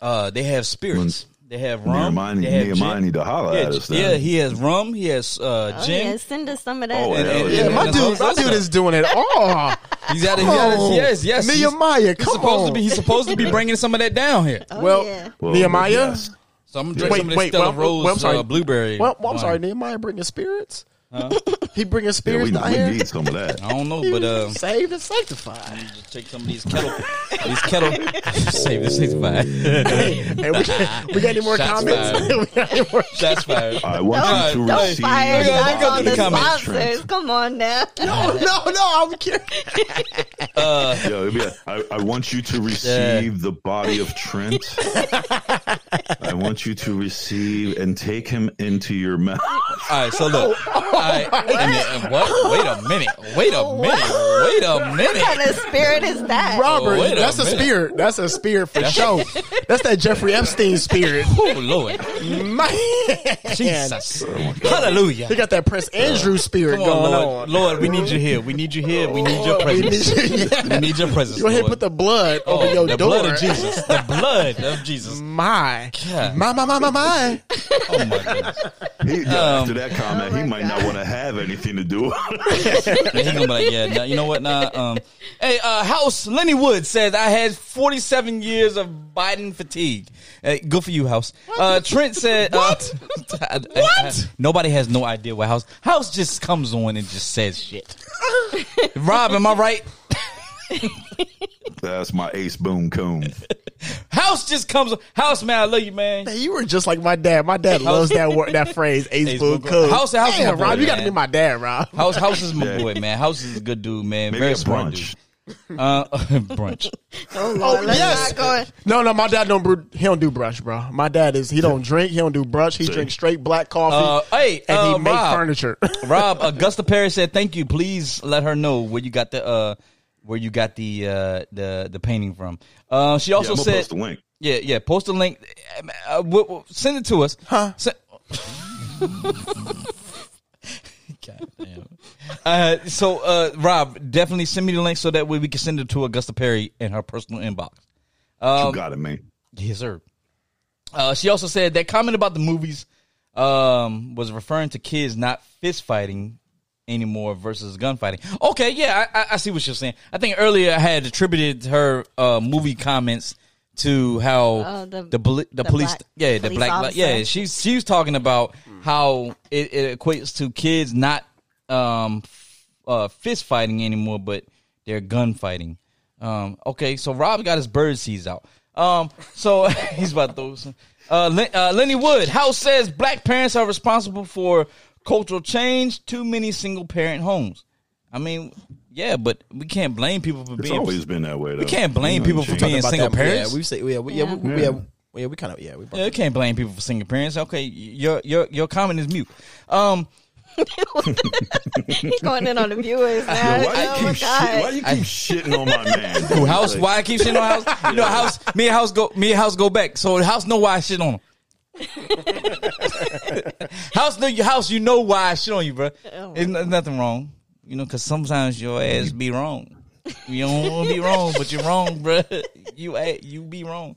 Speaker 1: Uh, they have spirits. They have rum.
Speaker 2: Nehemiah need-
Speaker 1: they have
Speaker 2: Nehemiah
Speaker 1: gin.
Speaker 2: need to holler
Speaker 1: yeah,
Speaker 2: at us
Speaker 1: Yeah,
Speaker 2: now.
Speaker 1: he has rum. He has uh,
Speaker 4: Oh,
Speaker 1: gin.
Speaker 4: yeah, send us some of that.
Speaker 2: Oh,
Speaker 1: And-
Speaker 2: hell
Speaker 1: and-
Speaker 2: yeah.
Speaker 1: and
Speaker 6: my
Speaker 1: that's all
Speaker 6: dude, my
Speaker 1: stuff.
Speaker 6: dude is doing it all.
Speaker 1: He's out of
Speaker 6: Oh,
Speaker 1: Yes, yes. he's-
Speaker 6: Nehemiah,
Speaker 1: he's
Speaker 6: come
Speaker 1: supposed to be.
Speaker 6: on.
Speaker 1: He's supposed to be bringing some of that down here.
Speaker 4: Oh,
Speaker 6: well,
Speaker 4: yeah.
Speaker 2: Well,
Speaker 6: Nehemiah.
Speaker 2: yes.
Speaker 1: So I'm gonna drink
Speaker 6: Wait,
Speaker 1: some of this
Speaker 6: wait,
Speaker 1: Stella
Speaker 6: well,
Speaker 1: Rose
Speaker 6: well, I'm sorry.
Speaker 1: Uh, blueberry.
Speaker 6: Well, well, I'm
Speaker 1: wine.
Speaker 6: sorry, Nehemiah bringing spirits. he bringing
Speaker 2: Yeah,
Speaker 6: spirits
Speaker 2: we,
Speaker 6: down
Speaker 2: we
Speaker 6: here.
Speaker 2: need some of that.
Speaker 1: I don't know, but uh,
Speaker 6: Saved and sanctified.
Speaker 1: just take some of these kettle, these kettle. Save this, save
Speaker 6: hey, we, we got any more
Speaker 1: Shots
Speaker 6: comments?
Speaker 1: fired.
Speaker 6: we got any more?
Speaker 1: That's fired.
Speaker 2: I want
Speaker 1: Don't-
Speaker 2: you to
Speaker 1: don't
Speaker 4: Don't
Speaker 2: receive.
Speaker 4: fire
Speaker 1: Look at-
Speaker 4: us
Speaker 1: look at
Speaker 4: on
Speaker 1: the
Speaker 4: the
Speaker 1: comments.
Speaker 4: sponsors. Come on now.
Speaker 6: No, no, no. I'm kidding.
Speaker 2: Yo, it'd be a- I, I want you to receive the body of Trent. I want you to receive and take him into your mouth.
Speaker 1: All right, so
Speaker 6: Oh,
Speaker 1: look. All right, and then- and what? Wait a minute. Wait a
Speaker 6: Oh
Speaker 1: minute. Wait a
Speaker 4: What
Speaker 1: minute.
Speaker 4: kind of spirit is that?
Speaker 6: Robert,
Speaker 1: Wait a
Speaker 6: that's a,
Speaker 1: minute.
Speaker 6: spirit. That's a spirit for sure. That's that Jeffrey Epstein spirit.
Speaker 1: Oh Lord,
Speaker 6: Man,
Speaker 1: Jesus, Hallelujah.
Speaker 6: he got that Prince Andrew spirit
Speaker 1: Come on,
Speaker 6: going
Speaker 1: Lord.
Speaker 6: on. Oh,
Speaker 1: Lord, we need you here. We need you here. We need your
Speaker 6: We
Speaker 1: presence.
Speaker 6: need- yeah.
Speaker 1: We need your presence.
Speaker 6: Go ahead,
Speaker 1: Lord.
Speaker 6: put the blood
Speaker 1: Oh,
Speaker 6: over your
Speaker 1: the
Speaker 6: door.
Speaker 1: blood of Jesus. The blood of Jesus.
Speaker 6: My,
Speaker 1: God.
Speaker 6: my, my, my, my, my.
Speaker 1: Oh my goodness.
Speaker 2: He, after that
Speaker 4: Oh
Speaker 2: comment, he might not want to have anything to do.
Speaker 1: And he gonna be like, yeah, nah, you know what? Nah, um, hey, uh, House Lenny Wood says I had 47 years of Biden fatigue. Hey, good for you, House. Uh, Trent said, what? what? Nobody has no idea what House House just comes on and just says shit. Rob, am I right?
Speaker 2: That's my ace boom coon.
Speaker 1: House just comes. on. House man, I love you, man.
Speaker 6: Hey, you were just like my dad. My dad loves that word, that phrase, ace
Speaker 1: Ace
Speaker 6: boom
Speaker 1: boom
Speaker 6: cool.
Speaker 1: cool. House- house
Speaker 6: Damn,
Speaker 1: boy,
Speaker 6: Rob, you got to
Speaker 1: man.
Speaker 6: be my dad, Rob.
Speaker 1: House House is my
Speaker 2: Yeah.
Speaker 1: boy, man. House is a good dude, man.
Speaker 2: Maybe
Speaker 1: Very
Speaker 2: it's
Speaker 1: bright
Speaker 2: brunch.
Speaker 1: dude. Uh, brunch.
Speaker 4: Oh, Lord, let's
Speaker 6: yes.
Speaker 4: not go.
Speaker 6: No, no, my dad don't. Brew, he don't do brunch, bro. My dad is he don't drink. He don't do brunch. He drinks straight black coffee.
Speaker 1: Uh, hey,
Speaker 6: and
Speaker 1: uh,
Speaker 6: he make
Speaker 1: Rob.
Speaker 6: furniture.
Speaker 1: Rob Augusta Perry said, "Thank you. Please let her know where you got the uh, where you got the uh, the the painting from." Uh, she
Speaker 2: Yeah,
Speaker 1: also
Speaker 2: I'm gonna
Speaker 1: said,
Speaker 2: post a link.
Speaker 1: Yeah, yeah. Post a link. Uh, w- w- send it to us. Huh? Uh, so, uh, Rob, definitely send me the link so that way we can send it to Augusta Perry in her personal inbox.
Speaker 2: you got it, man.
Speaker 1: Yes, sir. Uh, she also said that comment about the movies um, was referring to kids not fist fighting anymore versus gunfighting. Okay, yeah, I, I- I see what you're saying. I think earlier I had attributed her uh, movie comments to how
Speaker 4: Oh,
Speaker 1: the
Speaker 4: the-
Speaker 1: the, bli- the,
Speaker 4: the
Speaker 1: police
Speaker 4: black
Speaker 1: yeah the
Speaker 4: police
Speaker 1: black
Speaker 4: officer.
Speaker 1: yeah she she was talking about how it, it equates to kids not um f- uh fist fighting anymore but they're gunfighting. Um okay, so Rob got his bird seeds out. Um so he's about those uh, Len- uh Lenny Wood house says black parents are responsible for cultural change too many single parent homes. I mean, yeah, but we can't blame people for
Speaker 2: It's
Speaker 1: being
Speaker 2: always been that way. Though. Mm-hmm. We
Speaker 1: can't blame people for being single parents.
Speaker 3: Yeah, we say yeah, we, yeah, we, we,
Speaker 2: Yeah.
Speaker 3: yeah, we, yeah, we kind of yeah, we
Speaker 1: Yeah, you can't blame people for single parents. Okay, your your your comment is mute. Um,
Speaker 4: He going in on the viewers now.
Speaker 2: Yo, why,
Speaker 4: oh
Speaker 2: you
Speaker 4: my
Speaker 2: keep shit, why
Speaker 4: god.
Speaker 2: you keep shitting on my man?
Speaker 1: who house? Why I keep shitting on house? You know, house. Me and house go. Me and house go back. So house know why I shit on him. house know you. House you know why I shit on you, bro. It's no- nothing wrong. You know, because sometimes your ass be wrong. You don't want to be wrong, but you're wrong, bro. You a- you be wrong.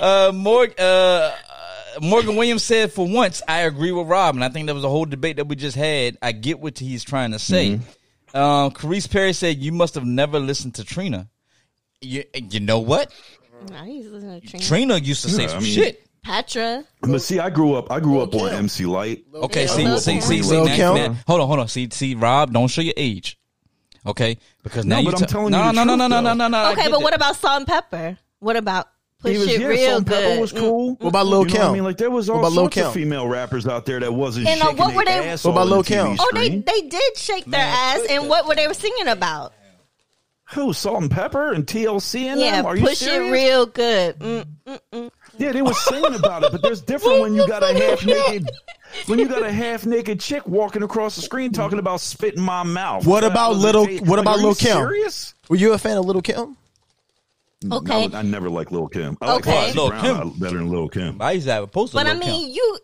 Speaker 1: Uh, Morgan. Uh, Morgan Williams said, "For once, I agree with Rob, and I think that was a whole debate that we just had. I get what he's trying to say." Um, Carice Perry said, "You must have never listened to Trina." You, you know what?
Speaker 4: Nah, he's listening to Trina.
Speaker 1: Trina used to say
Speaker 2: Yeah, I
Speaker 1: some
Speaker 2: mean-
Speaker 1: shit.
Speaker 4: Patra.
Speaker 2: But see, I grew up. I grew up on MC Light.
Speaker 1: Okay,
Speaker 4: Lil
Speaker 1: see,
Speaker 4: Kim.
Speaker 1: see, see, see,
Speaker 3: Lil
Speaker 1: now-
Speaker 3: Kim.
Speaker 1: now- hold on, hold on. See, see, Rob, don't show your age. Okay, because now
Speaker 2: No,
Speaker 1: you
Speaker 2: but I'm
Speaker 1: tell-
Speaker 2: telling
Speaker 1: no,
Speaker 2: you the
Speaker 1: no, no,
Speaker 2: truth,
Speaker 1: no, no, no,
Speaker 2: though.
Speaker 1: no, no. I
Speaker 4: Okay,
Speaker 1: get
Speaker 4: but
Speaker 1: that.
Speaker 4: what about Salt and Pepper? What about Push
Speaker 2: He was-
Speaker 4: It
Speaker 2: yeah,
Speaker 4: Real
Speaker 2: Salt and Pepper
Speaker 4: Good?
Speaker 2: was cool.
Speaker 3: What about Lil
Speaker 2: You know what I
Speaker 3: Kim?
Speaker 2: mean, like there was all
Speaker 3: about Lil
Speaker 2: sorts of
Speaker 3: Kim?
Speaker 2: female rappers out there that wasn't
Speaker 4: And, uh,
Speaker 2: shaking
Speaker 4: what were
Speaker 2: their
Speaker 4: they-
Speaker 2: ass
Speaker 3: What about
Speaker 2: all
Speaker 3: Lil
Speaker 2: in the TV
Speaker 3: Kim?
Speaker 4: Oh, they
Speaker 2: screen.
Speaker 4: they did shake their ass, and what were they singing about?
Speaker 2: Who Salt and Pepper and TLC and
Speaker 4: Yeah,
Speaker 2: them? Are you
Speaker 4: push
Speaker 2: serious?
Speaker 4: it real good. Mm.
Speaker 2: Yeah, they were singing about it, but there's different when you got a half naked when you got a half naked chick walking across the screen talking about spit in my mouth.
Speaker 3: What
Speaker 2: That
Speaker 3: about
Speaker 2: was a
Speaker 3: Lil-
Speaker 2: tape.
Speaker 3: what
Speaker 2: Like,
Speaker 3: about
Speaker 2: are
Speaker 3: Lil
Speaker 2: you
Speaker 3: Kim?
Speaker 2: Serious?
Speaker 3: Were you a fan of Little Kim?
Speaker 4: Okay.
Speaker 2: No, I never liked Lil Kim. I like
Speaker 4: Okay.
Speaker 2: Foxy
Speaker 1: Lil
Speaker 2: Brown
Speaker 1: Kim.
Speaker 2: a lot better than Lil Kim.
Speaker 1: I used to have a poster.
Speaker 4: But I
Speaker 1: Lil Kim.
Speaker 4: mean, you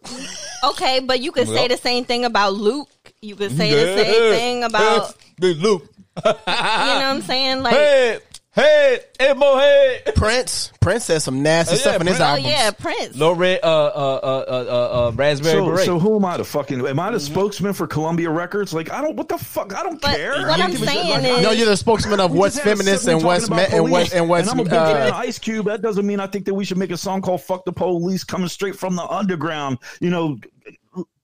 Speaker 4: okay? But you could say the same thing about Luke. You could say the
Speaker 1: Yeah.
Speaker 4: same thing about
Speaker 1: Hey, Luke.
Speaker 4: you know what I'm saying? Like, oh,
Speaker 1: Head, head, elbow head.
Speaker 3: Prince, Prince said some nasty
Speaker 1: Oh, yeah,
Speaker 3: stuff in his
Speaker 1: Prince.
Speaker 4: oh
Speaker 3: albums.
Speaker 4: yeah, Prince.
Speaker 1: Low red, uh, uh, uh, uh, uh, uh, raspberry
Speaker 2: So,
Speaker 1: beret.
Speaker 2: so who am I to fucking? Am I the spokesman for Columbia Records? Like I don't. What the fuck? I don't
Speaker 4: But
Speaker 2: care.
Speaker 4: what
Speaker 2: I
Speaker 4: I'm
Speaker 2: give a shit.
Speaker 4: saying
Speaker 2: Like,
Speaker 4: is-
Speaker 3: No, you're the spokesman of
Speaker 2: we
Speaker 3: what's
Speaker 2: just had a
Speaker 3: feminist
Speaker 2: segment
Speaker 3: and what's
Speaker 2: talking
Speaker 3: men
Speaker 2: about
Speaker 3: and
Speaker 2: police.
Speaker 3: what's and what's
Speaker 2: I'm a big fan of
Speaker 3: uh,
Speaker 2: Ice Cube. That doesn't mean I think that we should make a song called "Fuck the Police" coming straight from the underground. You know,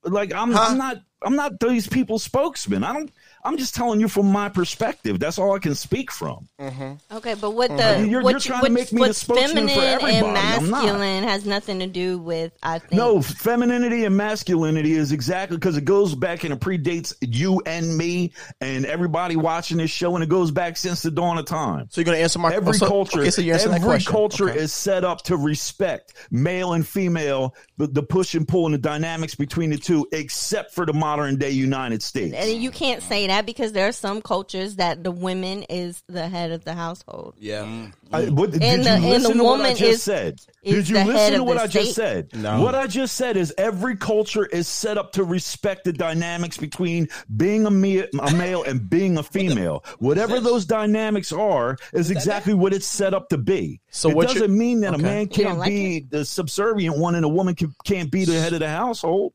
Speaker 2: like I'm, I'm not. I'm not these people's spokesman. I don't. I'm just telling you from my perspective. That's all I can speak from.
Speaker 3: Mm-hmm.
Speaker 4: Okay, but what the
Speaker 2: Uh-huh. You're-
Speaker 4: what,
Speaker 2: you're trying to
Speaker 4: what's-
Speaker 2: make me the
Speaker 4: what's
Speaker 2: spokesman for
Speaker 4: feminine and
Speaker 2: everybody. I'm not.
Speaker 4: masculine has nothing to do with I think.
Speaker 2: No, femininity and masculinity is exactly because it goes back and it predates you and me and everybody watching this show, and it goes back since the dawn of time.
Speaker 3: So you're gonna answer my oh,
Speaker 2: Every
Speaker 3: so-
Speaker 2: culture,
Speaker 3: Okay, so you answer that
Speaker 2: every
Speaker 3: question.
Speaker 2: culture
Speaker 3: Okay.
Speaker 2: is set up to respect male and female, the, the push and pull and the dynamics between the two, except for the modern day United States.
Speaker 4: and you can't say that because there are some cultures that the women is the head of the household.
Speaker 3: yeah.
Speaker 2: I, what, did
Speaker 4: Mm. And the-
Speaker 2: you
Speaker 4: and the
Speaker 2: listen to what I
Speaker 4: woman
Speaker 2: just
Speaker 4: is-
Speaker 2: said?
Speaker 4: is
Speaker 2: Did you
Speaker 4: the head
Speaker 2: listen to
Speaker 4: of
Speaker 2: what
Speaker 4: the
Speaker 2: I just
Speaker 4: state.
Speaker 2: said? What I just said is every culture is set up to respect the dynamics between being a, me- a male and being a female. Whatever those dynamics are, is exactly what it's set up to be.
Speaker 3: So
Speaker 2: it
Speaker 3: what you-
Speaker 2: doesn't mean that a
Speaker 3: Okay.
Speaker 2: man
Speaker 4: don't
Speaker 2: can't
Speaker 4: like
Speaker 2: be the subservient one and a woman can, can't be the head of the household.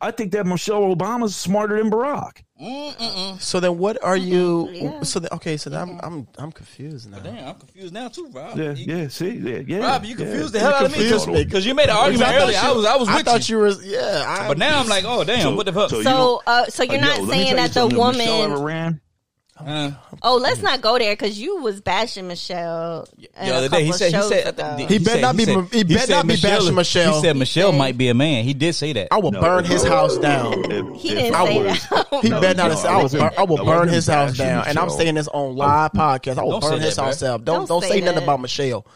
Speaker 2: I think that Michelle Obama's smarter than Barack.
Speaker 3: So then, what are you?
Speaker 4: Yeah.
Speaker 3: So then, okay. So then I'm I'm I'm confused now.
Speaker 1: Damn, I'm confused now too, Rob.
Speaker 2: Yeah,
Speaker 1: You-
Speaker 2: yeah. See, yeah, yeah.
Speaker 1: Rob, you confused the
Speaker 2: yeah.
Speaker 1: hell
Speaker 3: You
Speaker 1: out of me
Speaker 3: confused me.
Speaker 1: because you made an argument
Speaker 3: I thought
Speaker 1: earlier.
Speaker 3: you-
Speaker 1: I was, I was
Speaker 3: I
Speaker 1: with
Speaker 3: thought
Speaker 1: you.
Speaker 3: you were. Yeah. I,
Speaker 1: but now I'm like, oh damn,
Speaker 2: So-
Speaker 1: what the fuck?
Speaker 2: so you
Speaker 4: So, uh, so you're
Speaker 2: Oh, Yo,
Speaker 4: not
Speaker 2: let me
Speaker 4: saying
Speaker 2: tell you
Speaker 4: that the
Speaker 2: something. If Michelle ever
Speaker 4: woman.
Speaker 2: ran.
Speaker 1: Uh,
Speaker 4: Oh, let's not go there because you was bashing Michelle.
Speaker 1: the other day he said he said
Speaker 3: He better not be- he better
Speaker 1: said
Speaker 3: not be bashing Michelle.
Speaker 1: He said
Speaker 4: He
Speaker 1: Michelle
Speaker 4: said-
Speaker 1: might be a man. He did say that.
Speaker 3: I will
Speaker 2: No,
Speaker 3: burn his
Speaker 2: no.
Speaker 3: house down.
Speaker 2: If-
Speaker 4: He
Speaker 2: if
Speaker 4: didn't
Speaker 2: I
Speaker 4: say
Speaker 2: was-
Speaker 4: that.
Speaker 3: He
Speaker 2: Oh, No,
Speaker 3: better not.
Speaker 2: no,
Speaker 3: have said,
Speaker 2: I
Speaker 3: I will.
Speaker 2: wasn't-
Speaker 3: Burn, I will
Speaker 2: I
Speaker 3: burn
Speaker 2: wasn't
Speaker 3: his house
Speaker 2: bashing
Speaker 3: down, and I'm
Speaker 2: Michelle.
Speaker 3: saying this on live podcast. I will
Speaker 1: Don't say
Speaker 3: burn his
Speaker 1: that,
Speaker 3: house
Speaker 1: bro.
Speaker 3: down. Don't
Speaker 4: Don't
Speaker 3: don't
Speaker 4: say
Speaker 3: say nothing
Speaker 4: that.
Speaker 3: about Michelle.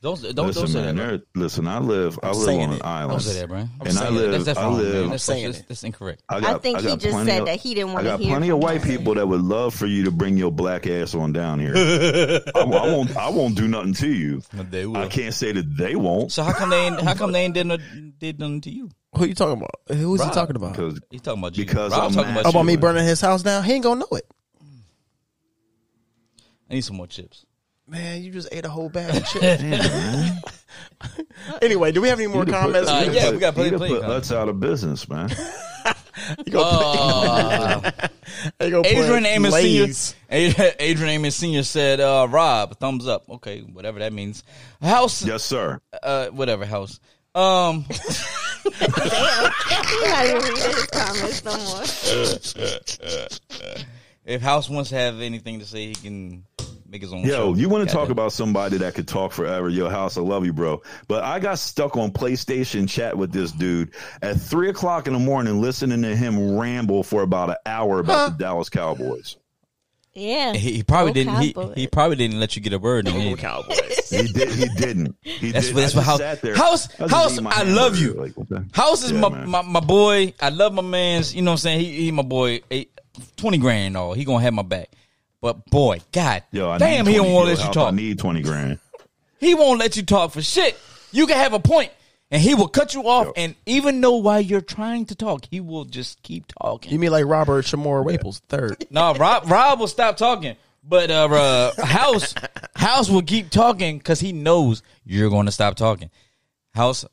Speaker 1: Don't don't, don't
Speaker 2: listen,
Speaker 1: say that.
Speaker 2: man.
Speaker 1: bro.
Speaker 2: there- Listen, I live. I live
Speaker 7: saying
Speaker 2: on an
Speaker 7: it.
Speaker 2: island.
Speaker 1: Don't say that, bro.
Speaker 2: And I live.
Speaker 1: That's, that's
Speaker 2: I
Speaker 1: wrong, man.
Speaker 2: live.
Speaker 1: That's,
Speaker 7: saying
Speaker 1: that's,
Speaker 7: it.
Speaker 1: that's incorrect.
Speaker 4: I think he
Speaker 2: got
Speaker 4: just
Speaker 2: plenty
Speaker 4: said
Speaker 2: of-
Speaker 4: that he didn't
Speaker 2: I
Speaker 4: want to
Speaker 2: got
Speaker 4: hear.
Speaker 2: plenty of white people that would love for you to bring your black ass on down here. I, I won't. I won't do nothing to you.
Speaker 1: They will.
Speaker 2: I can't say that they won't
Speaker 1: So how come they ain't, how come they ain't did, no, did nothing to you?
Speaker 3: Who you talking about? Who is he
Speaker 1: Rob.
Speaker 3: talking about?
Speaker 2: because
Speaker 1: He's talking about you.
Speaker 2: Because
Speaker 1: Rob
Speaker 2: I'm
Speaker 1: talking
Speaker 2: mad.
Speaker 1: about,
Speaker 3: About
Speaker 1: you.
Speaker 3: me burning his house down? He ain't gonna know it.
Speaker 1: I need some more chips.
Speaker 3: Man, you just ate a whole bag of chips. anyway, do we have any more
Speaker 2: You done put-
Speaker 3: comments?
Speaker 1: Uh,
Speaker 2: you
Speaker 1: yeah,
Speaker 2: done
Speaker 1: we got
Speaker 2: put-
Speaker 1: plenty
Speaker 2: you
Speaker 1: of
Speaker 2: done
Speaker 1: play
Speaker 2: put Lutz out of business, man.
Speaker 3: You gonna put-
Speaker 1: Uh,
Speaker 3: you gonna put
Speaker 1: Adrian Amos
Speaker 3: Lay's.
Speaker 1: Senior. Adrian Amos Senior said, uh, "Rob, thumbs up." Okay, whatever that means. House,
Speaker 2: yes, sir.
Speaker 1: uh, whatever house. Um,
Speaker 4: He hadn't read his comments no more.
Speaker 1: if House wants to have anything to say, he can make his own.
Speaker 2: Yo,
Speaker 1: show.
Speaker 2: you want to talk
Speaker 1: Goddamn.
Speaker 2: about somebody that could talk forever? Yo, house, I love you, bro. But I got stuck on PlayStation chat with this dude at three o'clock in the morning, listening to him ramble for about an hour about the Dallas Cowboys.
Speaker 4: Yeah.
Speaker 1: He, he probably
Speaker 4: Go
Speaker 1: didn't. He,
Speaker 4: Cowboys.
Speaker 1: he probably didn't let you get a word in.
Speaker 3: Go
Speaker 1: either.
Speaker 3: Cowboys.
Speaker 2: He did. He didn't. He
Speaker 1: That's what- that's
Speaker 2: didn't. I
Speaker 1: what
Speaker 2: just
Speaker 1: House-
Speaker 2: sat there.
Speaker 1: House-
Speaker 2: I was
Speaker 1: House,
Speaker 2: eating my
Speaker 1: I love
Speaker 2: hamburger,
Speaker 1: you.
Speaker 2: like, okay.
Speaker 1: House is
Speaker 2: Yeah,
Speaker 1: my,
Speaker 2: man.
Speaker 1: my my boy. I love my man's. You know what I'm saying? He he my boy. Eight, Twenty grand and all. He gonna have my back. But boy, god
Speaker 2: Yo, I need
Speaker 1: damn, he
Speaker 2: 20
Speaker 1: don't want to
Speaker 2: yo,
Speaker 1: let you
Speaker 2: House,
Speaker 1: talk.
Speaker 2: I need twenty grand.
Speaker 1: He won't let you talk for shit. You can have a point, and he will cut you off.
Speaker 2: Yo.
Speaker 1: And even though while you're trying to talk, he will just keep talking.
Speaker 3: You mean like Robert Shamora Waples third?
Speaker 1: No, Rob Rob will stop talking. But uh, uh House House will keep talking because he knows you're going to stop talking. House,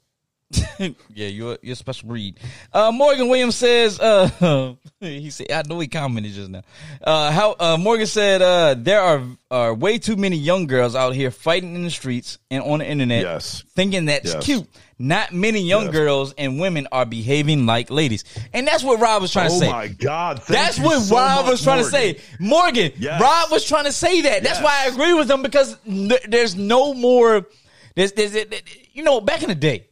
Speaker 1: yeah, you're you're a special breed. Uh, Morgan Williams says, uh, he said, I know he commented just now. Uh, how uh, Morgan said, uh, there are are way too many young girls out here fighting in the streets and on the internet,
Speaker 2: Yes.
Speaker 1: thinking that's
Speaker 2: Yes.
Speaker 1: cute. Not many young
Speaker 2: Yes.
Speaker 1: girls and women are behaving like ladies, and that's what Rob was trying to
Speaker 2: Oh
Speaker 1: say.
Speaker 2: my God! thank
Speaker 1: That's
Speaker 2: you
Speaker 1: what
Speaker 2: so
Speaker 1: Rob
Speaker 2: much,
Speaker 1: was trying
Speaker 2: Morgan.
Speaker 1: to say. Morgan,
Speaker 2: Yes.
Speaker 1: Rob was trying to say that. That's
Speaker 2: Yes.
Speaker 1: why I agree with him because n- there's no more. There's, there's, there- you know, back in the day,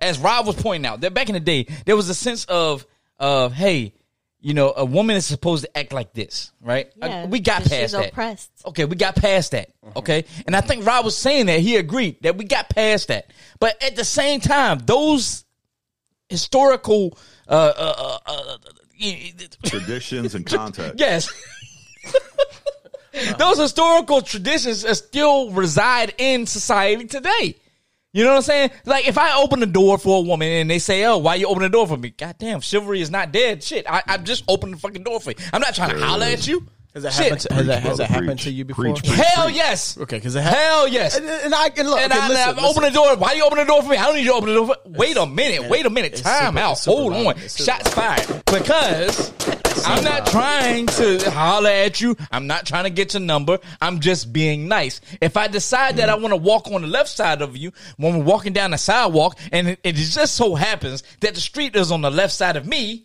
Speaker 1: as Rob was pointing out, that back in the day there was a sense of, of hey, you know, a woman is supposed to act like this, right? Uh,
Speaker 4: Yeah,
Speaker 1: we got
Speaker 4: 'cause she's
Speaker 1: past that.
Speaker 4: oppressed.
Speaker 1: Okay, we got past that.
Speaker 2: Mm-hmm.
Speaker 1: Okay, and I think Rob was saying that he agreed that we got past that. But at the same time, those historical. Uh, uh, uh, uh, y- y-
Speaker 2: Traditions and context.
Speaker 1: Yes. Those historical traditions are still reside in society today. You know what I'm saying? Like if I open the door for a woman and they say, "Oh, why you open the door for me?" Goddamn, chivalry is not dead. Shit, I, I just opened the fucking door for you. I'm not trying to holler at you.
Speaker 3: Has that
Speaker 1: Shit.
Speaker 3: happened? To, has that, has
Speaker 2: brother,
Speaker 3: that happened
Speaker 2: preach.
Speaker 3: to you before?
Speaker 2: Preach, preach.
Speaker 1: Hell yes.
Speaker 3: Okay, because it happened.
Speaker 1: Hell yes.
Speaker 3: And, and I and look,
Speaker 1: and
Speaker 3: okay,
Speaker 1: I,
Speaker 3: listen,
Speaker 1: and I open the door. Why you open the door for me? I don't need you to open the door. For, wait a minute. Wait a minute.
Speaker 3: it's
Speaker 1: Time
Speaker 3: super-
Speaker 1: out.
Speaker 3: it's super
Speaker 1: Hold
Speaker 3: loud.
Speaker 1: on.
Speaker 3: It's super
Speaker 1: Shots fired. Because I'm not trying to holler at you. I'm not trying to get your number. I'm just being nice. If I decide that I
Speaker 3: Mm.
Speaker 1: want to walk on the left side of you when we're walking down the sidewalk, and it, it just so happens that the street is on the left side of me,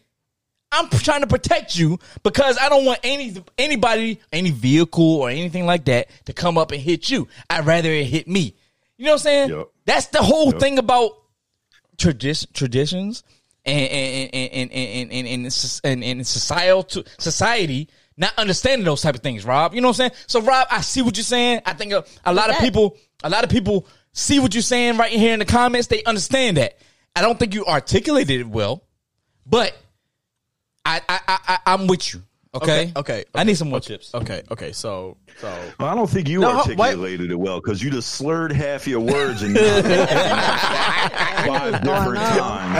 Speaker 1: I'm trying to protect you because I don't want any anybody, any vehicle or anything like that to come up and hit you. I'd rather it hit me. You know what I'm saying?
Speaker 2: Yup.
Speaker 1: That's the whole
Speaker 2: Yup.
Speaker 1: thing about tradition, traditions and and and and and and, and, and, and societal society not understanding those type of things, Rob. You know what I'm saying? So, Rob, I see what you're saying. I think a, a lot of
Speaker 4: Okay.
Speaker 1: people, a lot of people see what you're saying right here in the comments. They understand that. I don't think you articulated it well, but I I I, I I'm with you. Okay?
Speaker 3: Okay, okay,
Speaker 1: I need some more chips.
Speaker 3: Okay, okay, so so
Speaker 2: Well, I don't think you
Speaker 3: No, ho- wait.
Speaker 2: articulated it well because you just slurred half your words and five different times.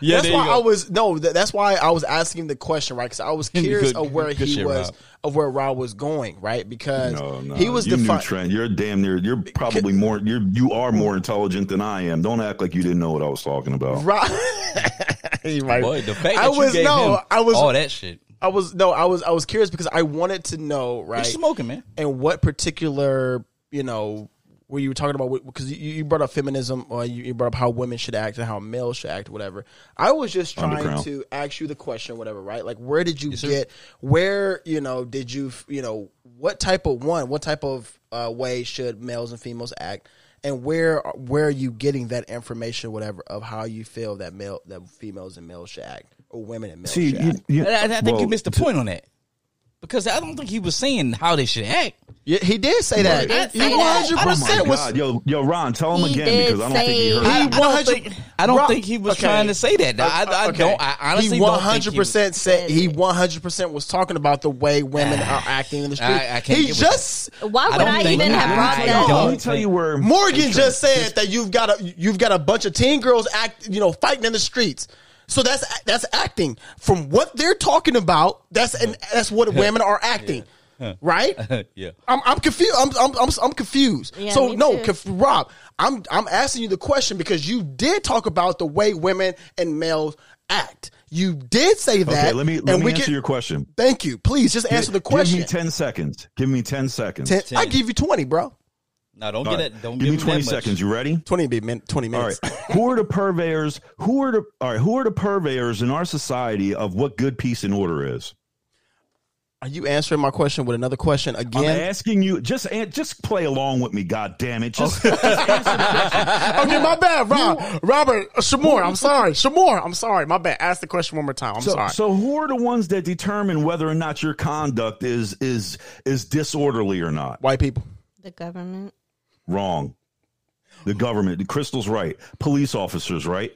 Speaker 1: Yeah,
Speaker 3: that's why I was no. Th- that's why I was asking the question, right? Because I was curious
Speaker 1: Good-
Speaker 3: of where
Speaker 1: good
Speaker 3: he
Speaker 1: shit,
Speaker 3: was,
Speaker 1: Rob.
Speaker 3: of where Rob was going, right? Because
Speaker 2: So, no, no,
Speaker 3: he was
Speaker 2: you knew
Speaker 3: defi-
Speaker 2: Trent. You're damn near. You're probably more. You're you are more intelligent than I am. Don't act like you didn't know what I was talking about.
Speaker 3: Rob. He might-
Speaker 1: Boy, the fact
Speaker 3: I
Speaker 1: that you
Speaker 3: was
Speaker 1: gave
Speaker 3: no,
Speaker 1: him
Speaker 3: I was,
Speaker 1: all that shit.
Speaker 3: I was no, I was, I was curious because I wanted to know, right?
Speaker 1: You're smoking, man.
Speaker 3: and what particular you know where you were talking about because you, you brought up feminism or you, you brought up how women should act and how males should act whatever i was just trying
Speaker 2: Underground.
Speaker 3: to ask you the question whatever right like where did you get where you know did you f- you know what type of one what type of uh, way should males and females act and where where are you getting that information whatever of how you feel that male that females and males should act or women and males
Speaker 2: See,
Speaker 3: should
Speaker 2: you,
Speaker 3: act
Speaker 2: you,
Speaker 1: I, I think
Speaker 2: well,
Speaker 1: you missed the point on that. because I don't think he was saying how they should act.
Speaker 3: Yeah, he did say that.
Speaker 4: did
Speaker 3: He
Speaker 4: say
Speaker 3: one
Speaker 4: that.
Speaker 3: hundred percent was.
Speaker 2: oh God, yo, yo, Ron, tell him
Speaker 4: He
Speaker 2: again because
Speaker 4: did
Speaker 2: I don't think he heard.
Speaker 3: He
Speaker 4: say-
Speaker 2: it.
Speaker 3: one hundred.
Speaker 1: I don't
Speaker 3: Ron-
Speaker 1: think he was
Speaker 3: okay.
Speaker 1: trying to say that. I, I
Speaker 3: Okay.
Speaker 1: don't. I honestly
Speaker 3: he
Speaker 1: don't think he
Speaker 3: 100%
Speaker 1: was-
Speaker 3: said he 100% was talking about the way women are acting in the street.
Speaker 1: I- I can't
Speaker 3: he
Speaker 1: get with
Speaker 3: just
Speaker 4: Why would
Speaker 1: don't
Speaker 4: I,
Speaker 1: think
Speaker 4: even
Speaker 1: he
Speaker 4: have
Speaker 1: did.
Speaker 4: brought
Speaker 1: I
Speaker 4: that
Speaker 1: don't.
Speaker 2: Let
Speaker 4: up?
Speaker 2: me tell you where
Speaker 3: Morgan just said that you've got a you've got a bunch of teen girls act you know fighting in the streets. So that's that's acting from what they're talking about. That's and that's what women are acting. Right?
Speaker 1: Yeah.
Speaker 3: I'm, I'm confused. I'm, I'm, I'm, I'm confused.
Speaker 4: Yeah,
Speaker 3: so
Speaker 4: me
Speaker 3: no,
Speaker 4: too.
Speaker 3: conf- Rob, I'm I'm asking you the question because you did talk about the way women and males act. You did say that.
Speaker 2: Okay, let me let
Speaker 3: and
Speaker 2: me
Speaker 3: we
Speaker 2: answer
Speaker 3: can-
Speaker 2: your question.
Speaker 3: Thank you. Please just answer the question.
Speaker 2: Give me ten seconds. Give me ten seconds.
Speaker 3: Ten- I give you twenty, bro.
Speaker 1: No, don't
Speaker 2: All
Speaker 1: get
Speaker 2: right.
Speaker 1: that. Don't
Speaker 2: give me
Speaker 1: that
Speaker 2: twenty
Speaker 1: much.
Speaker 2: seconds. You ready?
Speaker 3: Twenty be min- twenty
Speaker 2: All right.
Speaker 3: minutes.
Speaker 2: who are the purveyors? Who are the all right? Who are the purveyors in our society of what good peace and order is?
Speaker 3: Are you answering my question with another question
Speaker 2: I'm
Speaker 3: again?
Speaker 2: asking you. Just an- just play along with me. God damn it! Just
Speaker 3: okay, my bad, Rob. Robert, uh, Shamor, I'm sorry. Shamor, I'm sorry. My bad. Ask the question one more time. I'm
Speaker 2: So,
Speaker 3: sorry.
Speaker 2: so who are the ones that determine whether or not your conduct is is is disorderly or not?
Speaker 3: White people.
Speaker 4: The government.
Speaker 2: Wrong. The government. The crystal's right. Police officers, right?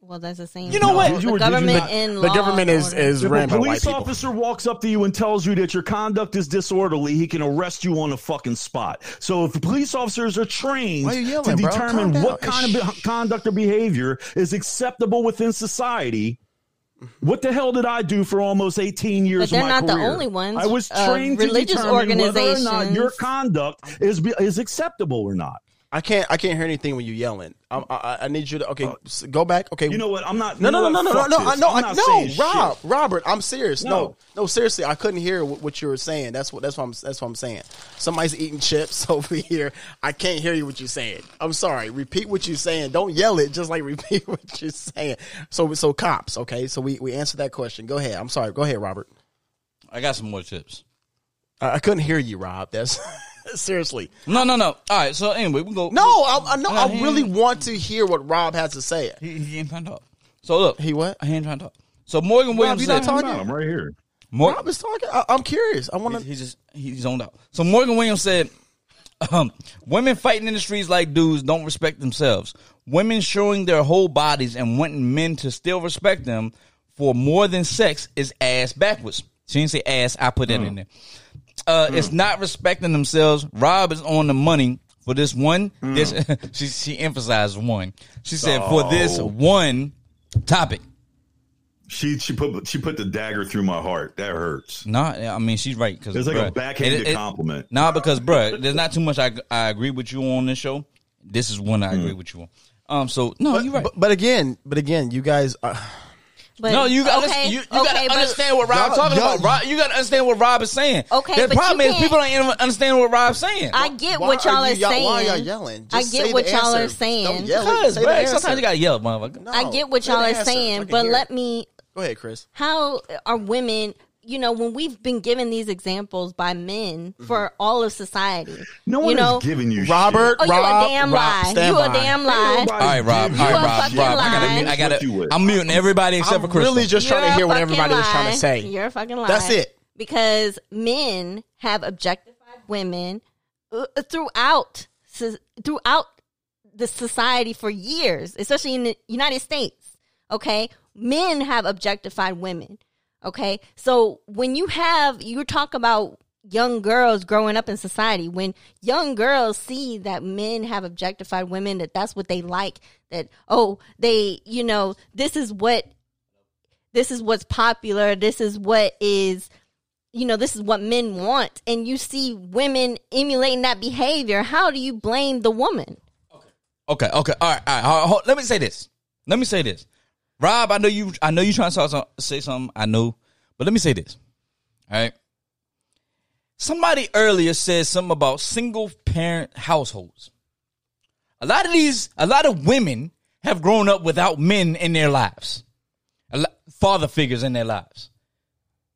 Speaker 4: Well, that's the same.
Speaker 1: You know
Speaker 4: thing.
Speaker 1: what?
Speaker 2: Did you
Speaker 4: The
Speaker 2: or did you
Speaker 4: government
Speaker 2: not-
Speaker 4: and
Speaker 3: The
Speaker 4: law
Speaker 3: government
Speaker 4: and
Speaker 3: is
Speaker 4: order.
Speaker 3: is
Speaker 2: If a
Speaker 3: ran by white
Speaker 2: police
Speaker 3: people.
Speaker 2: officer walks up to you and tells you that your conduct is disorderly, he can arrest you on the fucking spot. So if the police officers are trained
Speaker 3: Why are you
Speaker 2: to
Speaker 3: yelling, bro?
Speaker 2: determine
Speaker 3: Calm
Speaker 2: what
Speaker 3: down.
Speaker 2: kind of be- conduct or behavior is acceptable within society. What the hell did I do for almost 18 years?
Speaker 4: But they're
Speaker 2: of my
Speaker 4: not the
Speaker 2: career?
Speaker 4: only ones.
Speaker 2: I was
Speaker 4: Uh,
Speaker 2: trained to
Speaker 4: religious
Speaker 2: determine whether or not your
Speaker 4: organizations-
Speaker 2: conduct is be- is acceptable or not.
Speaker 3: I can't I can't hear anything when you yelling. I'm, I I- I need you to okay s- go back. Okay,
Speaker 2: Uh, You know what? I'm not.
Speaker 3: No,
Speaker 2: you
Speaker 3: no, no,
Speaker 2: know
Speaker 3: no,
Speaker 2: what?
Speaker 3: no, no,
Speaker 2: Fuck
Speaker 3: no,
Speaker 2: this.
Speaker 3: I- no,
Speaker 2: I'm
Speaker 3: I-
Speaker 2: not
Speaker 3: no,
Speaker 2: saying shit.
Speaker 3: Rob, Robert, I'm serious. No.
Speaker 2: No.
Speaker 3: no, seriously, I couldn't hear what, what you were saying. That's what that's what I'm that's what I'm saying. Somebody's eating chips over here. I can't hear you what you're saying. I'm sorry. Repeat what you're saying. Don't yell it. Just like repeat what you're saying. So so cops. Okay, so we we answered that question. Go ahead. I'm sorry. Go ahead, Robert.
Speaker 1: I got some more chips.
Speaker 3: I, I couldn't hear you, Rob. That's seriously.
Speaker 1: No, no, no. All right. So anyway, we go.
Speaker 3: No, I, I no,
Speaker 1: Uh,
Speaker 3: I
Speaker 1: he-
Speaker 3: really want to hear what Rob has to say.
Speaker 1: He, he ain't trying to talk. So look,
Speaker 3: He what?
Speaker 1: He ain't trying to talk. So Morgan Williams
Speaker 3: you not
Speaker 1: said,
Speaker 3: talking?
Speaker 2: No, I'm right here.
Speaker 1: Mor-
Speaker 3: Rob is talking. I, I'm curious. I want to.
Speaker 1: he just he zoned out. So Morgan Williams said, um, "Women fighting in the streets like dudes don't respect themselves. Women showing their whole bodies and wanting men to still respect them for more than sex is ass backwards." She didn't say ass. I put
Speaker 2: Mm.
Speaker 1: that in there. Uh, It's not respecting themselves. Rob is on the money for this one.
Speaker 2: Mm.
Speaker 1: This she she emphasized one. She said for this
Speaker 2: Oh.
Speaker 1: one topic.
Speaker 2: She she put she put the dagger through my heart. That hurts.
Speaker 1: Nah, I mean she's right because
Speaker 2: It's like a backhanded compliment.
Speaker 1: Nah, because bruh, there's not too much I, I agree with you on this show. This is one I agree with you on. Um, so no,
Speaker 3: But,
Speaker 1: you're right.
Speaker 3: but, but again, but again, you guys. Uh,
Speaker 4: But,
Speaker 1: no, you gotta
Speaker 4: okay,
Speaker 1: listen, you, you
Speaker 4: okay,
Speaker 1: gotta
Speaker 4: but-
Speaker 1: understand what Rob's
Speaker 3: Y'all-
Speaker 1: talking
Speaker 3: y'all-
Speaker 1: about. Rob, you gotta understand what Rob is saying.
Speaker 4: Okay,
Speaker 1: the
Speaker 4: but you
Speaker 1: problem is
Speaker 4: can't-
Speaker 1: people don't even understand what Rob's saying.
Speaker 4: I get
Speaker 3: Why
Speaker 4: what y'all
Speaker 3: are
Speaker 4: are
Speaker 3: you- y'all-
Speaker 4: saying.
Speaker 3: why y'all yelling?
Speaker 4: I
Speaker 3: Just say
Speaker 4: get
Speaker 3: the
Speaker 4: what y'all
Speaker 3: answer.
Speaker 4: are saying.
Speaker 3: Don't yell it.
Speaker 1: Because,
Speaker 3: Say the
Speaker 1: bruh,
Speaker 3: answer.
Speaker 1: sometimes you gotta yell, motherfucker.
Speaker 4: I
Speaker 3: No,
Speaker 4: get what
Speaker 3: say the
Speaker 4: y'all are
Speaker 3: answer. I
Speaker 4: saying,
Speaker 3: can
Speaker 4: but
Speaker 3: hear
Speaker 4: let
Speaker 3: it.
Speaker 4: me.
Speaker 3: Go ahead, Chris.
Speaker 4: How are women? You know, when we've been given these examples by men
Speaker 3: Mm-hmm.
Speaker 4: for all of society,
Speaker 2: No one
Speaker 4: you know,
Speaker 2: is giving you
Speaker 3: Robert,
Speaker 4: oh, you
Speaker 3: Rob,
Speaker 4: a damn
Speaker 3: Rob,
Speaker 4: lie.
Speaker 3: stand
Speaker 4: You a
Speaker 3: by.
Speaker 4: damn lie.
Speaker 1: All right, Rob. All
Speaker 4: You
Speaker 1: right,
Speaker 4: a
Speaker 1: Rob.
Speaker 4: fucking
Speaker 1: Rob. I gotta,
Speaker 4: lie.
Speaker 1: mute- I
Speaker 2: What you
Speaker 1: gotta.
Speaker 2: with?
Speaker 1: I'm muting everybody except
Speaker 3: I'm
Speaker 1: for Chris.
Speaker 3: really just trying
Speaker 4: You're
Speaker 3: to
Speaker 4: a
Speaker 3: hear what everybody
Speaker 4: fucking
Speaker 3: was trying
Speaker 4: lie.
Speaker 3: to say.
Speaker 4: You're a fucking lie.
Speaker 3: That's it.
Speaker 4: Because men have objectified women uh, throughout so- throughout the society for years, especially in the United States. Okay, men have objectified women. Okay, so when you have you talk about young girls growing up in society, when young girls see that men have objectified women, that that's what they like. That oh, they you know this is what this is what's popular this is what is you know this is what men want and you see women emulating that behavior how do you blame the woman
Speaker 1: Okay, okay, all right, all right. Hold- hold- let me say this. Let me say this, Rob. I know you. I know you trying to talk some- say something. I know, but let me say this. All right. Somebody earlier said something about single parent households. A lot of these, a lot of women have grown up without men in their lives, a lot, father figures in their lives,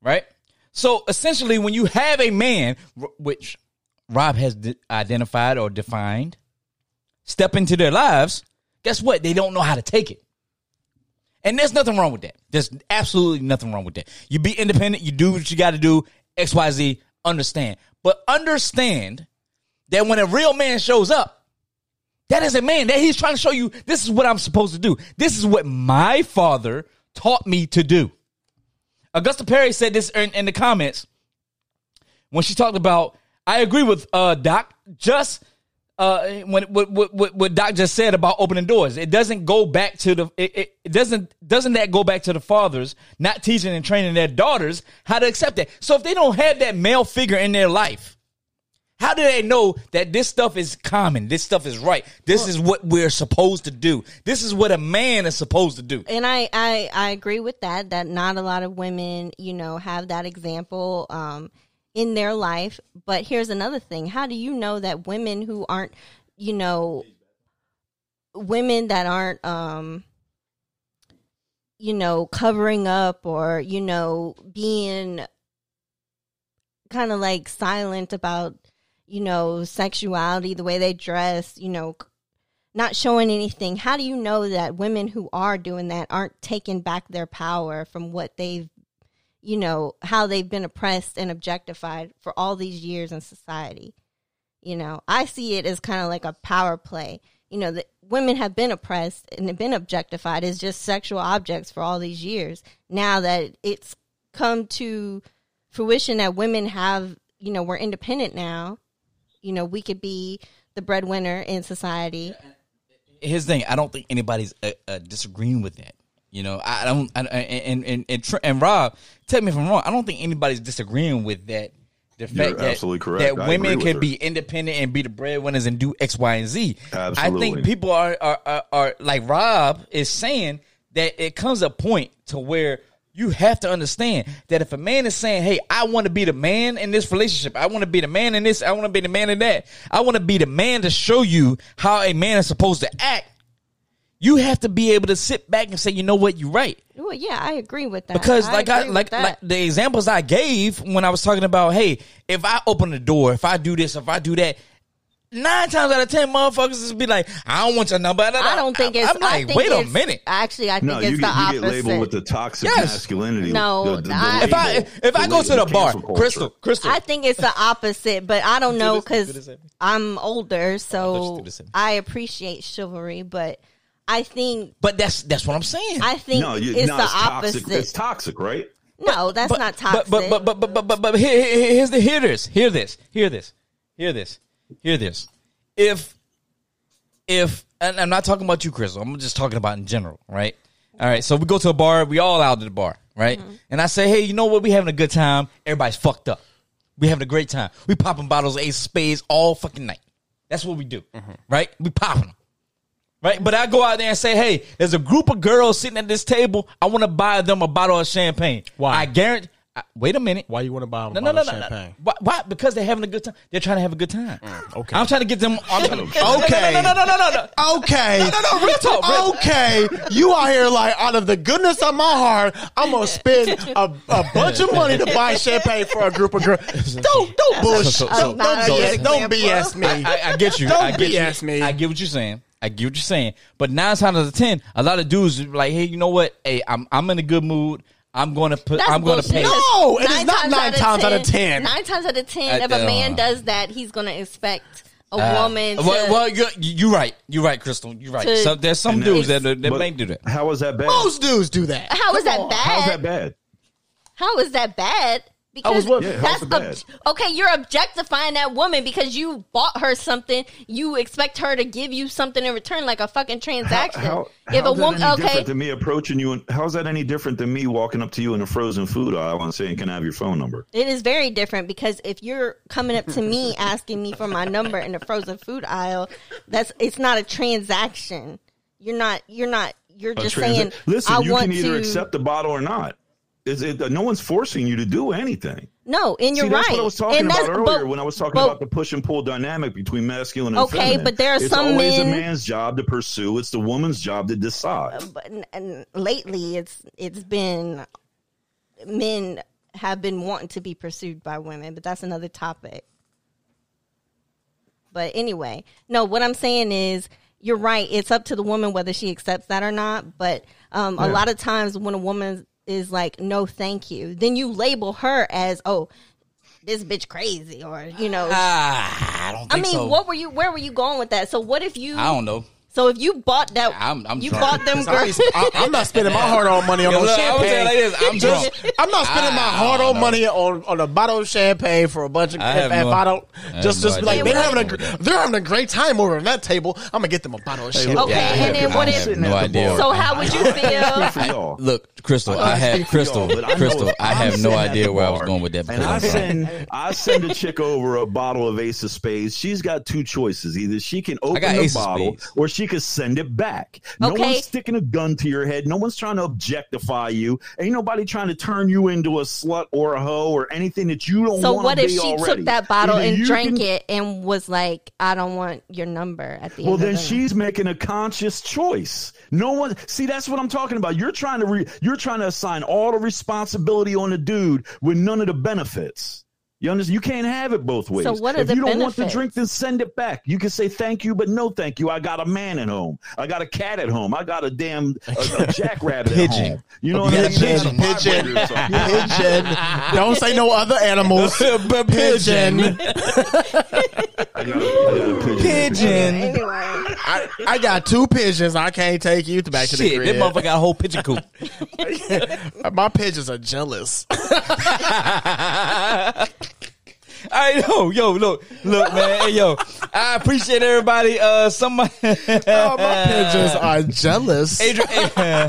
Speaker 1: right? So essentially, when you have a man, wh- which Rob has d- identified or defined, step into their lives, guess what? They don't know how to take it. And there's nothing wrong with that. There's absolutely nothing wrong with that. You be independent, you do what you got to do, XYZ, understand. But understand that when a real man shows up, that is a man that he's trying to show you this is what I'm supposed to do. This is what my father taught me to do. Augusta Perry said this in, in the comments when she talked about. I agree with uh, Doc. Just uh, when what, what what- what Doc just said about opening doors, it doesn't go back to the it, it, it doesn't doesn't that go back to the fathers not teaching and training their daughters how to accept that. So if they don't have that male figure in their life, how do they know that this stuff is common? This stuff is right. This is what we're supposed to do. This is what a man is supposed to do.
Speaker 4: and I, I I agree with that. That not a lot of women, you know, have that example um, in their life. But here's another thing: How do you know that women who aren't, you know, women that aren't, um, you know, covering up or you know being kind of like silent about, you know, sexuality, the way they dress, you know, not showing anything, how do you know that women who are doing that aren't taking back their power from what they've, you know, how they've been oppressed and objectified for all these years in society? You know, I see it as kind of like a power play. You know, that women have been oppressed and have been objectified as just sexual objects for all these years. Now that it's come to fruition that women have, you know, we're independent now, you know, we could be the breadwinner in society.
Speaker 1: Here's the thing: I don't think anybody's uh, uh, disagreeing with that. You know, I I don't. I, I- and and and Tr- and Rob, tell me if I'm wrong. I don't think anybody's disagreeing with that. The fact that,
Speaker 2: absolutely correct.
Speaker 1: that
Speaker 2: I agree
Speaker 1: women
Speaker 2: with
Speaker 1: can
Speaker 2: her.
Speaker 1: be independent and be the breadwinners and do X, Y, and Z. I
Speaker 2: Absolutely.
Speaker 1: think people are are, are are like Rob is saying that it comes a point to where you have to understand that if a man is saying, "Hey, I want to be the man in this relationship. I want to be the man in this. I want to be the man in that. I want to be the man to show you how a man is supposed to act." You have to be able to sit back and say, "You know what? You're right."
Speaker 4: Well, yeah, I agree with that.
Speaker 1: Because like I
Speaker 4: agree with
Speaker 1: like
Speaker 4: that.
Speaker 1: like the examples I gave when I was talking about, hey, if I open the door, if I do this, if I do that, nine times out of ten, motherfuckers just be like, I don't want your number.
Speaker 4: I don't think it's.
Speaker 1: I'm
Speaker 4: I
Speaker 1: like,
Speaker 4: think
Speaker 1: wait a
Speaker 4: it's-
Speaker 1: minute.
Speaker 4: Actually, I think
Speaker 2: No,
Speaker 4: it's
Speaker 2: you,
Speaker 4: the
Speaker 2: get, you get
Speaker 4: opposite.
Speaker 2: labeled with the toxic
Speaker 1: Yes.
Speaker 2: masculinity.
Speaker 4: No,
Speaker 2: the, the, the
Speaker 4: I-
Speaker 1: if I
Speaker 2: label,
Speaker 1: if I
Speaker 2: the
Speaker 1: go to
Speaker 2: label,
Speaker 1: the bar,
Speaker 2: cancel culture.
Speaker 1: Crystal, Crystal,
Speaker 4: I think it's the opposite, but I don't know because I'm older,
Speaker 1: you
Speaker 4: so
Speaker 1: did the same.
Speaker 4: I appreciate chivalry. But I think
Speaker 1: but that's that's what I'm saying.
Speaker 4: I think
Speaker 2: no, you,
Speaker 4: it's
Speaker 2: no,
Speaker 4: the
Speaker 2: it's
Speaker 4: opposite.
Speaker 2: toxic. It's toxic, right?
Speaker 4: no, that's
Speaker 1: but,
Speaker 4: not toxic.
Speaker 1: But but but but but but, but here, here- here's the hear this, hear this, hear this, hear this, hear this. If if and I'm not talking about you, Crystal. I'm just talking about in general, right? All right. So we go to a bar. We all out at the bar, right?
Speaker 4: Mm-hmm.
Speaker 1: And I say, hey, you know what? We having a good time. Everybody's fucked up. We having a great time. We popping bottles of Ace of Spades all fucking night. That's what we do, right? We popping them. Right, but I go out there and say, "Hey, there's a group of girls sitting at this table. I want to buy them a bottle of champagne."
Speaker 3: Why?
Speaker 1: I guarantee. I, wait a minute.
Speaker 3: Why you want to buy them
Speaker 1: No, no,
Speaker 3: a
Speaker 1: no,
Speaker 3: bottle
Speaker 1: no,
Speaker 3: of
Speaker 1: no.
Speaker 3: champagne? Mm,
Speaker 1: Why, why? Because they're having a good time. They're trying to have a good time.
Speaker 3: okay.
Speaker 1: I'm trying to get them. I'm trying to,
Speaker 3: Okay.
Speaker 1: No, no, no, no, no, no. no.
Speaker 3: Okay.
Speaker 1: No, no, no, real talk, real-
Speaker 3: Okay. You out here like out of the goodness of my heart, I'm gonna spend a, a bunch of money to buy champagne for a group of girls. Don't don't bullshit.
Speaker 1: so-
Speaker 3: Don't, don't,
Speaker 4: so-
Speaker 3: BS, don't BS me.
Speaker 1: I, I get you.
Speaker 3: Don't
Speaker 1: I get
Speaker 3: BS
Speaker 1: you.
Speaker 3: me.
Speaker 1: I get what you're saying. I get what you're saying. But nine times out of ten, a lot of dudes are like, hey, you know what? Hey, I'm I'm in a good mood. I'm going to put.
Speaker 4: That's
Speaker 1: I'm going to
Speaker 4: bullshit.
Speaker 1: pay.
Speaker 4: Because
Speaker 3: No, it is not nine times out of 10.
Speaker 4: Nine times out of ten,
Speaker 1: I-
Speaker 4: if a man
Speaker 1: uh,
Speaker 4: does that, he's going to expect a woman. To,
Speaker 1: Well, well, you're, you're right. You're right, Crystal. You're right.
Speaker 4: To-
Speaker 1: So there's some
Speaker 2: And
Speaker 1: dudes that
Speaker 2: that's-
Speaker 1: that
Speaker 2: but
Speaker 1: may do that.
Speaker 2: How is that bad?
Speaker 3: Most dudes do that.
Speaker 4: how is that
Speaker 2: How's
Speaker 4: bad?
Speaker 2: that bad?
Speaker 4: How is that bad? Because
Speaker 3: How is what-
Speaker 2: Yeah, how's
Speaker 4: that's
Speaker 2: it
Speaker 4: ob- okay. You're objectifying that woman because you bought her something. You expect her to give you something in return, like a fucking transaction. if a
Speaker 2: how's that
Speaker 4: woman,
Speaker 2: any
Speaker 4: okay,
Speaker 2: different than me approaching you, and how's that any different than me walking up to you in a frozen food aisle and saying, "Can I have your phone number?"
Speaker 4: it is very different because if you're coming up to me asking me for my number in the frozen food aisle, that's it's not a transaction. You're not. You're not. You're
Speaker 2: A
Speaker 4: just
Speaker 2: transa-
Speaker 4: saying.
Speaker 2: Listen,
Speaker 4: I
Speaker 2: you
Speaker 4: want
Speaker 2: can either
Speaker 4: to.
Speaker 2: accept the bottle or not. It's, it, no one's forcing you to do anything.
Speaker 4: no, and you're
Speaker 2: See,
Speaker 4: right.
Speaker 2: that's what I was talking
Speaker 4: and
Speaker 2: about
Speaker 4: that's-
Speaker 2: earlier
Speaker 4: but-
Speaker 2: when I was talking
Speaker 4: but-
Speaker 2: about the push and pull dynamic between masculine and
Speaker 4: Okay,
Speaker 2: feminine.
Speaker 4: but there are
Speaker 2: it's
Speaker 4: some
Speaker 2: always
Speaker 4: men-
Speaker 2: a man's job to pursue. It's the woman's job to decide.
Speaker 4: but n- and lately it's it's been men have been wanting to be pursued by women, but that's another topic. But anyway, no, what I'm saying is you're right. It's up to the woman whether she accepts that or not. But um, a lot of times when a woman is like, no, thank you, then you label her as, oh, this bitch crazy or you know.
Speaker 1: Ah, I don't
Speaker 4: I
Speaker 1: think
Speaker 4: mean,
Speaker 1: so.
Speaker 4: what were you? Where were you going with that? So what if you?
Speaker 1: I don't know.
Speaker 4: So if you bought that,
Speaker 1: I'm- I'm
Speaker 4: you
Speaker 1: drunk.
Speaker 4: bought them
Speaker 3: I
Speaker 4: girls.
Speaker 3: be- I- I'm not spending my hard earned money on
Speaker 1: Yeah,
Speaker 3: no
Speaker 1: look, I'm gonna tell you
Speaker 3: champagne.
Speaker 1: like this. I'm
Speaker 3: Just-
Speaker 1: drunk. Ah,
Speaker 3: I'm not spending my
Speaker 1: I
Speaker 3: hard
Speaker 1: don't
Speaker 3: earned
Speaker 1: know.
Speaker 3: money on, on a bottle of champagne for a bunch of
Speaker 1: I have
Speaker 3: if, if
Speaker 1: no-
Speaker 3: I don't
Speaker 1: I have
Speaker 3: just
Speaker 1: no
Speaker 3: just be
Speaker 1: idea
Speaker 3: like they're
Speaker 4: what
Speaker 3: having a
Speaker 1: happened
Speaker 3: gr-
Speaker 1: with
Speaker 3: they're having a great time over on that table. I'm gonna get them a bottle of champagne.
Speaker 2: look,
Speaker 4: Okay,
Speaker 2: I
Speaker 4: and
Speaker 2: have
Speaker 4: then
Speaker 2: to-
Speaker 4: what
Speaker 2: I'm
Speaker 4: if-
Speaker 2: sitting at
Speaker 1: No
Speaker 2: the
Speaker 1: idea.
Speaker 2: bar.
Speaker 4: So how would you feel?
Speaker 2: for y'all.
Speaker 1: Look, Crystal, I,
Speaker 2: I
Speaker 1: had
Speaker 2: speak for
Speaker 1: Crystal,
Speaker 2: y'all, but I know
Speaker 1: Crystal.
Speaker 2: if
Speaker 1: I
Speaker 2: I'm
Speaker 1: have no
Speaker 2: sitting at
Speaker 1: idea
Speaker 2: the
Speaker 1: where I was
Speaker 2: bar
Speaker 1: going with that.
Speaker 2: And
Speaker 1: because
Speaker 2: I
Speaker 1: I'm drunk.
Speaker 2: send I send a chick over a bottle of Ace of Spades. She's got two choices: either she can open
Speaker 1: got
Speaker 2: the
Speaker 1: Ace of
Speaker 2: bottle,
Speaker 1: Spades.
Speaker 2: or she can send it back. No
Speaker 4: Okay.
Speaker 2: one's sticking a gun to your head. No one's trying to objectify you. Ain't nobody trying to turn you into a slut or a hoe or anything that you don't.
Speaker 4: So
Speaker 2: wanna
Speaker 4: what if
Speaker 2: be
Speaker 4: she
Speaker 2: already.
Speaker 4: took that bottle
Speaker 2: Either
Speaker 4: and
Speaker 2: you
Speaker 4: drank
Speaker 2: can-
Speaker 4: it and was like, "I don't want your number at the
Speaker 2: Well,
Speaker 4: end."
Speaker 2: then
Speaker 4: of the night.
Speaker 2: she's making a conscious choice. No one, see, that's what I'm talking about. You're trying to, re, you're trying to assign all the responsibility on the dude with none of the benefits. You understand? You can't have it both ways.
Speaker 4: So what are
Speaker 2: if
Speaker 4: the
Speaker 2: you don't want
Speaker 4: benefits?
Speaker 2: the drink, then send it back. You can say thank you, but no thank you. I got a man at home. I got a cat at home. I got a damn a, a jackrabbit at
Speaker 1: Pigeon.
Speaker 2: home. You know what
Speaker 3: Yeah,
Speaker 2: I mean?
Speaker 3: pigeon,
Speaker 2: I got a
Speaker 3: pigeon.
Speaker 2: vibrator or something.
Speaker 3: Pigeon. Don't say no other animals. Pigeon.
Speaker 2: I got a- I got a pigeon.
Speaker 1: Pigeon.
Speaker 4: Anyway,
Speaker 3: I, I got two pigeons. I can't take you back to the
Speaker 1: Shit, that
Speaker 3: crib.
Speaker 1: motherfucker got a whole pigeon coop.
Speaker 3: My pigeons are jealous.
Speaker 1: I know, yo, look, look, man, hey, yo, I appreciate everybody. Uh, somebody,
Speaker 3: Oh, my pigeons are jealous.
Speaker 1: Adrian,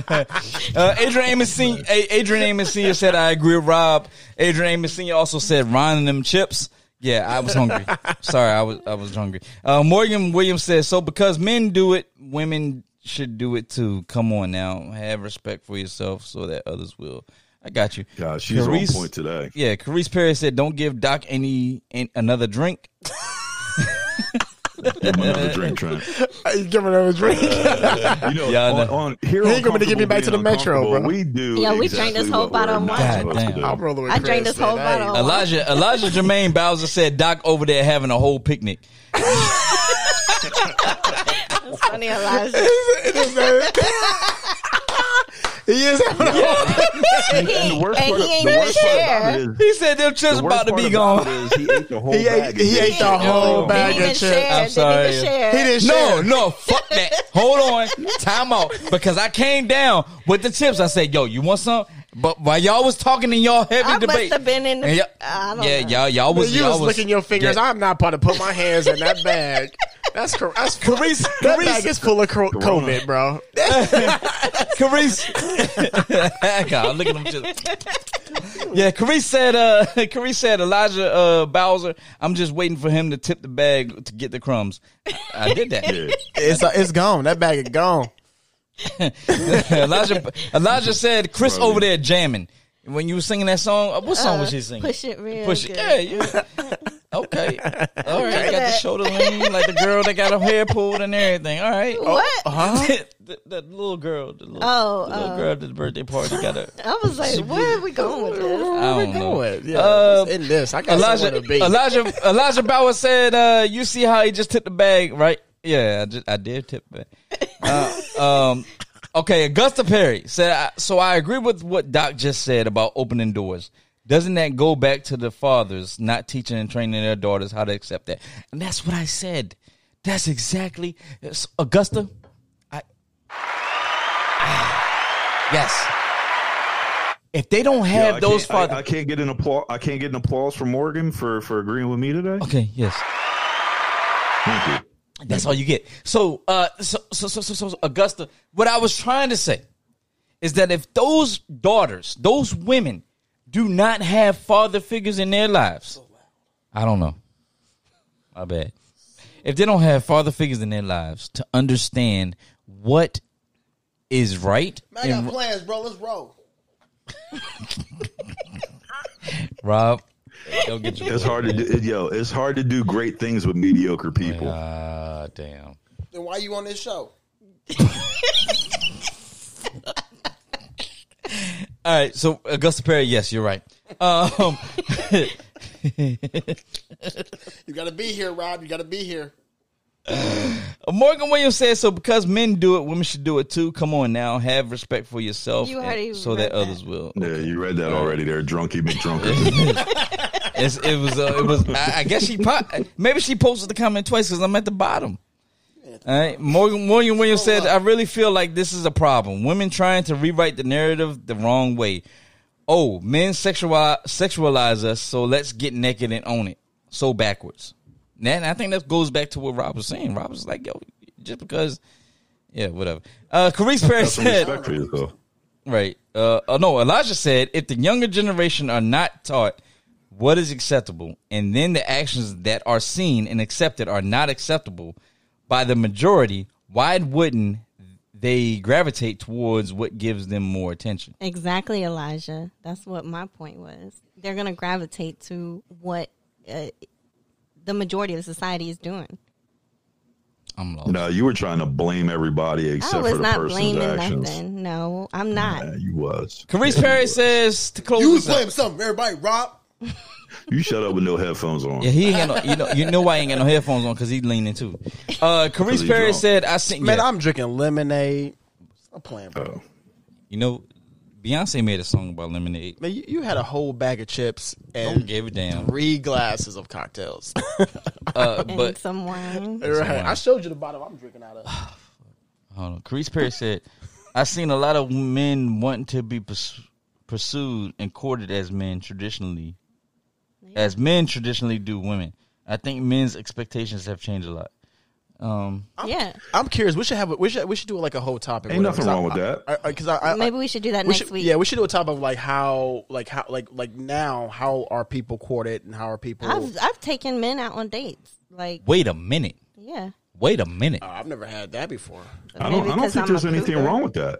Speaker 1: uh, Adrian Amos Senior, Adrian Amos Senior said, "I agree with Rob." Adrian Amos Senior also said, "Ron and them chips." Yeah, I was hungry. Sorry, I was I was hungry. Uh, Morgan Williams says, "So because men do it, women should do it too. Come on now, have respect for yourself so that others will." I got you.
Speaker 2: God, she's on
Speaker 1: Carice-
Speaker 2: point today.
Speaker 1: Yeah, Carice Perry said, "Don't give Doc any, an- another drink."
Speaker 2: Give him another drink, Trent.
Speaker 3: You Give her a drink.
Speaker 2: You know,
Speaker 1: Yeah, I
Speaker 2: on,
Speaker 1: know.
Speaker 2: on here
Speaker 3: He
Speaker 2: on
Speaker 3: ain't gonna get me back to the
Speaker 2: Comfortable
Speaker 3: Metro,
Speaker 2: Being
Speaker 3: bro.
Speaker 2: Uncomfortable, We do.
Speaker 4: Yeah, we drank this whole
Speaker 2: what we're
Speaker 4: bottle of
Speaker 2: not
Speaker 4: wine.
Speaker 2: supposed to
Speaker 1: God
Speaker 2: do.
Speaker 1: damn.
Speaker 3: I'm rolling with
Speaker 4: I
Speaker 3: Chris,
Speaker 4: drank this
Speaker 3: man.
Speaker 4: whole
Speaker 3: I ain't-
Speaker 4: bottle.
Speaker 1: Elijah Elijah Jermaine Bowser said, "Doc over there having a whole picnic."
Speaker 4: It's funny, Elijah.
Speaker 3: He is having a
Speaker 4: and he,
Speaker 2: The worst
Speaker 4: and
Speaker 2: part,
Speaker 4: he ain't
Speaker 2: the
Speaker 4: even
Speaker 2: worst part about
Speaker 4: share.
Speaker 2: it is-
Speaker 1: He said, "Them chips
Speaker 2: the worst
Speaker 1: about to
Speaker 2: part
Speaker 1: be
Speaker 2: about
Speaker 1: gone."
Speaker 2: it is He ate the whole
Speaker 3: He ate-
Speaker 2: bag.
Speaker 3: he ate the whole
Speaker 2: Oh,
Speaker 3: bag.
Speaker 4: Didn't
Speaker 3: of
Speaker 4: even
Speaker 3: chips.
Speaker 4: share.
Speaker 1: I'm sorry.
Speaker 4: Didn't even share.
Speaker 3: He didn't
Speaker 1: No,
Speaker 3: share.
Speaker 1: no, fuck that. Hold on, time out because I came down with the chips. I said, "Yo, you want some?" But while y'all was talking in y'all heavy
Speaker 4: I must
Speaker 1: debate,
Speaker 4: have been in the-
Speaker 1: and y'all-
Speaker 4: I don't
Speaker 1: yeah,
Speaker 4: know.
Speaker 1: y'all, y'all was
Speaker 3: you
Speaker 1: y'all
Speaker 3: was licking your fingers.
Speaker 1: Yeah.
Speaker 3: I'm not about to put my hands in that bag. That's correct. That's
Speaker 1: Carice,
Speaker 3: That
Speaker 1: Carice.
Speaker 3: bag is full of cor- COVID, bro.
Speaker 1: Carice. God, look at them chips. Yeah, Carice said. Uh, Carice said Elijah uh, Bowser. I'm just waiting for him to tip the bag to get the crumbs. I, I did that.
Speaker 2: Yeah.
Speaker 3: It's uh, it's gone. That bag is gone.
Speaker 1: Elijah Elijah said Chris
Speaker 2: Bro,
Speaker 1: over
Speaker 2: yeah.
Speaker 1: there jamming. When you were singing that song, uh, what song was she singing?
Speaker 4: Push it real.
Speaker 1: Push it.
Speaker 4: good.
Speaker 1: Yeah, yeah. Okay. All right. Got the
Speaker 4: that.
Speaker 1: shoulder lean, like the girl that got her hair pulled and everything. All right.
Speaker 4: What?
Speaker 1: uh-huh. the, that little girl. The little,
Speaker 4: Oh,
Speaker 1: the little
Speaker 4: oh.
Speaker 1: girl at the birthday party got her.
Speaker 4: I was like, where are we going with this?
Speaker 1: I don't know.
Speaker 3: What? Yeah,
Speaker 1: Uh,
Speaker 3: in this, I got
Speaker 1: Elijah,
Speaker 3: somewhere to be.
Speaker 1: Elijah, Elijah Bauer said, uh, "You see how he just tipped the bag, right? Yeah, I, just, I did tip the bag." Uh, um, okay, Augusta Perry said, I- "So I agree with what Doc just said about opening doors. Doesn't that go back to the fathers not teaching and training their daughters how to accept that? And that's what I said. That's exactly it's- Augusta. I yes." If they don't
Speaker 2: Yeah,
Speaker 1: have
Speaker 2: I
Speaker 1: those
Speaker 2: can't- I-
Speaker 1: fathers,
Speaker 2: I, can't get an applause. I can't get an applause from Morgan for for agreeing with me today.
Speaker 1: okay, yes,
Speaker 2: Thank you.
Speaker 1: That's all you get. So, uh, so, so, so, so, so, Augusta, what I was trying to say is that if those daughters, those women, do not have father figures in their lives, I don't know. My bad. If they don't have father figures in their lives to understand what is right, and
Speaker 3: plans, bro. Let's roll.
Speaker 1: Rob, go get your
Speaker 2: It's hard to do. Yo, it's hard to do great things with mediocre people.
Speaker 1: Ah, damn.
Speaker 3: Then why you on this show?
Speaker 1: All right, so Augusta Perry, yes, you're right. Um,
Speaker 3: You got to be here, Rob. You got to be here.
Speaker 1: Morgan Williams says so because men do it, women should do it too. Come on now, have respect for yourself,
Speaker 4: You
Speaker 1: and-
Speaker 4: already
Speaker 1: so that,
Speaker 4: read that.
Speaker 1: others will.
Speaker 2: Yeah, you read that already. There, drunky McDrunker.
Speaker 1: It's, it was. Uh, it was. I, I guess she. Po- maybe she posted the comment twice because I'm at the bottom. All right. Morgan William Williams said, "I really feel like this is a problem. Women trying to rewrite the narrative the wrong way. Oh, men sexualize, sexualize us, so let's get naked and own it. So backwards. Now, and I think that goes back to what Rob was saying. Rob was like, yo, just because, yeah, whatever. Uh, Carice Perry
Speaker 2: Some
Speaker 1: said,
Speaker 2: respect for yourself.
Speaker 1: Right. Uh, oh, no, Elijah said if the younger generation are not taught what is acceptable, and then the actions that are seen and accepted are not acceptable by the majority, why wouldn't they gravitate towards what gives them more attention?
Speaker 4: Exactly, Elijah. That's what my point was. They're going to gravitate to what uh, the majority of society is doing.
Speaker 1: I'm lost.
Speaker 2: No, you were trying to blame everybody
Speaker 4: I
Speaker 2: except for
Speaker 4: was
Speaker 2: the
Speaker 4: not
Speaker 2: person's
Speaker 4: blaming
Speaker 2: actions.
Speaker 4: nothing. No, I'm not.
Speaker 2: Yeah, you was.
Speaker 1: Carice Perry says to close.
Speaker 3: You was
Speaker 1: this up-
Speaker 3: playing something, everybody. Rob,
Speaker 2: You shut up with no headphones on.
Speaker 1: Yeah, he ain't got no. You know, you know why he ain't got no headphones on because he's leaning too. Uh, Carice
Speaker 2: he
Speaker 1: Perry
Speaker 2: drunk.
Speaker 1: said, "I seen
Speaker 3: man,
Speaker 1: yeah,
Speaker 3: I'm drinking lemonade. I'm playing, bro.
Speaker 2: Oh.
Speaker 1: you know, Beyonce made a song about lemonade.
Speaker 3: Man, you, you had a whole bag of chips and
Speaker 1: Gave a damn.
Speaker 3: three glasses of cocktails.
Speaker 1: Uh,
Speaker 4: And
Speaker 1: but
Speaker 4: some wine.
Speaker 3: right. I showed you the bottle I'm drinking out of.
Speaker 1: Hold on. Carice Perry said, I've seen a lot of men wanting to be purs- pursued and courted as men traditionally, as men traditionally do women. I think men's expectations have changed a lot. Um,
Speaker 4: yeah.
Speaker 3: I'm curious. We should have. A, we should. We should do like a whole topic.
Speaker 2: Ain't nothing wrong with that.
Speaker 3: Because I, I, I,
Speaker 4: Maybe we should do that
Speaker 3: we
Speaker 4: next
Speaker 3: should,
Speaker 4: week.
Speaker 3: Yeah, we should do a topic of like how, like how, like like now, how are people courted and how are people? Uh,
Speaker 4: I've I've taken men out on dates. Like,
Speaker 1: wait a minute.
Speaker 4: yeah.
Speaker 1: Wait a minute.
Speaker 3: Oh, I've never had that before.
Speaker 2: I don't.
Speaker 4: Maybe
Speaker 2: I don't
Speaker 4: 'cause
Speaker 2: think
Speaker 4: I'm
Speaker 2: there's
Speaker 4: a
Speaker 2: anything
Speaker 4: cougar.
Speaker 2: wrong with that.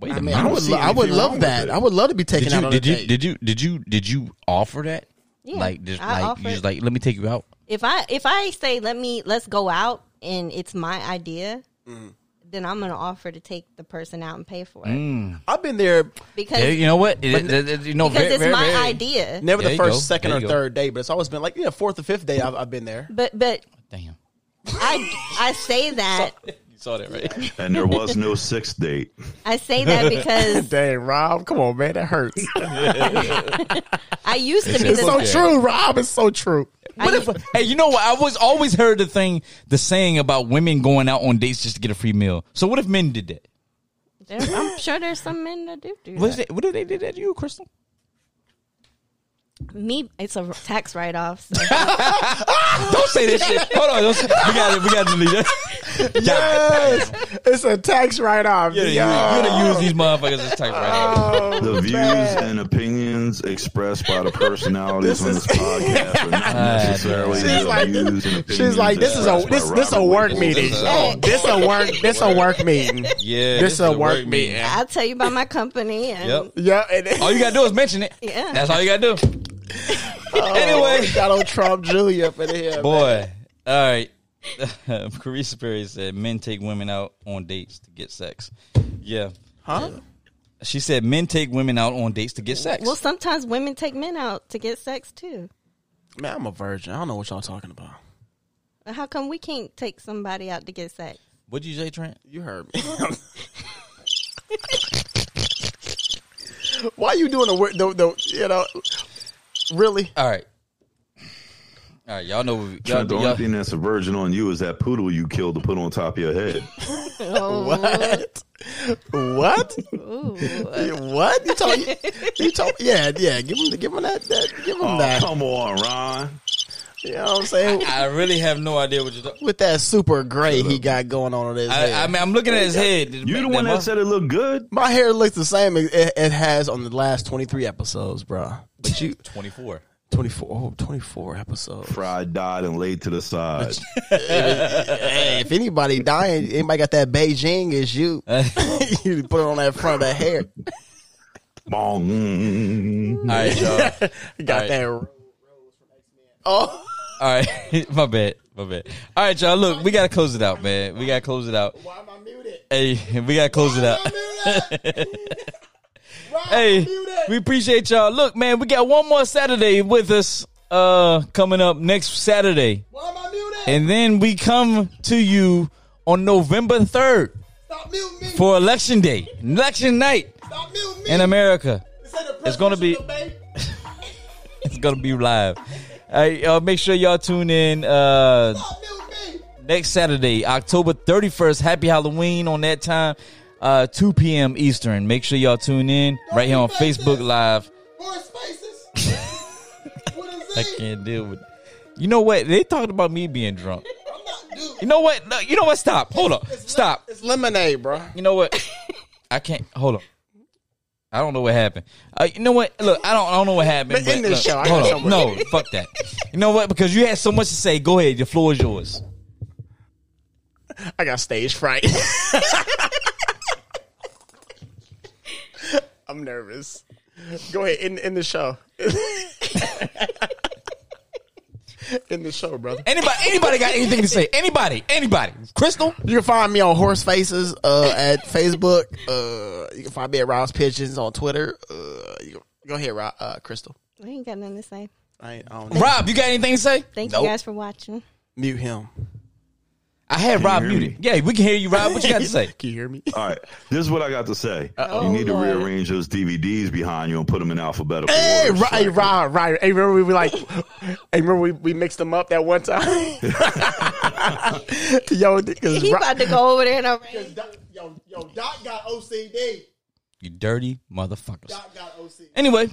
Speaker 1: Wait a
Speaker 3: I mean,
Speaker 1: minute.
Speaker 3: I,
Speaker 2: don't
Speaker 3: would.
Speaker 2: see
Speaker 3: Lo- I would
Speaker 2: anything wrong
Speaker 3: love
Speaker 2: with
Speaker 3: that.
Speaker 2: it.
Speaker 3: I would love to be taken
Speaker 1: Did
Speaker 3: out
Speaker 1: you
Speaker 3: on
Speaker 1: did
Speaker 3: a
Speaker 1: you
Speaker 3: date.
Speaker 1: did you did you did you offer that?
Speaker 4: Yeah,
Speaker 1: like just
Speaker 4: I
Speaker 1: like you
Speaker 4: offered-
Speaker 1: just like let me take you out.
Speaker 4: If I if I say let me let's go out and it's my idea,
Speaker 1: Mm-hmm.
Speaker 4: then I'm gonna offer to take the person out and pay for it
Speaker 3: I've been there.
Speaker 4: because
Speaker 1: Yeah, Mm. you know what? It- it- it- you know,
Speaker 4: because
Speaker 1: very-
Speaker 4: it's
Speaker 1: very-
Speaker 4: my
Speaker 1: very-
Speaker 4: idea.
Speaker 3: Never
Speaker 1: There
Speaker 3: the
Speaker 1: you
Speaker 3: first,
Speaker 1: go.
Speaker 3: second,
Speaker 1: There
Speaker 3: or
Speaker 1: you go.
Speaker 3: third day, but it's always been like yeah, fourth or fifth day. I've, I've been there.
Speaker 4: But but
Speaker 1: Damn.
Speaker 4: I I say that
Speaker 1: You saw that right?
Speaker 2: And there was no sixth date.
Speaker 4: I say that because
Speaker 3: Dang, Rob, come on, man, that hurts.
Speaker 4: I used to be the
Speaker 1: It's so
Speaker 4: type-
Speaker 3: true, Rob. It's so true.
Speaker 1: What if, hey, you know what? I was always heard the thing, the saying about women going out on dates just to get a free meal. So what if men did that?
Speaker 4: there- I'm sure there's some men that do do
Speaker 1: What,
Speaker 4: that.
Speaker 1: is it, what if they did that to you, Crystal?
Speaker 4: Me, it's a tax write off. So.
Speaker 1: Don't say this shit. Hold on, don't say, we got to we got to delete that.
Speaker 3: Yes, it's a tax write-off.
Speaker 1: You gotta use these motherfuckers as type right
Speaker 2: The views and opinions expressed by the personalities on this podcast are not necessarily
Speaker 1: She's
Speaker 2: the
Speaker 3: like-
Speaker 2: views and opinions.
Speaker 3: She's like, this is a
Speaker 2: expressed
Speaker 3: this
Speaker 2: by
Speaker 3: this a
Speaker 2: Robert
Speaker 3: work
Speaker 2: Williams.
Speaker 3: meeting.
Speaker 1: This is
Speaker 3: Oh,
Speaker 1: a-
Speaker 3: this a work this a work meeting.
Speaker 1: Yeah,
Speaker 3: this, a work meeting.
Speaker 4: I'll tell you about my company and
Speaker 1: Yep.
Speaker 3: Yeah, and
Speaker 1: All you gotta do is mention it.
Speaker 4: Yeah.
Speaker 1: That's all you gotta do. anyway,
Speaker 3: Donald Oh. Trump Julia up in here.
Speaker 1: boy. All right. Carissa Perry said men take women out on dates to get sex. Yeah.
Speaker 3: Huh?
Speaker 1: She said men take women out on dates to get sex.
Speaker 4: well, sometimes women take men out to get sex too.
Speaker 3: Man, I'm a virgin. I don't know what y'all talking about.
Speaker 4: How come we can't take somebody out to get sex?
Speaker 1: What'd you say, Trent?
Speaker 3: You heard me. Why you doing the work? The, the you know, really?
Speaker 1: All right. All right, y'all know what we- y'all,
Speaker 2: Trent, the only
Speaker 1: y'all,
Speaker 2: thing that's a virgin on you is that poodle you killed to put on top of your head.
Speaker 3: What? What?
Speaker 4: Ooh,
Speaker 3: What? You told you, you told yeah yeah. Give him give him that, that give him
Speaker 2: Oh,
Speaker 3: that.
Speaker 2: come on, Ron.
Speaker 3: You know what I'm saying?
Speaker 1: I really have no idea what you're talking.
Speaker 3: With that super gray he got going on on his head.
Speaker 1: I, I mean, I'm looking at his head.
Speaker 2: You the one that said it looked good.
Speaker 3: My hair looks the same it, it it has on the last 23 episodes, bro. But you
Speaker 1: 24.
Speaker 3: 24 oh, 24 episodes.
Speaker 2: Fried, died, and laid to the side.
Speaker 3: Hey, if anybody dying, anybody got that Beijing is you. you put it on that front of that hair.
Speaker 2: Bong.
Speaker 1: All right, y'all.
Speaker 3: You got
Speaker 1: All right.
Speaker 3: that ro- rose from X-Men. Oh,
Speaker 1: All right, my bad, my bad. All right, y'all. Look, we gotta close it out, man. We gotta close it out.
Speaker 3: why am I muted?
Speaker 1: Hey, we gotta close it out. Hey, we appreciate y'all. Look, man, we got one more Saturday with us uh coming up next Saturday.
Speaker 3: Why am I muted?
Speaker 1: And then we come to you on November 3rd
Speaker 6: Stop muting me.
Speaker 1: for election day, election night
Speaker 6: Stop muting me.
Speaker 1: in America.
Speaker 6: This ain't a
Speaker 1: it's gonna be-
Speaker 6: presidential debate.
Speaker 1: It's going to be live. All right, y'all make sure y'all tune in uh,
Speaker 6: Stop muting me.
Speaker 1: next Saturday, October 31st. Happy Halloween on that time, uh, 2 p.m. Eastern. Make sure y'all tune in right here on Facebook Live.
Speaker 6: Horse faces. what is
Speaker 1: I
Speaker 6: it?
Speaker 1: can't deal with. You know what? They talked about me being drunk.
Speaker 6: I'm not dude.
Speaker 1: You know what? No, you know what? Stop. Hold up. Stop.
Speaker 6: It's lemonade, bro.
Speaker 1: You know what? I can't. Hold on. I don't know what happened. Uh, you know what? Look, I don't. I don't know what happened.
Speaker 6: Let's end this
Speaker 1: look,
Speaker 6: show. I got
Speaker 1: hold on.
Speaker 6: somewhere.
Speaker 1: No, fuck that. You know what? Because you had so much to say. Go ahead. Your floor is yours.
Speaker 6: I got stage fright. I'm nervous. Go ahead, in in the show. in the show, brother.
Speaker 1: Anybody? Anybody got anything to say? Anybody? Anybody? Crystal?
Speaker 6: You can find me on Horse Faces uh, at Facebook. Uh, you can find me at Rouse Pigeons on Twitter. Uh, you can, go ahead, Ro- uh, Crystal.
Speaker 4: I ain't got nothing to say.
Speaker 6: I, ain't- I don't know.
Speaker 1: Rob? You got anything to say?
Speaker 4: Thank
Speaker 6: Nope.
Speaker 4: you guys for watching.
Speaker 6: mute him.
Speaker 1: I had Rob
Speaker 2: hear me?
Speaker 1: muted. Yeah, we can hear you, Rob. What you got to say?
Speaker 6: Can you hear me?
Speaker 2: All right, this is what I got to say.
Speaker 4: Uh-oh.
Speaker 2: You need to
Speaker 4: Lord.
Speaker 2: rearrange those DVDs behind you and put them in alphabetical
Speaker 6: Hey,
Speaker 2: order.
Speaker 6: Ro- hey,
Speaker 2: Like,
Speaker 6: Rob, right? Hey, remember we were like, hey, remember we, we mixed them up that one time? yo, because
Speaker 4: He about to go over there and arrange.
Speaker 6: yo, yo, Doc got OCD.
Speaker 1: You dirty motherfuckers.
Speaker 6: got OCD.
Speaker 1: Anyway,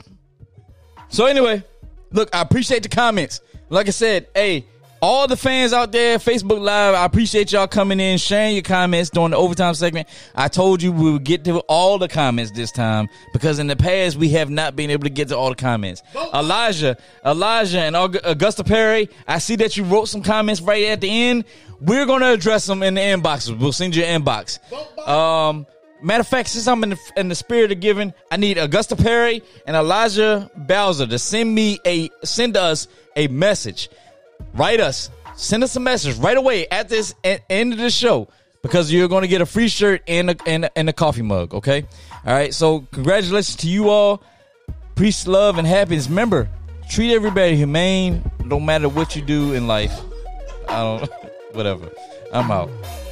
Speaker 1: so anyway, look, I appreciate the comments. Like I said, hey, all the fans out there, Facebook Live, I appreciate y'all coming in, sharing your comments during the overtime segment. I told you we would get to all the comments this time because in the past we have not been able to get to all the comments. Elijah, Elijah, and Aug- Augusta Perry, I see that you wrote some comments right at the end. We're gonna address them in the inboxes. We'll send you an inbox. Um. Matter of fact, since I'm in the, in the spirit of giving, I need Augusta Perry and Elijah Bowser to send me a send us a message. Write us, send us a message right away at this e- end of the show because you're going to get a free shirt and a, and a, and a coffee mug. Okay, all right. So congratulations to you all. Peace, love, and happiness. Remember, treat everybody humane, no matter what you do in life. I don't, whatever. I'm out.